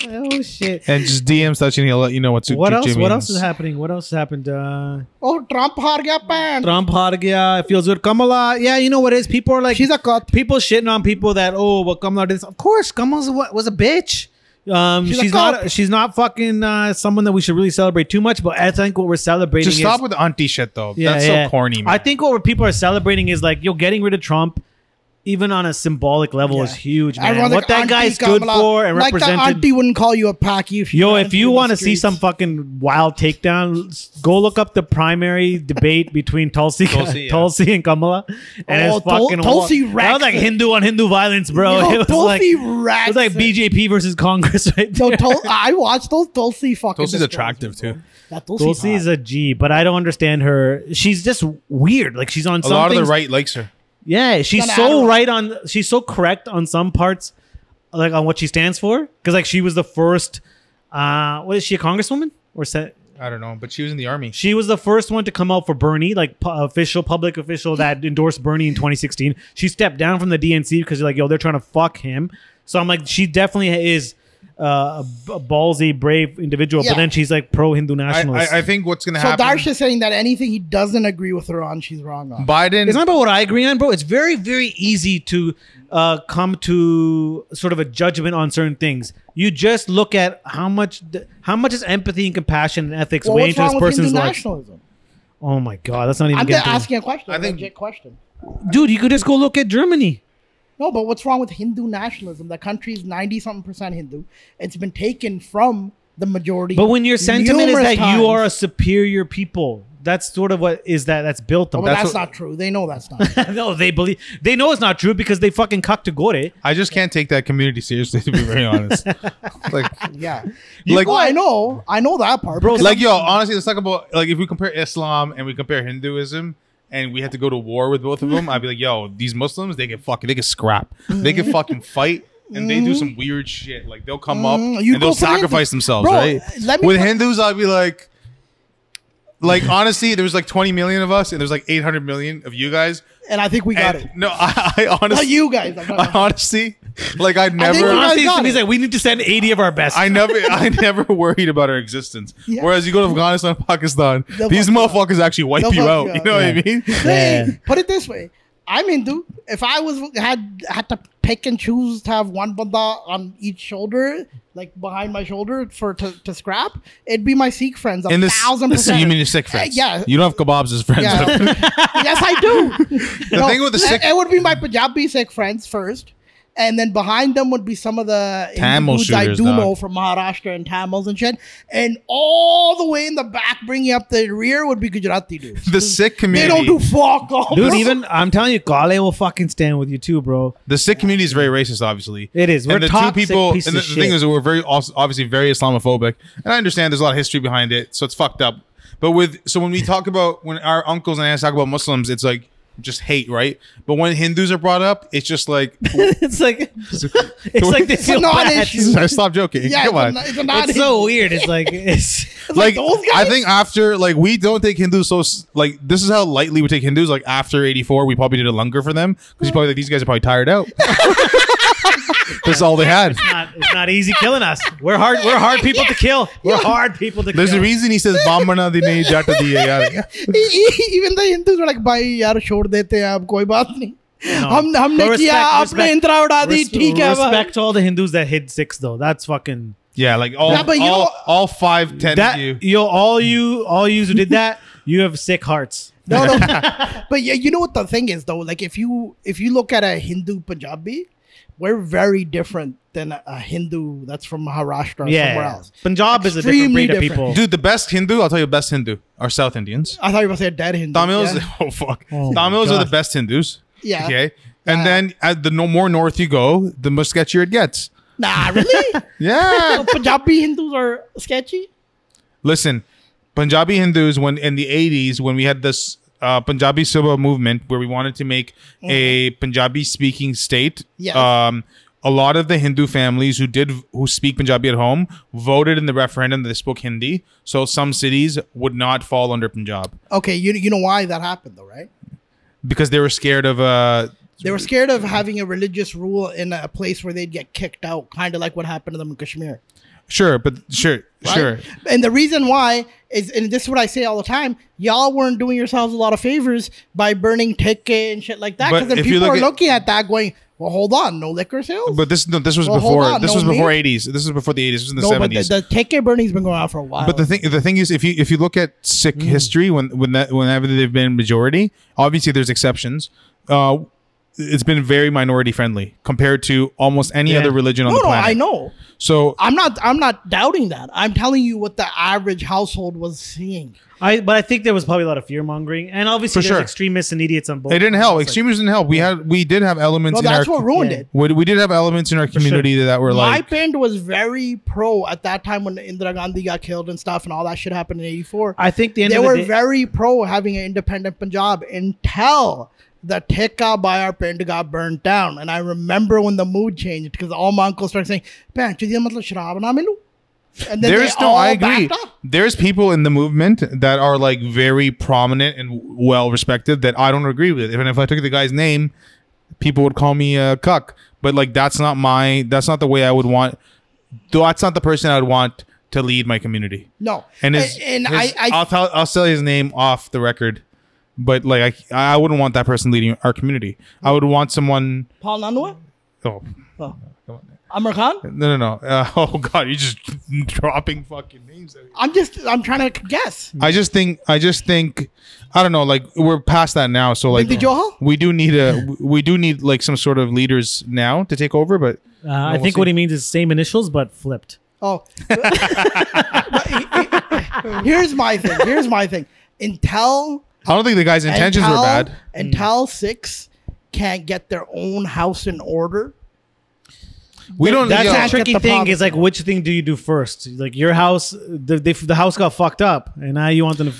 [SPEAKER 4] Oh shit.
[SPEAKER 3] and just dm sachin he'll let you know what's
[SPEAKER 4] What else? What else is happening? What else happened? Uh,
[SPEAKER 2] Oh, Trump har gaya pan.
[SPEAKER 4] Trump har gaya. It feels good. Kamala. Yeah, you know what it is. People are like
[SPEAKER 2] She's a cut.
[SPEAKER 4] people shitting on people that oh, well, Kamala did this. Of course, Kamala was a bitch. Um,
[SPEAKER 2] She's
[SPEAKER 4] she's,
[SPEAKER 2] a
[SPEAKER 4] not.
[SPEAKER 2] cop.
[SPEAKER 4] She's not fucking uh, someone that we should really celebrate too much. But I think what we're celebrating.
[SPEAKER 3] just
[SPEAKER 4] is,
[SPEAKER 3] stop with the auntie shit though
[SPEAKER 4] Yeah,
[SPEAKER 3] that's
[SPEAKER 4] yeah.
[SPEAKER 3] so corny man.
[SPEAKER 4] I think what people are celebrating is like you're getting rid of Trump, even on a symbolic level,
[SPEAKER 2] Yeah.
[SPEAKER 4] is huge, man.
[SPEAKER 2] Everyone's like,
[SPEAKER 4] what that
[SPEAKER 2] "Auntie
[SPEAKER 4] guy stood
[SPEAKER 2] Kamala."
[SPEAKER 4] for and
[SPEAKER 2] like
[SPEAKER 4] represented.
[SPEAKER 2] Like the auntie wouldn't call you a pack if she
[SPEAKER 4] Yo,
[SPEAKER 2] ran
[SPEAKER 4] if
[SPEAKER 2] through
[SPEAKER 4] you
[SPEAKER 2] the
[SPEAKER 4] want to see
[SPEAKER 2] streets.
[SPEAKER 4] some fucking wild takedown, s- go look up the primary debate between Tulsi,
[SPEAKER 3] Tulsi,
[SPEAKER 4] Tulsi,
[SPEAKER 3] yeah.
[SPEAKER 4] and Kamala, and
[SPEAKER 2] Oh,
[SPEAKER 4] it's
[SPEAKER 2] Tul-
[SPEAKER 4] fucking
[SPEAKER 2] Tulsi
[SPEAKER 4] That was like
[SPEAKER 2] racks it.
[SPEAKER 4] Hindu on Hindu violence, bro.
[SPEAKER 2] Yo,
[SPEAKER 4] it was like
[SPEAKER 2] Tulsi
[SPEAKER 4] it
[SPEAKER 2] racks
[SPEAKER 4] was like
[SPEAKER 2] it.
[SPEAKER 4] BJP versus Congress right there.
[SPEAKER 2] Yo, Tul- I watched those Tulsi fucking.
[SPEAKER 3] Tulsi's
[SPEAKER 2] destroys
[SPEAKER 3] attractive,
[SPEAKER 2] people.
[SPEAKER 3] too.
[SPEAKER 2] That Tulsi's
[SPEAKER 4] Tulsi is
[SPEAKER 2] hot.
[SPEAKER 4] a G, but I don't understand her. She's just weird. Like she's on
[SPEAKER 3] a
[SPEAKER 4] some
[SPEAKER 3] lot of the
[SPEAKER 4] things-
[SPEAKER 3] right likes her
[SPEAKER 4] Yeah, she's
[SPEAKER 2] Kinda
[SPEAKER 4] so
[SPEAKER 2] Adderall.
[SPEAKER 4] right on. She's so correct on some parts, like on what she stands for. Because like she was the first. uh What is she a congresswoman or se-
[SPEAKER 3] I don't know, but she was in the army.
[SPEAKER 4] She was the first one to come out for Bernie, like pu- official public official that endorsed Bernie in 2016. She stepped down from the DNC because like, yo, they're trying to fuck him. So I'm like, she definitely is uh, a b- a ballsy, brave individual,
[SPEAKER 2] Yeah.
[SPEAKER 4] but then she's like pro Hindu
[SPEAKER 3] I,
[SPEAKER 4] nationalist.
[SPEAKER 3] I, I think what's going to
[SPEAKER 2] So
[SPEAKER 3] happen.
[SPEAKER 2] Darsha's saying that anything he doesn't agree with her on, she's wrong on.
[SPEAKER 3] Biden.
[SPEAKER 4] it's not about what I agree on, bro. It's very, very easy to uh, come to sort of a judgment on certain things. You just look at how much, th- how much is empathy and compassion and ethics
[SPEAKER 2] well,
[SPEAKER 4] weigh
[SPEAKER 2] what's
[SPEAKER 4] into this
[SPEAKER 2] wrong with Hindu
[SPEAKER 4] person's life.
[SPEAKER 2] nationalism?
[SPEAKER 4] Oh my god, that's not even.
[SPEAKER 2] I'm
[SPEAKER 4] getting
[SPEAKER 2] just
[SPEAKER 4] to-
[SPEAKER 2] asking a question.
[SPEAKER 3] I
[SPEAKER 2] I
[SPEAKER 3] think-
[SPEAKER 2] think legit question.
[SPEAKER 4] dude. You could just go look at Germany.
[SPEAKER 2] No, but what's wrong with Hindu nationalism? The country's ninety something percent Hindu. It's been taken from the majority.
[SPEAKER 4] But when your sentiment is
[SPEAKER 2] numerous
[SPEAKER 4] that you are a
[SPEAKER 2] times.
[SPEAKER 4] superior people, that's sort of what is that that's built
[SPEAKER 2] Oh,
[SPEAKER 4] on.
[SPEAKER 2] but that's,
[SPEAKER 3] what-
[SPEAKER 2] not true. They know that's not. True.
[SPEAKER 4] no, they believe they know it's not true because they fucking cucked to gore.
[SPEAKER 3] I just can't take that community seriously, to be very honest. like,
[SPEAKER 2] yeah.
[SPEAKER 3] like,
[SPEAKER 2] oh, I know. I know that part. Bro,
[SPEAKER 3] like, yo, honestly, let's talk about like if we compare Islam and we compare Hinduism, and we had to go to war with both of them. I'd be like, yo, these Muslims, they can fucking, they can scrap, they can fucking fight, and they do some weird shit. Like they'll come up
[SPEAKER 2] Mhm. You
[SPEAKER 3] and they'll
[SPEAKER 2] go for the
[SPEAKER 3] sacrifice
[SPEAKER 2] Hindu-
[SPEAKER 3] themselves,
[SPEAKER 2] Bro,
[SPEAKER 3] right?
[SPEAKER 2] let me
[SPEAKER 3] with
[SPEAKER 2] put-
[SPEAKER 3] Hindus, I'd be like. Like honestly, there's like 20 million of us, and there's like 800 million of you guys.
[SPEAKER 2] and I think we got
[SPEAKER 3] And-
[SPEAKER 2] it.
[SPEAKER 3] No, I, I honestly,
[SPEAKER 2] Not you guys. I'm
[SPEAKER 3] I
[SPEAKER 2] not-
[SPEAKER 3] honestly, like I
[SPEAKER 2] we
[SPEAKER 3] never,
[SPEAKER 2] got-
[SPEAKER 3] I,
[SPEAKER 4] Honestly,
[SPEAKER 2] got
[SPEAKER 4] to me,
[SPEAKER 2] it.
[SPEAKER 4] it's like we need to send eighty of our best.
[SPEAKER 3] never, I never worried about our existence.
[SPEAKER 2] Yeah.
[SPEAKER 3] Whereas you go to Afghanistan, Pakistan,
[SPEAKER 2] They'll
[SPEAKER 3] these
[SPEAKER 2] fuck you up.
[SPEAKER 3] motherfuckers actually wipe
[SPEAKER 2] They'll
[SPEAKER 3] you
[SPEAKER 2] fuck
[SPEAKER 3] out.
[SPEAKER 2] you
[SPEAKER 3] You
[SPEAKER 2] up.
[SPEAKER 3] know
[SPEAKER 4] Yeah.
[SPEAKER 3] what I mean?
[SPEAKER 2] Hey,
[SPEAKER 4] Yeah.
[SPEAKER 2] put it this way. I'm Hindu. If I was had had to pick and choose to have one banda on each shoulder, like behind my shoulder for to, to scrap, it'd be my Sikh friends. A
[SPEAKER 3] In this,
[SPEAKER 2] thousand
[SPEAKER 3] this-
[SPEAKER 2] percent.
[SPEAKER 3] you mean your sick friends?
[SPEAKER 2] yeah.
[SPEAKER 3] You don't have kebabs as friends.
[SPEAKER 2] Yeah. yes, I do.
[SPEAKER 3] The thing with the Sikh-
[SPEAKER 2] it would be my Punjabi Sikh friends first, and then behind them would be some of the
[SPEAKER 3] Tamil
[SPEAKER 2] Hindus I
[SPEAKER 3] shooters,
[SPEAKER 2] do
[SPEAKER 3] dog.
[SPEAKER 2] know from Maharashtra and Tamils and shit, and all the way in the back, bringing up the rear would be Gujarati dudes.
[SPEAKER 3] The sick
[SPEAKER 2] they
[SPEAKER 3] community.
[SPEAKER 2] don't do fuck all.
[SPEAKER 4] Dude,
[SPEAKER 2] bro.
[SPEAKER 4] even I'm telling you, Gale will fucking stand with you too, bro.
[SPEAKER 3] the sick community is very racist, obviously.
[SPEAKER 4] It is. We're
[SPEAKER 3] and the
[SPEAKER 4] toxic
[SPEAKER 3] two people,
[SPEAKER 4] pieces
[SPEAKER 3] and the,
[SPEAKER 4] of
[SPEAKER 3] the thing
[SPEAKER 4] shit.
[SPEAKER 3] is, we're very obs- obviously very Islamophobic, and I understand there's a lot of history behind it, so it's fucked up. But with so when we talk about when our uncles and aunts talk about Muslims, it's like just hate, right? But when Hindus are brought up, it's just like
[SPEAKER 4] it's like it's like they feel bad.
[SPEAKER 2] non-issue.
[SPEAKER 4] It's
[SPEAKER 3] I stop joking.
[SPEAKER 2] yeah,
[SPEAKER 3] Come on.
[SPEAKER 2] it's a, it's a non-
[SPEAKER 4] so weird. It's like it's
[SPEAKER 2] it's like, those guys.
[SPEAKER 3] I think after like we don't take Hindus so s- like this is how lightly we take Hindus. Like after eighty four, we probably did a longer for them because probably like these guys are probably tired out. That's all they had.
[SPEAKER 4] not it's not easy killing us. We're hard. We're hard people to kill. We're hard people to
[SPEAKER 3] There's
[SPEAKER 4] kill.
[SPEAKER 3] a reason he says "Bamana dine jata diya yaar."
[SPEAKER 2] E- e- even the Hindus were like, "भाई यार छोड़ देते हैं आप कोई बात नहीं." हम हमने
[SPEAKER 4] But
[SPEAKER 2] किया
[SPEAKER 4] respect-
[SPEAKER 2] आपने
[SPEAKER 4] respect-
[SPEAKER 2] इंदिरा उड़ा दी
[SPEAKER 4] Respe-
[SPEAKER 2] ठीक है भाई
[SPEAKER 4] respect to all the Hindus that hid six though. That's fucking
[SPEAKER 3] Yeah, like all
[SPEAKER 2] Yeah, but you
[SPEAKER 3] all,
[SPEAKER 2] know-
[SPEAKER 3] all five ten
[SPEAKER 4] that
[SPEAKER 3] of you.
[SPEAKER 4] yo all you all yous who did that you have sick hearts.
[SPEAKER 2] No, no. but yeah, you know what the thing is though. Like if you if you look at a Hindu Punjabi, we're very different than a, a Hindu that's from Maharashtra or somewhere
[SPEAKER 4] Yeah,
[SPEAKER 2] else.
[SPEAKER 4] Punjab is a different
[SPEAKER 2] Extremely
[SPEAKER 4] breed of
[SPEAKER 2] different.
[SPEAKER 4] people.
[SPEAKER 3] Dude, the best Hindu, I'll tell you, the best Hindu are South Indians.
[SPEAKER 2] I thought you were saying dead Hindu.
[SPEAKER 3] Tamils,
[SPEAKER 2] Yeah.
[SPEAKER 3] oh fuck,
[SPEAKER 4] Oh my
[SPEAKER 3] Tamils are the
[SPEAKER 4] God.
[SPEAKER 3] best Hindus.
[SPEAKER 2] Yeah.
[SPEAKER 3] Okay, and then at the no more north you go, the more sketchier it gets.
[SPEAKER 2] Nah, really?
[SPEAKER 3] Yeah,
[SPEAKER 2] So Punjabi Hindus are sketchy.
[SPEAKER 3] Listen, Punjabi Hindus, when in the eighties, when we had this uh, Punjabi Subah movement, where we wanted to make a Punjabi-speaking state,
[SPEAKER 2] Mm-hmm. Yes.
[SPEAKER 3] um, a lot of the Hindu families who did who speak Punjabi at home voted in the referendum that they spoke Hindi. So some cities would not fall under Punjab
[SPEAKER 2] Okay, you you know why that happened though, right?
[SPEAKER 3] because they were scared of. Uh,
[SPEAKER 2] They were scared of having a religious rule in a place where they'd get kicked out, kind of like what happened to them in Kashmir.
[SPEAKER 3] sure, but sure,
[SPEAKER 2] right?
[SPEAKER 3] sure.
[SPEAKER 2] And the reason why is, and this is what I say all the time: y'all weren't doing yourselves a lot of favors by burning ticket and shit like that.
[SPEAKER 3] But
[SPEAKER 2] Because then
[SPEAKER 3] if you
[SPEAKER 2] people
[SPEAKER 3] look
[SPEAKER 2] are
[SPEAKER 3] at-
[SPEAKER 2] looking at that, going, "Well, hold on, no liquor sales."
[SPEAKER 3] But this no, this was
[SPEAKER 2] Well, hold
[SPEAKER 3] before
[SPEAKER 2] on,
[SPEAKER 3] this
[SPEAKER 2] no
[SPEAKER 3] was before
[SPEAKER 2] meat?
[SPEAKER 3] eighties. This was before the eighties. This was in the
[SPEAKER 2] no, but
[SPEAKER 3] seventies.
[SPEAKER 2] the, the ticket burning's been going on for a while.
[SPEAKER 3] But the thing, the thing is, if you if you look at Sikh
[SPEAKER 2] Mm.
[SPEAKER 3] history, when when that whenever they've been majority, obviously there's exceptions. Uh, it's been very minority friendly compared to almost any
[SPEAKER 4] Yeah.
[SPEAKER 3] other religion on
[SPEAKER 2] no,
[SPEAKER 3] the
[SPEAKER 2] no,
[SPEAKER 3] planet.
[SPEAKER 2] I know.
[SPEAKER 3] So
[SPEAKER 2] I'm not. I'm not doubting that. I'm telling you what the average household was seeing.
[SPEAKER 4] I but I think there was probably a lot of fear mongering and obviously
[SPEAKER 3] For
[SPEAKER 4] there's
[SPEAKER 3] sure.
[SPEAKER 4] extremists and idiots on both.
[SPEAKER 3] it didn't help.
[SPEAKER 4] sides.
[SPEAKER 3] Extremists didn't help. We had we did have elements
[SPEAKER 2] No,
[SPEAKER 3] in our
[SPEAKER 2] that's what ruined
[SPEAKER 4] yeah.
[SPEAKER 2] it.
[SPEAKER 3] we, we did have elements in our community that were
[SPEAKER 2] My
[SPEAKER 3] like
[SPEAKER 2] band was very pro at that time when Indira Gandhi got killed and stuff, and all that shit happened in '84.
[SPEAKER 4] I think the end
[SPEAKER 2] they
[SPEAKER 4] of the
[SPEAKER 2] were
[SPEAKER 4] day,
[SPEAKER 2] very pro having an independent Punjab until the Tekka by our pind got burned down. And I remember when the mood changed because all my uncles started saying, "Bhai, chidi matlab sharab na milu." And then
[SPEAKER 3] There's
[SPEAKER 2] they
[SPEAKER 3] no,
[SPEAKER 2] all
[SPEAKER 3] I agree.
[SPEAKER 2] backed up.
[SPEAKER 3] There's people in the movement that are like very prominent and well respected that I don't agree with. Even if I took the guy's name, people would call me a cuck. But like that's not my. That's not the way I would want. That's not the person I'd want to lead my community.
[SPEAKER 2] No,
[SPEAKER 3] And his,
[SPEAKER 2] and,
[SPEAKER 3] his-
[SPEAKER 2] I, I
[SPEAKER 3] I'll tell, I'll say his name off the record, but like I, I wouldn't want that person leading our community. I would want someone.
[SPEAKER 2] Paul Nanua,
[SPEAKER 3] Oh
[SPEAKER 2] oh.
[SPEAKER 3] on.
[SPEAKER 2] Amr Khan.
[SPEAKER 3] no no no! Uh, oh god, you're just dropping fucking names. out here.
[SPEAKER 2] I'm just I'm trying to guess.
[SPEAKER 3] I just think I just think I don't know. Like we're past that now, so like
[SPEAKER 2] Bindi Johal?
[SPEAKER 3] we do need a we do need like some sort of leaders now to take over. But
[SPEAKER 4] Uh, I
[SPEAKER 3] we'll
[SPEAKER 4] think
[SPEAKER 3] see.
[SPEAKER 4] what he means is same initials but flipped.
[SPEAKER 2] Oh, But here's my thing. Here's my thing. Intel
[SPEAKER 3] I don't think the guy's intentions
[SPEAKER 2] Intel,
[SPEAKER 3] were bad.
[SPEAKER 4] Hmm.
[SPEAKER 2] Intel six can't get their own house in order.
[SPEAKER 3] We don't.
[SPEAKER 4] That's
[SPEAKER 3] yeah.
[SPEAKER 2] Can't
[SPEAKER 4] the tricky
[SPEAKER 2] get the
[SPEAKER 4] thing.
[SPEAKER 2] property.
[SPEAKER 4] Is like which thing do you do first? Like your house, the, they, the house got fucked up, and now you want them. To,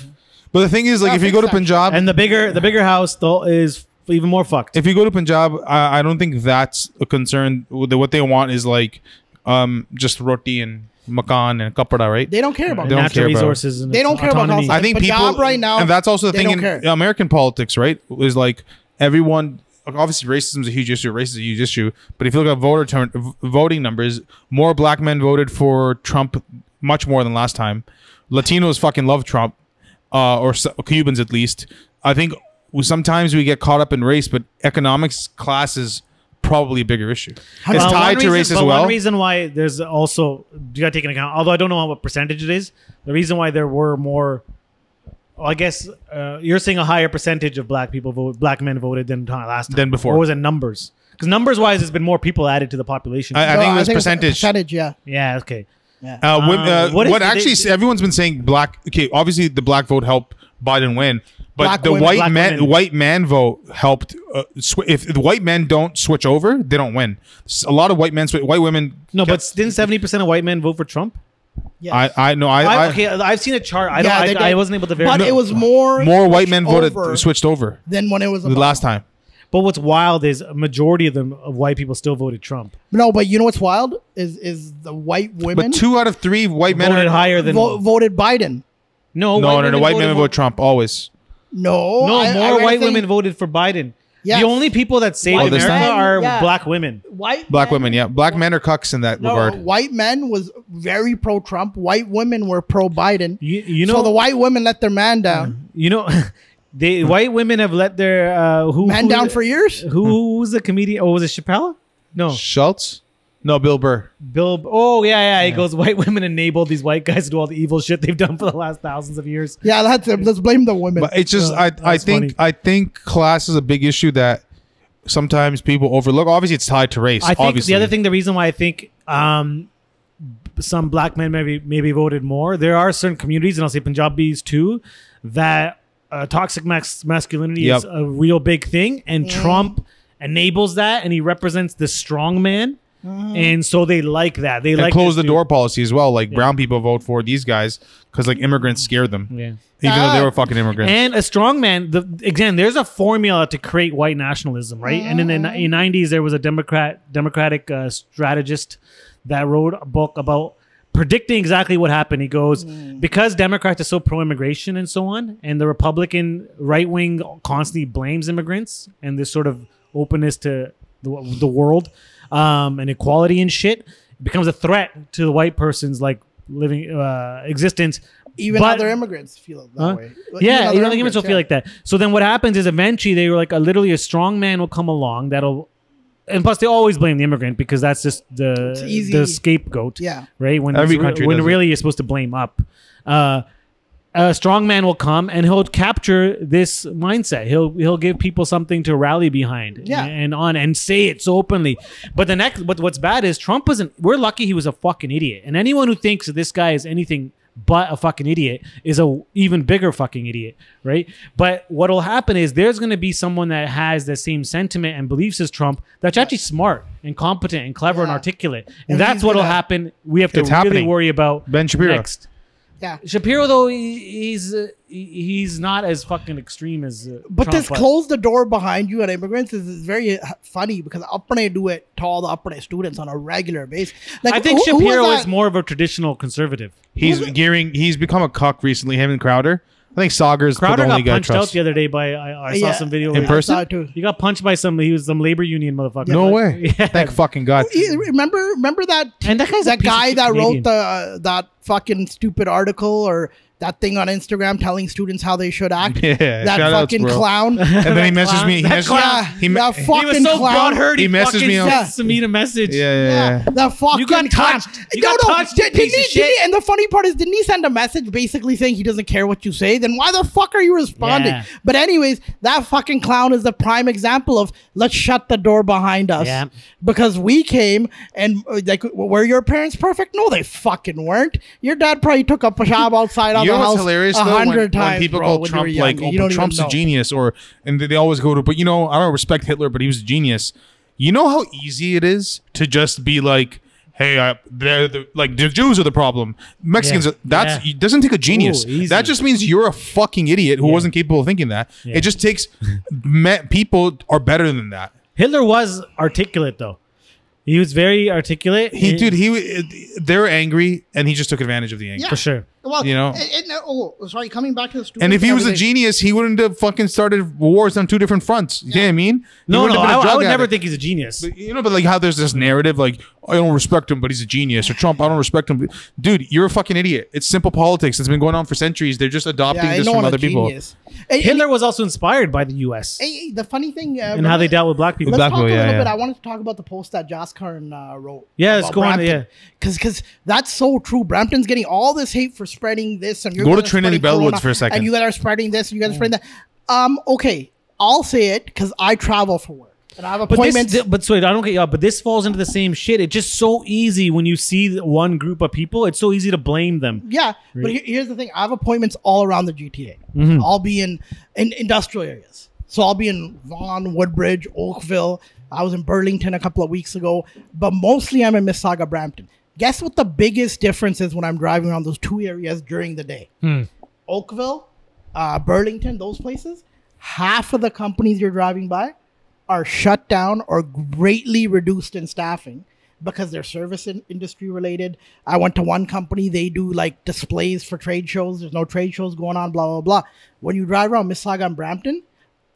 [SPEAKER 3] but the thing is, like, if you go to
[SPEAKER 2] Nothing's
[SPEAKER 3] Punjab,
[SPEAKER 4] and the bigger, the bigger house though is even more fucked.
[SPEAKER 3] if you go to Punjab, I, I don't think that's a concern. What they- what they want is like, um, just roti and makan and kapada, right?
[SPEAKER 2] They don't care about. that.
[SPEAKER 3] They don't
[SPEAKER 4] natural
[SPEAKER 3] care about-
[SPEAKER 4] resources. And
[SPEAKER 2] They don't care about
[SPEAKER 4] autonomy.
[SPEAKER 2] house-
[SPEAKER 3] I think
[SPEAKER 2] Punjab
[SPEAKER 3] people
[SPEAKER 2] right now,
[SPEAKER 3] and that's also the
[SPEAKER 2] they
[SPEAKER 3] thing in
[SPEAKER 2] don't care.
[SPEAKER 3] American politics, right? Is like everyone. Obviously, racism is a huge issue. Race is a huge issue. But if you look at voter turn, v- voting numbers, more black men voted for Trump much more than last time. Latinos fucking love Trump, uh, or so, Cubans at least. I think we- sometimes we get caught up in race, but economics class is probably a bigger issue. It's
[SPEAKER 4] Uh, one
[SPEAKER 3] tied to
[SPEAKER 4] reason-
[SPEAKER 3] race as
[SPEAKER 4] but
[SPEAKER 3] well.
[SPEAKER 4] One reason why there's also you got to take into account, although I don't know what percentage it is. The reason why there were more, well, I guess uh, you're seeing a higher percentage of black people vote, black men voted than ti- last time
[SPEAKER 3] Than before.
[SPEAKER 4] What was it numbers? Because numbers wise, there's been more people added to the population.
[SPEAKER 3] I, I
[SPEAKER 2] No,
[SPEAKER 3] think it was
[SPEAKER 2] it's
[SPEAKER 3] percentage.
[SPEAKER 2] Percentage, yeah.
[SPEAKER 4] yeah. Okay.
[SPEAKER 3] Uh, wom- uh,
[SPEAKER 4] Um,
[SPEAKER 3] what
[SPEAKER 4] what is- they-
[SPEAKER 3] actually
[SPEAKER 4] they-
[SPEAKER 3] everyone's been saying black okay obviously the black vote helped Biden win but
[SPEAKER 2] Black
[SPEAKER 3] the
[SPEAKER 2] women-
[SPEAKER 3] white
[SPEAKER 4] black
[SPEAKER 3] man
[SPEAKER 4] women.
[SPEAKER 3] white man vote helped uh, sw- if the white men don't switch over they don't win S- a lot of white men sw- white women
[SPEAKER 4] No, but didn't seventy percent of white men vote for Trump?
[SPEAKER 2] Yes.
[SPEAKER 3] I I know I,
[SPEAKER 4] I,
[SPEAKER 3] I-
[SPEAKER 4] okay, I've seen a chart. I,
[SPEAKER 2] Yeah, they
[SPEAKER 4] don't,
[SPEAKER 2] did.
[SPEAKER 4] I, I wasn't able to verify.
[SPEAKER 2] but it was more
[SPEAKER 3] more white men voted
[SPEAKER 2] over
[SPEAKER 3] switched over
[SPEAKER 2] than when it was
[SPEAKER 3] the last time
[SPEAKER 4] But what's wild is a majority of them of white people still voted Trump.
[SPEAKER 2] No, but you know what's wild is is the white women
[SPEAKER 3] but two out of three white men
[SPEAKER 4] voted
[SPEAKER 3] are,
[SPEAKER 4] higher than
[SPEAKER 2] vo- voted Biden.
[SPEAKER 4] no
[SPEAKER 3] no no no white men
[SPEAKER 4] voted
[SPEAKER 3] vote Trump always
[SPEAKER 2] No,
[SPEAKER 4] No,
[SPEAKER 2] I- I
[SPEAKER 4] more
[SPEAKER 2] read a
[SPEAKER 4] white
[SPEAKER 2] thing-
[SPEAKER 4] women voted for Biden.
[SPEAKER 2] Yes.
[SPEAKER 4] The only people that saved
[SPEAKER 3] Oh, this
[SPEAKER 4] America
[SPEAKER 3] time?
[SPEAKER 4] are
[SPEAKER 2] Yeah.
[SPEAKER 4] black women.
[SPEAKER 2] White
[SPEAKER 3] black
[SPEAKER 2] men-
[SPEAKER 3] women yeah black men are cucks in that
[SPEAKER 2] No,
[SPEAKER 3] regard
[SPEAKER 2] white men was very pro Trump. White women were pro Biden.
[SPEAKER 4] You, you
[SPEAKER 2] so
[SPEAKER 4] know,
[SPEAKER 2] the white women let their man down,
[SPEAKER 4] you know, the white women have let their uh, who
[SPEAKER 2] man
[SPEAKER 4] who-
[SPEAKER 2] down for years.
[SPEAKER 4] who, who was the comedian? Oh, was it Chappelle? No,
[SPEAKER 3] Schultz no Bill Burr
[SPEAKER 4] Bill. Oh, yeah, yeah. He goes, white women enabled these white guys to do all the evil shit they've done for the last thousands of years.
[SPEAKER 2] Yeah, let's let's blame the women.
[SPEAKER 3] But it's just
[SPEAKER 4] Uh,
[SPEAKER 3] I I
[SPEAKER 4] that's
[SPEAKER 3] think
[SPEAKER 4] funny.
[SPEAKER 3] I think class is a big issue that sometimes people overlook. Obviously, it's tied to race.
[SPEAKER 4] I think
[SPEAKER 3] obviously,
[SPEAKER 4] the other thing, the reason why I think um, b- some black men maybe maybe voted more. There are certain communities, and I'll say Punjabis too, that uh, toxic mas- masculinity is
[SPEAKER 3] Yep.
[SPEAKER 4] a real big thing, and Trump enables that, and he represents the strong man, and so they like that. They
[SPEAKER 3] and
[SPEAKER 4] like
[SPEAKER 3] close
[SPEAKER 4] this
[SPEAKER 3] the
[SPEAKER 4] dude.
[SPEAKER 3] door policy as well. Like brown people vote for these guys because like immigrants scared them.
[SPEAKER 4] Yeah.
[SPEAKER 3] Even though they
[SPEAKER 2] Ah.
[SPEAKER 3] were fucking immigrants.
[SPEAKER 4] And a strong man, the, again, there's a formula to create white nationalism, right? And in the ni- in 90s, there was a Democrat Democratic uh, strategist that wrote a book about predicting exactly what happened. He goes, because Democrats are so pro-immigration and so on, and the Republican right wing constantly blames immigrants and this sort of openness to the, the world um, and equality and shit it becomes a threat to the white person's like living uh, existence.
[SPEAKER 2] even
[SPEAKER 4] but-
[SPEAKER 2] other immigrants feel that
[SPEAKER 4] Huh?
[SPEAKER 2] way.
[SPEAKER 4] yeah,
[SPEAKER 2] other
[SPEAKER 4] you don't think immigrants will feel like that. So then what happens is eventually they were like, a, literally a strong man will come along that'll, and plus they always blame the immigrant because that's just the
[SPEAKER 2] easy.
[SPEAKER 4] the scapegoat,
[SPEAKER 2] Yeah.
[SPEAKER 4] right? When
[SPEAKER 3] Every
[SPEAKER 4] it's re-
[SPEAKER 3] country
[SPEAKER 4] when
[SPEAKER 3] does it.
[SPEAKER 4] really you're supposed to blame up. Uh, a strong man will come and he'll capture this mindset. He'll he'll give people something to rally behind,
[SPEAKER 2] Yeah.
[SPEAKER 4] and on and say it so openly. But the next, but what's bad is Trump wasn't. We're lucky he was a fucking idiot, and anyone who thinks that this guy is anything but a fucking idiot is a even bigger fucking idiot, right? But what'll happen is there's going to be someone that has the same sentiment and beliefs as Trump that's actually smart and competent and clever and
[SPEAKER 2] Yeah.
[SPEAKER 4] articulate, and,
[SPEAKER 2] And
[SPEAKER 4] that's
[SPEAKER 2] he's
[SPEAKER 4] what'll
[SPEAKER 2] gonna-
[SPEAKER 4] happen. We have to
[SPEAKER 3] It's
[SPEAKER 4] really
[SPEAKER 3] happening.
[SPEAKER 4] worry about
[SPEAKER 3] Ben Shapiro.
[SPEAKER 4] next.
[SPEAKER 2] Yeah.
[SPEAKER 4] Shapiro though he, he's uh, he, he's not as fucking extreme as uh,
[SPEAKER 2] But this
[SPEAKER 4] Trump
[SPEAKER 2] close the door behind you at immigrants is, is very uh, funny because Apne do it to all the Apne students on a regular basis. Like
[SPEAKER 4] I think
[SPEAKER 2] who- who was
[SPEAKER 4] Shapiro
[SPEAKER 2] that-
[SPEAKER 4] is more of a traditional conservative.
[SPEAKER 3] He's gearing. He's become a cock recently. Him and Crowder. I think Sauger's
[SPEAKER 4] Crowder
[SPEAKER 3] the only
[SPEAKER 4] got
[SPEAKER 3] guy I
[SPEAKER 4] punched out
[SPEAKER 3] trust.
[SPEAKER 4] the other day by I, I
[SPEAKER 2] Yeah.
[SPEAKER 4] saw some video.
[SPEAKER 3] In
[SPEAKER 4] where-
[SPEAKER 2] I
[SPEAKER 3] person?
[SPEAKER 2] saw it too.
[SPEAKER 4] He got punched by some. He was some labor union motherfucker.
[SPEAKER 3] no
[SPEAKER 4] Like,
[SPEAKER 3] way.
[SPEAKER 4] Yeah.
[SPEAKER 3] Thank fucking God.
[SPEAKER 2] Yeah, remember remember that
[SPEAKER 4] And that guy's a piece of
[SPEAKER 2] guy
[SPEAKER 4] shit
[SPEAKER 2] that
[SPEAKER 4] Canadian.
[SPEAKER 2] wrote the uh, that fucking stupid article or that thing on Instagram telling students how they should act.
[SPEAKER 3] Yeah,
[SPEAKER 2] that
[SPEAKER 3] shout outs,
[SPEAKER 2] fucking
[SPEAKER 3] bro.
[SPEAKER 2] clown. yeah,
[SPEAKER 3] And then he
[SPEAKER 4] That
[SPEAKER 3] messaged me. He
[SPEAKER 4] clown- that
[SPEAKER 3] messaged,
[SPEAKER 4] clown-
[SPEAKER 3] He, me-
[SPEAKER 2] that
[SPEAKER 4] He
[SPEAKER 2] fucking
[SPEAKER 4] was so
[SPEAKER 2] clown.
[SPEAKER 4] broad hurt.
[SPEAKER 3] He
[SPEAKER 4] He,
[SPEAKER 3] messaged
[SPEAKER 4] fucking
[SPEAKER 3] me on-
[SPEAKER 4] sent me a message.
[SPEAKER 3] yeah, yeah, yeah.
[SPEAKER 2] That fucking
[SPEAKER 4] got
[SPEAKER 2] clown.
[SPEAKER 4] touched. You got touched, you
[SPEAKER 2] Did,
[SPEAKER 4] piece
[SPEAKER 2] he,
[SPEAKER 4] of shit.
[SPEAKER 2] did he- and the funny part is, didn't he send a message basically saying he doesn't care what you say? Then why the fuck are you responding?
[SPEAKER 4] Yeah.
[SPEAKER 2] But anyways, that fucking clown is the prime example of let's shut the door behind us
[SPEAKER 4] Yeah.
[SPEAKER 2] because we came and uh, like w- were your parents perfect? No, they fucking weren't. Your dad probably took up a job outside of the
[SPEAKER 3] you know what's
[SPEAKER 2] house
[SPEAKER 3] hilarious
[SPEAKER 2] a
[SPEAKER 3] though when,
[SPEAKER 2] hundred
[SPEAKER 3] when
[SPEAKER 2] times.
[SPEAKER 3] people
[SPEAKER 2] bro,
[SPEAKER 3] call
[SPEAKER 2] when you were
[SPEAKER 3] Trump
[SPEAKER 2] young.
[SPEAKER 3] like oh
[SPEAKER 2] you don't
[SPEAKER 3] but
[SPEAKER 2] even
[SPEAKER 3] Trump's a
[SPEAKER 2] know.
[SPEAKER 3] genius or and they, they always go to but you know I don't respect Hitler but he was a genius. You know how easy it is to just be like hey I, they're the, like the Jews are the problem. Mexicans
[SPEAKER 4] Yeah.
[SPEAKER 3] are, that's
[SPEAKER 4] Yeah.
[SPEAKER 3] it doesn't take a genius.
[SPEAKER 4] Ooh, easy.
[SPEAKER 3] that just means you're a fucking idiot who wasn't capable of thinking that.
[SPEAKER 4] Yeah.
[SPEAKER 3] It just takes me, people are better than that.
[SPEAKER 4] Hitler was articulate though. He was very articulate.
[SPEAKER 3] He
[SPEAKER 4] and-
[SPEAKER 3] dude he they're angry and he just took advantage of the anger.
[SPEAKER 2] Yeah.
[SPEAKER 4] for sure.
[SPEAKER 2] Well,
[SPEAKER 3] You know?
[SPEAKER 2] and- and- oh, sorry. Coming back to the students
[SPEAKER 3] And if he was a
[SPEAKER 2] everything.
[SPEAKER 3] genius, he wouldn't have fucking started wars on two different fronts. You know what I mean? He
[SPEAKER 4] No,
[SPEAKER 3] wouldn't
[SPEAKER 4] no,
[SPEAKER 3] have been
[SPEAKER 4] I,
[SPEAKER 3] a
[SPEAKER 4] I
[SPEAKER 3] drug
[SPEAKER 4] would never
[SPEAKER 3] addict.
[SPEAKER 4] think he's a genius.
[SPEAKER 3] You know, but like how there's this narrative like I don't respect him, but he's a genius, or Trump, I don't respect him, but- dude, you're a fucking idiot. It's simple politics. It's been going on for centuries. They're just adopting
[SPEAKER 2] ain't
[SPEAKER 3] this
[SPEAKER 2] no
[SPEAKER 3] from
[SPEAKER 2] one a
[SPEAKER 3] other people.
[SPEAKER 2] genius. And- and-
[SPEAKER 4] Hitler was also inspired by the U.S.
[SPEAKER 2] Hey, hey, the funny thing, uh,
[SPEAKER 4] and how they
[SPEAKER 2] remember-
[SPEAKER 4] dealt with black people.
[SPEAKER 2] Let's
[SPEAKER 3] Black
[SPEAKER 2] talk
[SPEAKER 3] people,
[SPEAKER 2] a
[SPEAKER 3] yeah,
[SPEAKER 2] little
[SPEAKER 3] yeah.
[SPEAKER 2] bit. I wanted to talk about the post that Joss Curran uh, wrote.
[SPEAKER 4] Yeah, let's go on,
[SPEAKER 2] Because because that's so true. Brampton's getting all this hate for spreading this, and you're
[SPEAKER 3] Go to
[SPEAKER 2] guys are
[SPEAKER 3] Trinity
[SPEAKER 2] spreading
[SPEAKER 3] Bellwoods
[SPEAKER 2] corona,
[SPEAKER 3] for a second.
[SPEAKER 2] And you guys are spreading this, and you guys are spreading
[SPEAKER 4] Mm.
[SPEAKER 2] that. Um, okay, I'll say it because I travel for work and I have
[SPEAKER 4] but this,
[SPEAKER 2] appointments.
[SPEAKER 4] th- but so I don't get y'all. But this falls into the same shit. It's just so easy when you see th- one group of people. It's so easy to blame them.
[SPEAKER 2] yeah, but here, here's the thing: I have appointments all around the GTA. I'll be in in industrial areas, so I'll be in Vaughan, Woodbridge, Oakville. I was in Burlington a couple of weeks ago, but mostly I'm in Mississauga, Brampton. Guess what the biggest difference is when I'm driving around those two areas during the day? Oakville, uh, Burlington, those places. Half of the companies you're driving by are shut down or greatly reduced in staffing because they're service in- industry related. I went to one company, they do like displays for trade shows. There's no trade shows going on, blah, blah, blah. When you drive around Mississauga and Brampton,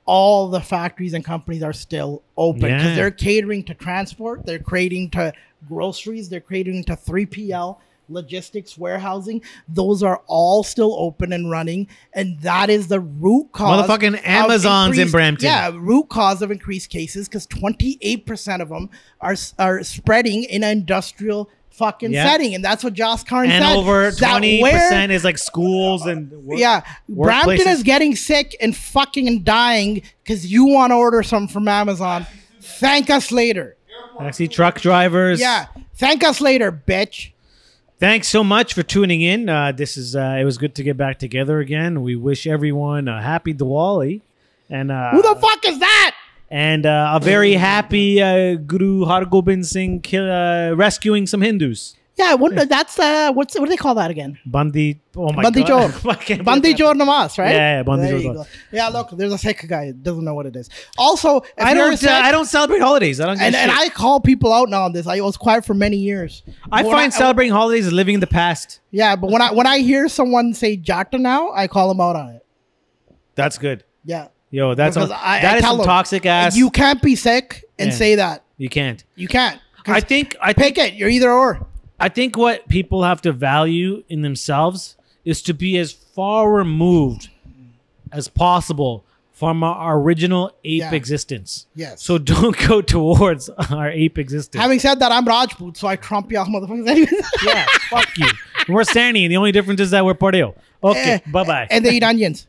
[SPEAKER 2] all the factories and companies are still open because
[SPEAKER 4] Yeah.
[SPEAKER 2] they're catering to transport, they're catering to groceries, they're catering to 3PL, logistics, warehousing. Those are all still open and running. And that is the root cause.
[SPEAKER 4] Motherfucking
[SPEAKER 2] of
[SPEAKER 4] Amazon's in
[SPEAKER 2] increased-
[SPEAKER 4] Brampton.
[SPEAKER 2] Yeah, root cause of increased cases because 28% of them are, s- are spreading in an industrial fucking
[SPEAKER 4] Yeah.
[SPEAKER 2] setting. And that's what Josh Karn
[SPEAKER 4] And
[SPEAKER 2] said.
[SPEAKER 4] over
[SPEAKER 2] that
[SPEAKER 4] twenty
[SPEAKER 2] where-
[SPEAKER 4] percent is like schools and work-
[SPEAKER 2] yeah, Brampton
[SPEAKER 4] workplaces.
[SPEAKER 2] is getting sick and fucking and dying because you want to order something from Amazon. Thank us later.
[SPEAKER 4] taxi truck drivers.
[SPEAKER 2] Yeah, thank us later, bitch.
[SPEAKER 4] Thanks so much for tuning in. Uh, this is uh, it was good to get back together again. We wish everyone a happy Diwali and uh,
[SPEAKER 2] Who the fuck is that?
[SPEAKER 4] and uh, a very happy uh, Guru Hargobind Singh kill, uh, rescuing some Hindus.
[SPEAKER 2] Yeah, what, that's uh, what's what do they call that again?
[SPEAKER 4] Bandi, oh my
[SPEAKER 2] Bandi
[SPEAKER 4] god,
[SPEAKER 2] Chor.
[SPEAKER 4] I can't believe
[SPEAKER 2] Bandi
[SPEAKER 4] that.
[SPEAKER 2] Jor Namas, right?
[SPEAKER 4] Yeah, yeah, Bandi
[SPEAKER 2] There
[SPEAKER 4] Jor
[SPEAKER 2] you
[SPEAKER 4] Namas.
[SPEAKER 2] go. Yeah, look, there's a sick guy that doesn't know what it is. Also, if
[SPEAKER 4] I
[SPEAKER 2] you're
[SPEAKER 4] don't.
[SPEAKER 2] sick-
[SPEAKER 4] Uh, I don't celebrate holidays. I don't. Give
[SPEAKER 2] And,
[SPEAKER 4] a
[SPEAKER 2] and
[SPEAKER 4] shit.
[SPEAKER 2] I call people out now on this. I was quiet for many years.
[SPEAKER 4] I
[SPEAKER 2] When
[SPEAKER 4] find celebrating holidays is living in the past.
[SPEAKER 2] Yeah, but when I when I hear someone say Jata now, I call them out on it.
[SPEAKER 4] That's good.
[SPEAKER 2] Yeah.
[SPEAKER 4] Yo, that's
[SPEAKER 2] Because
[SPEAKER 4] a,
[SPEAKER 2] I-
[SPEAKER 4] that
[SPEAKER 2] I
[SPEAKER 4] is
[SPEAKER 2] tell
[SPEAKER 4] some
[SPEAKER 2] them,
[SPEAKER 4] toxic ass.
[SPEAKER 2] You can't be sick and
[SPEAKER 4] Yeah.
[SPEAKER 2] say that.
[SPEAKER 4] you can't.
[SPEAKER 2] You can't. 'Cause
[SPEAKER 4] I think. I think.
[SPEAKER 2] pick it. You're either or.
[SPEAKER 4] I think what people have to value in themselves is to be as far removed as possible from our original ape
[SPEAKER 2] Yeah.
[SPEAKER 4] existence.
[SPEAKER 2] Yes.
[SPEAKER 4] So don't go towards our ape existence.
[SPEAKER 2] Having said that, I'm Rajput, so I trump y'all motherfuckers. Anyways.
[SPEAKER 4] yeah, fuck you.
[SPEAKER 2] Eh,
[SPEAKER 4] We're Sani, and the only difference is that we're Pareo. Okay, bye bye.
[SPEAKER 2] and they eat onions.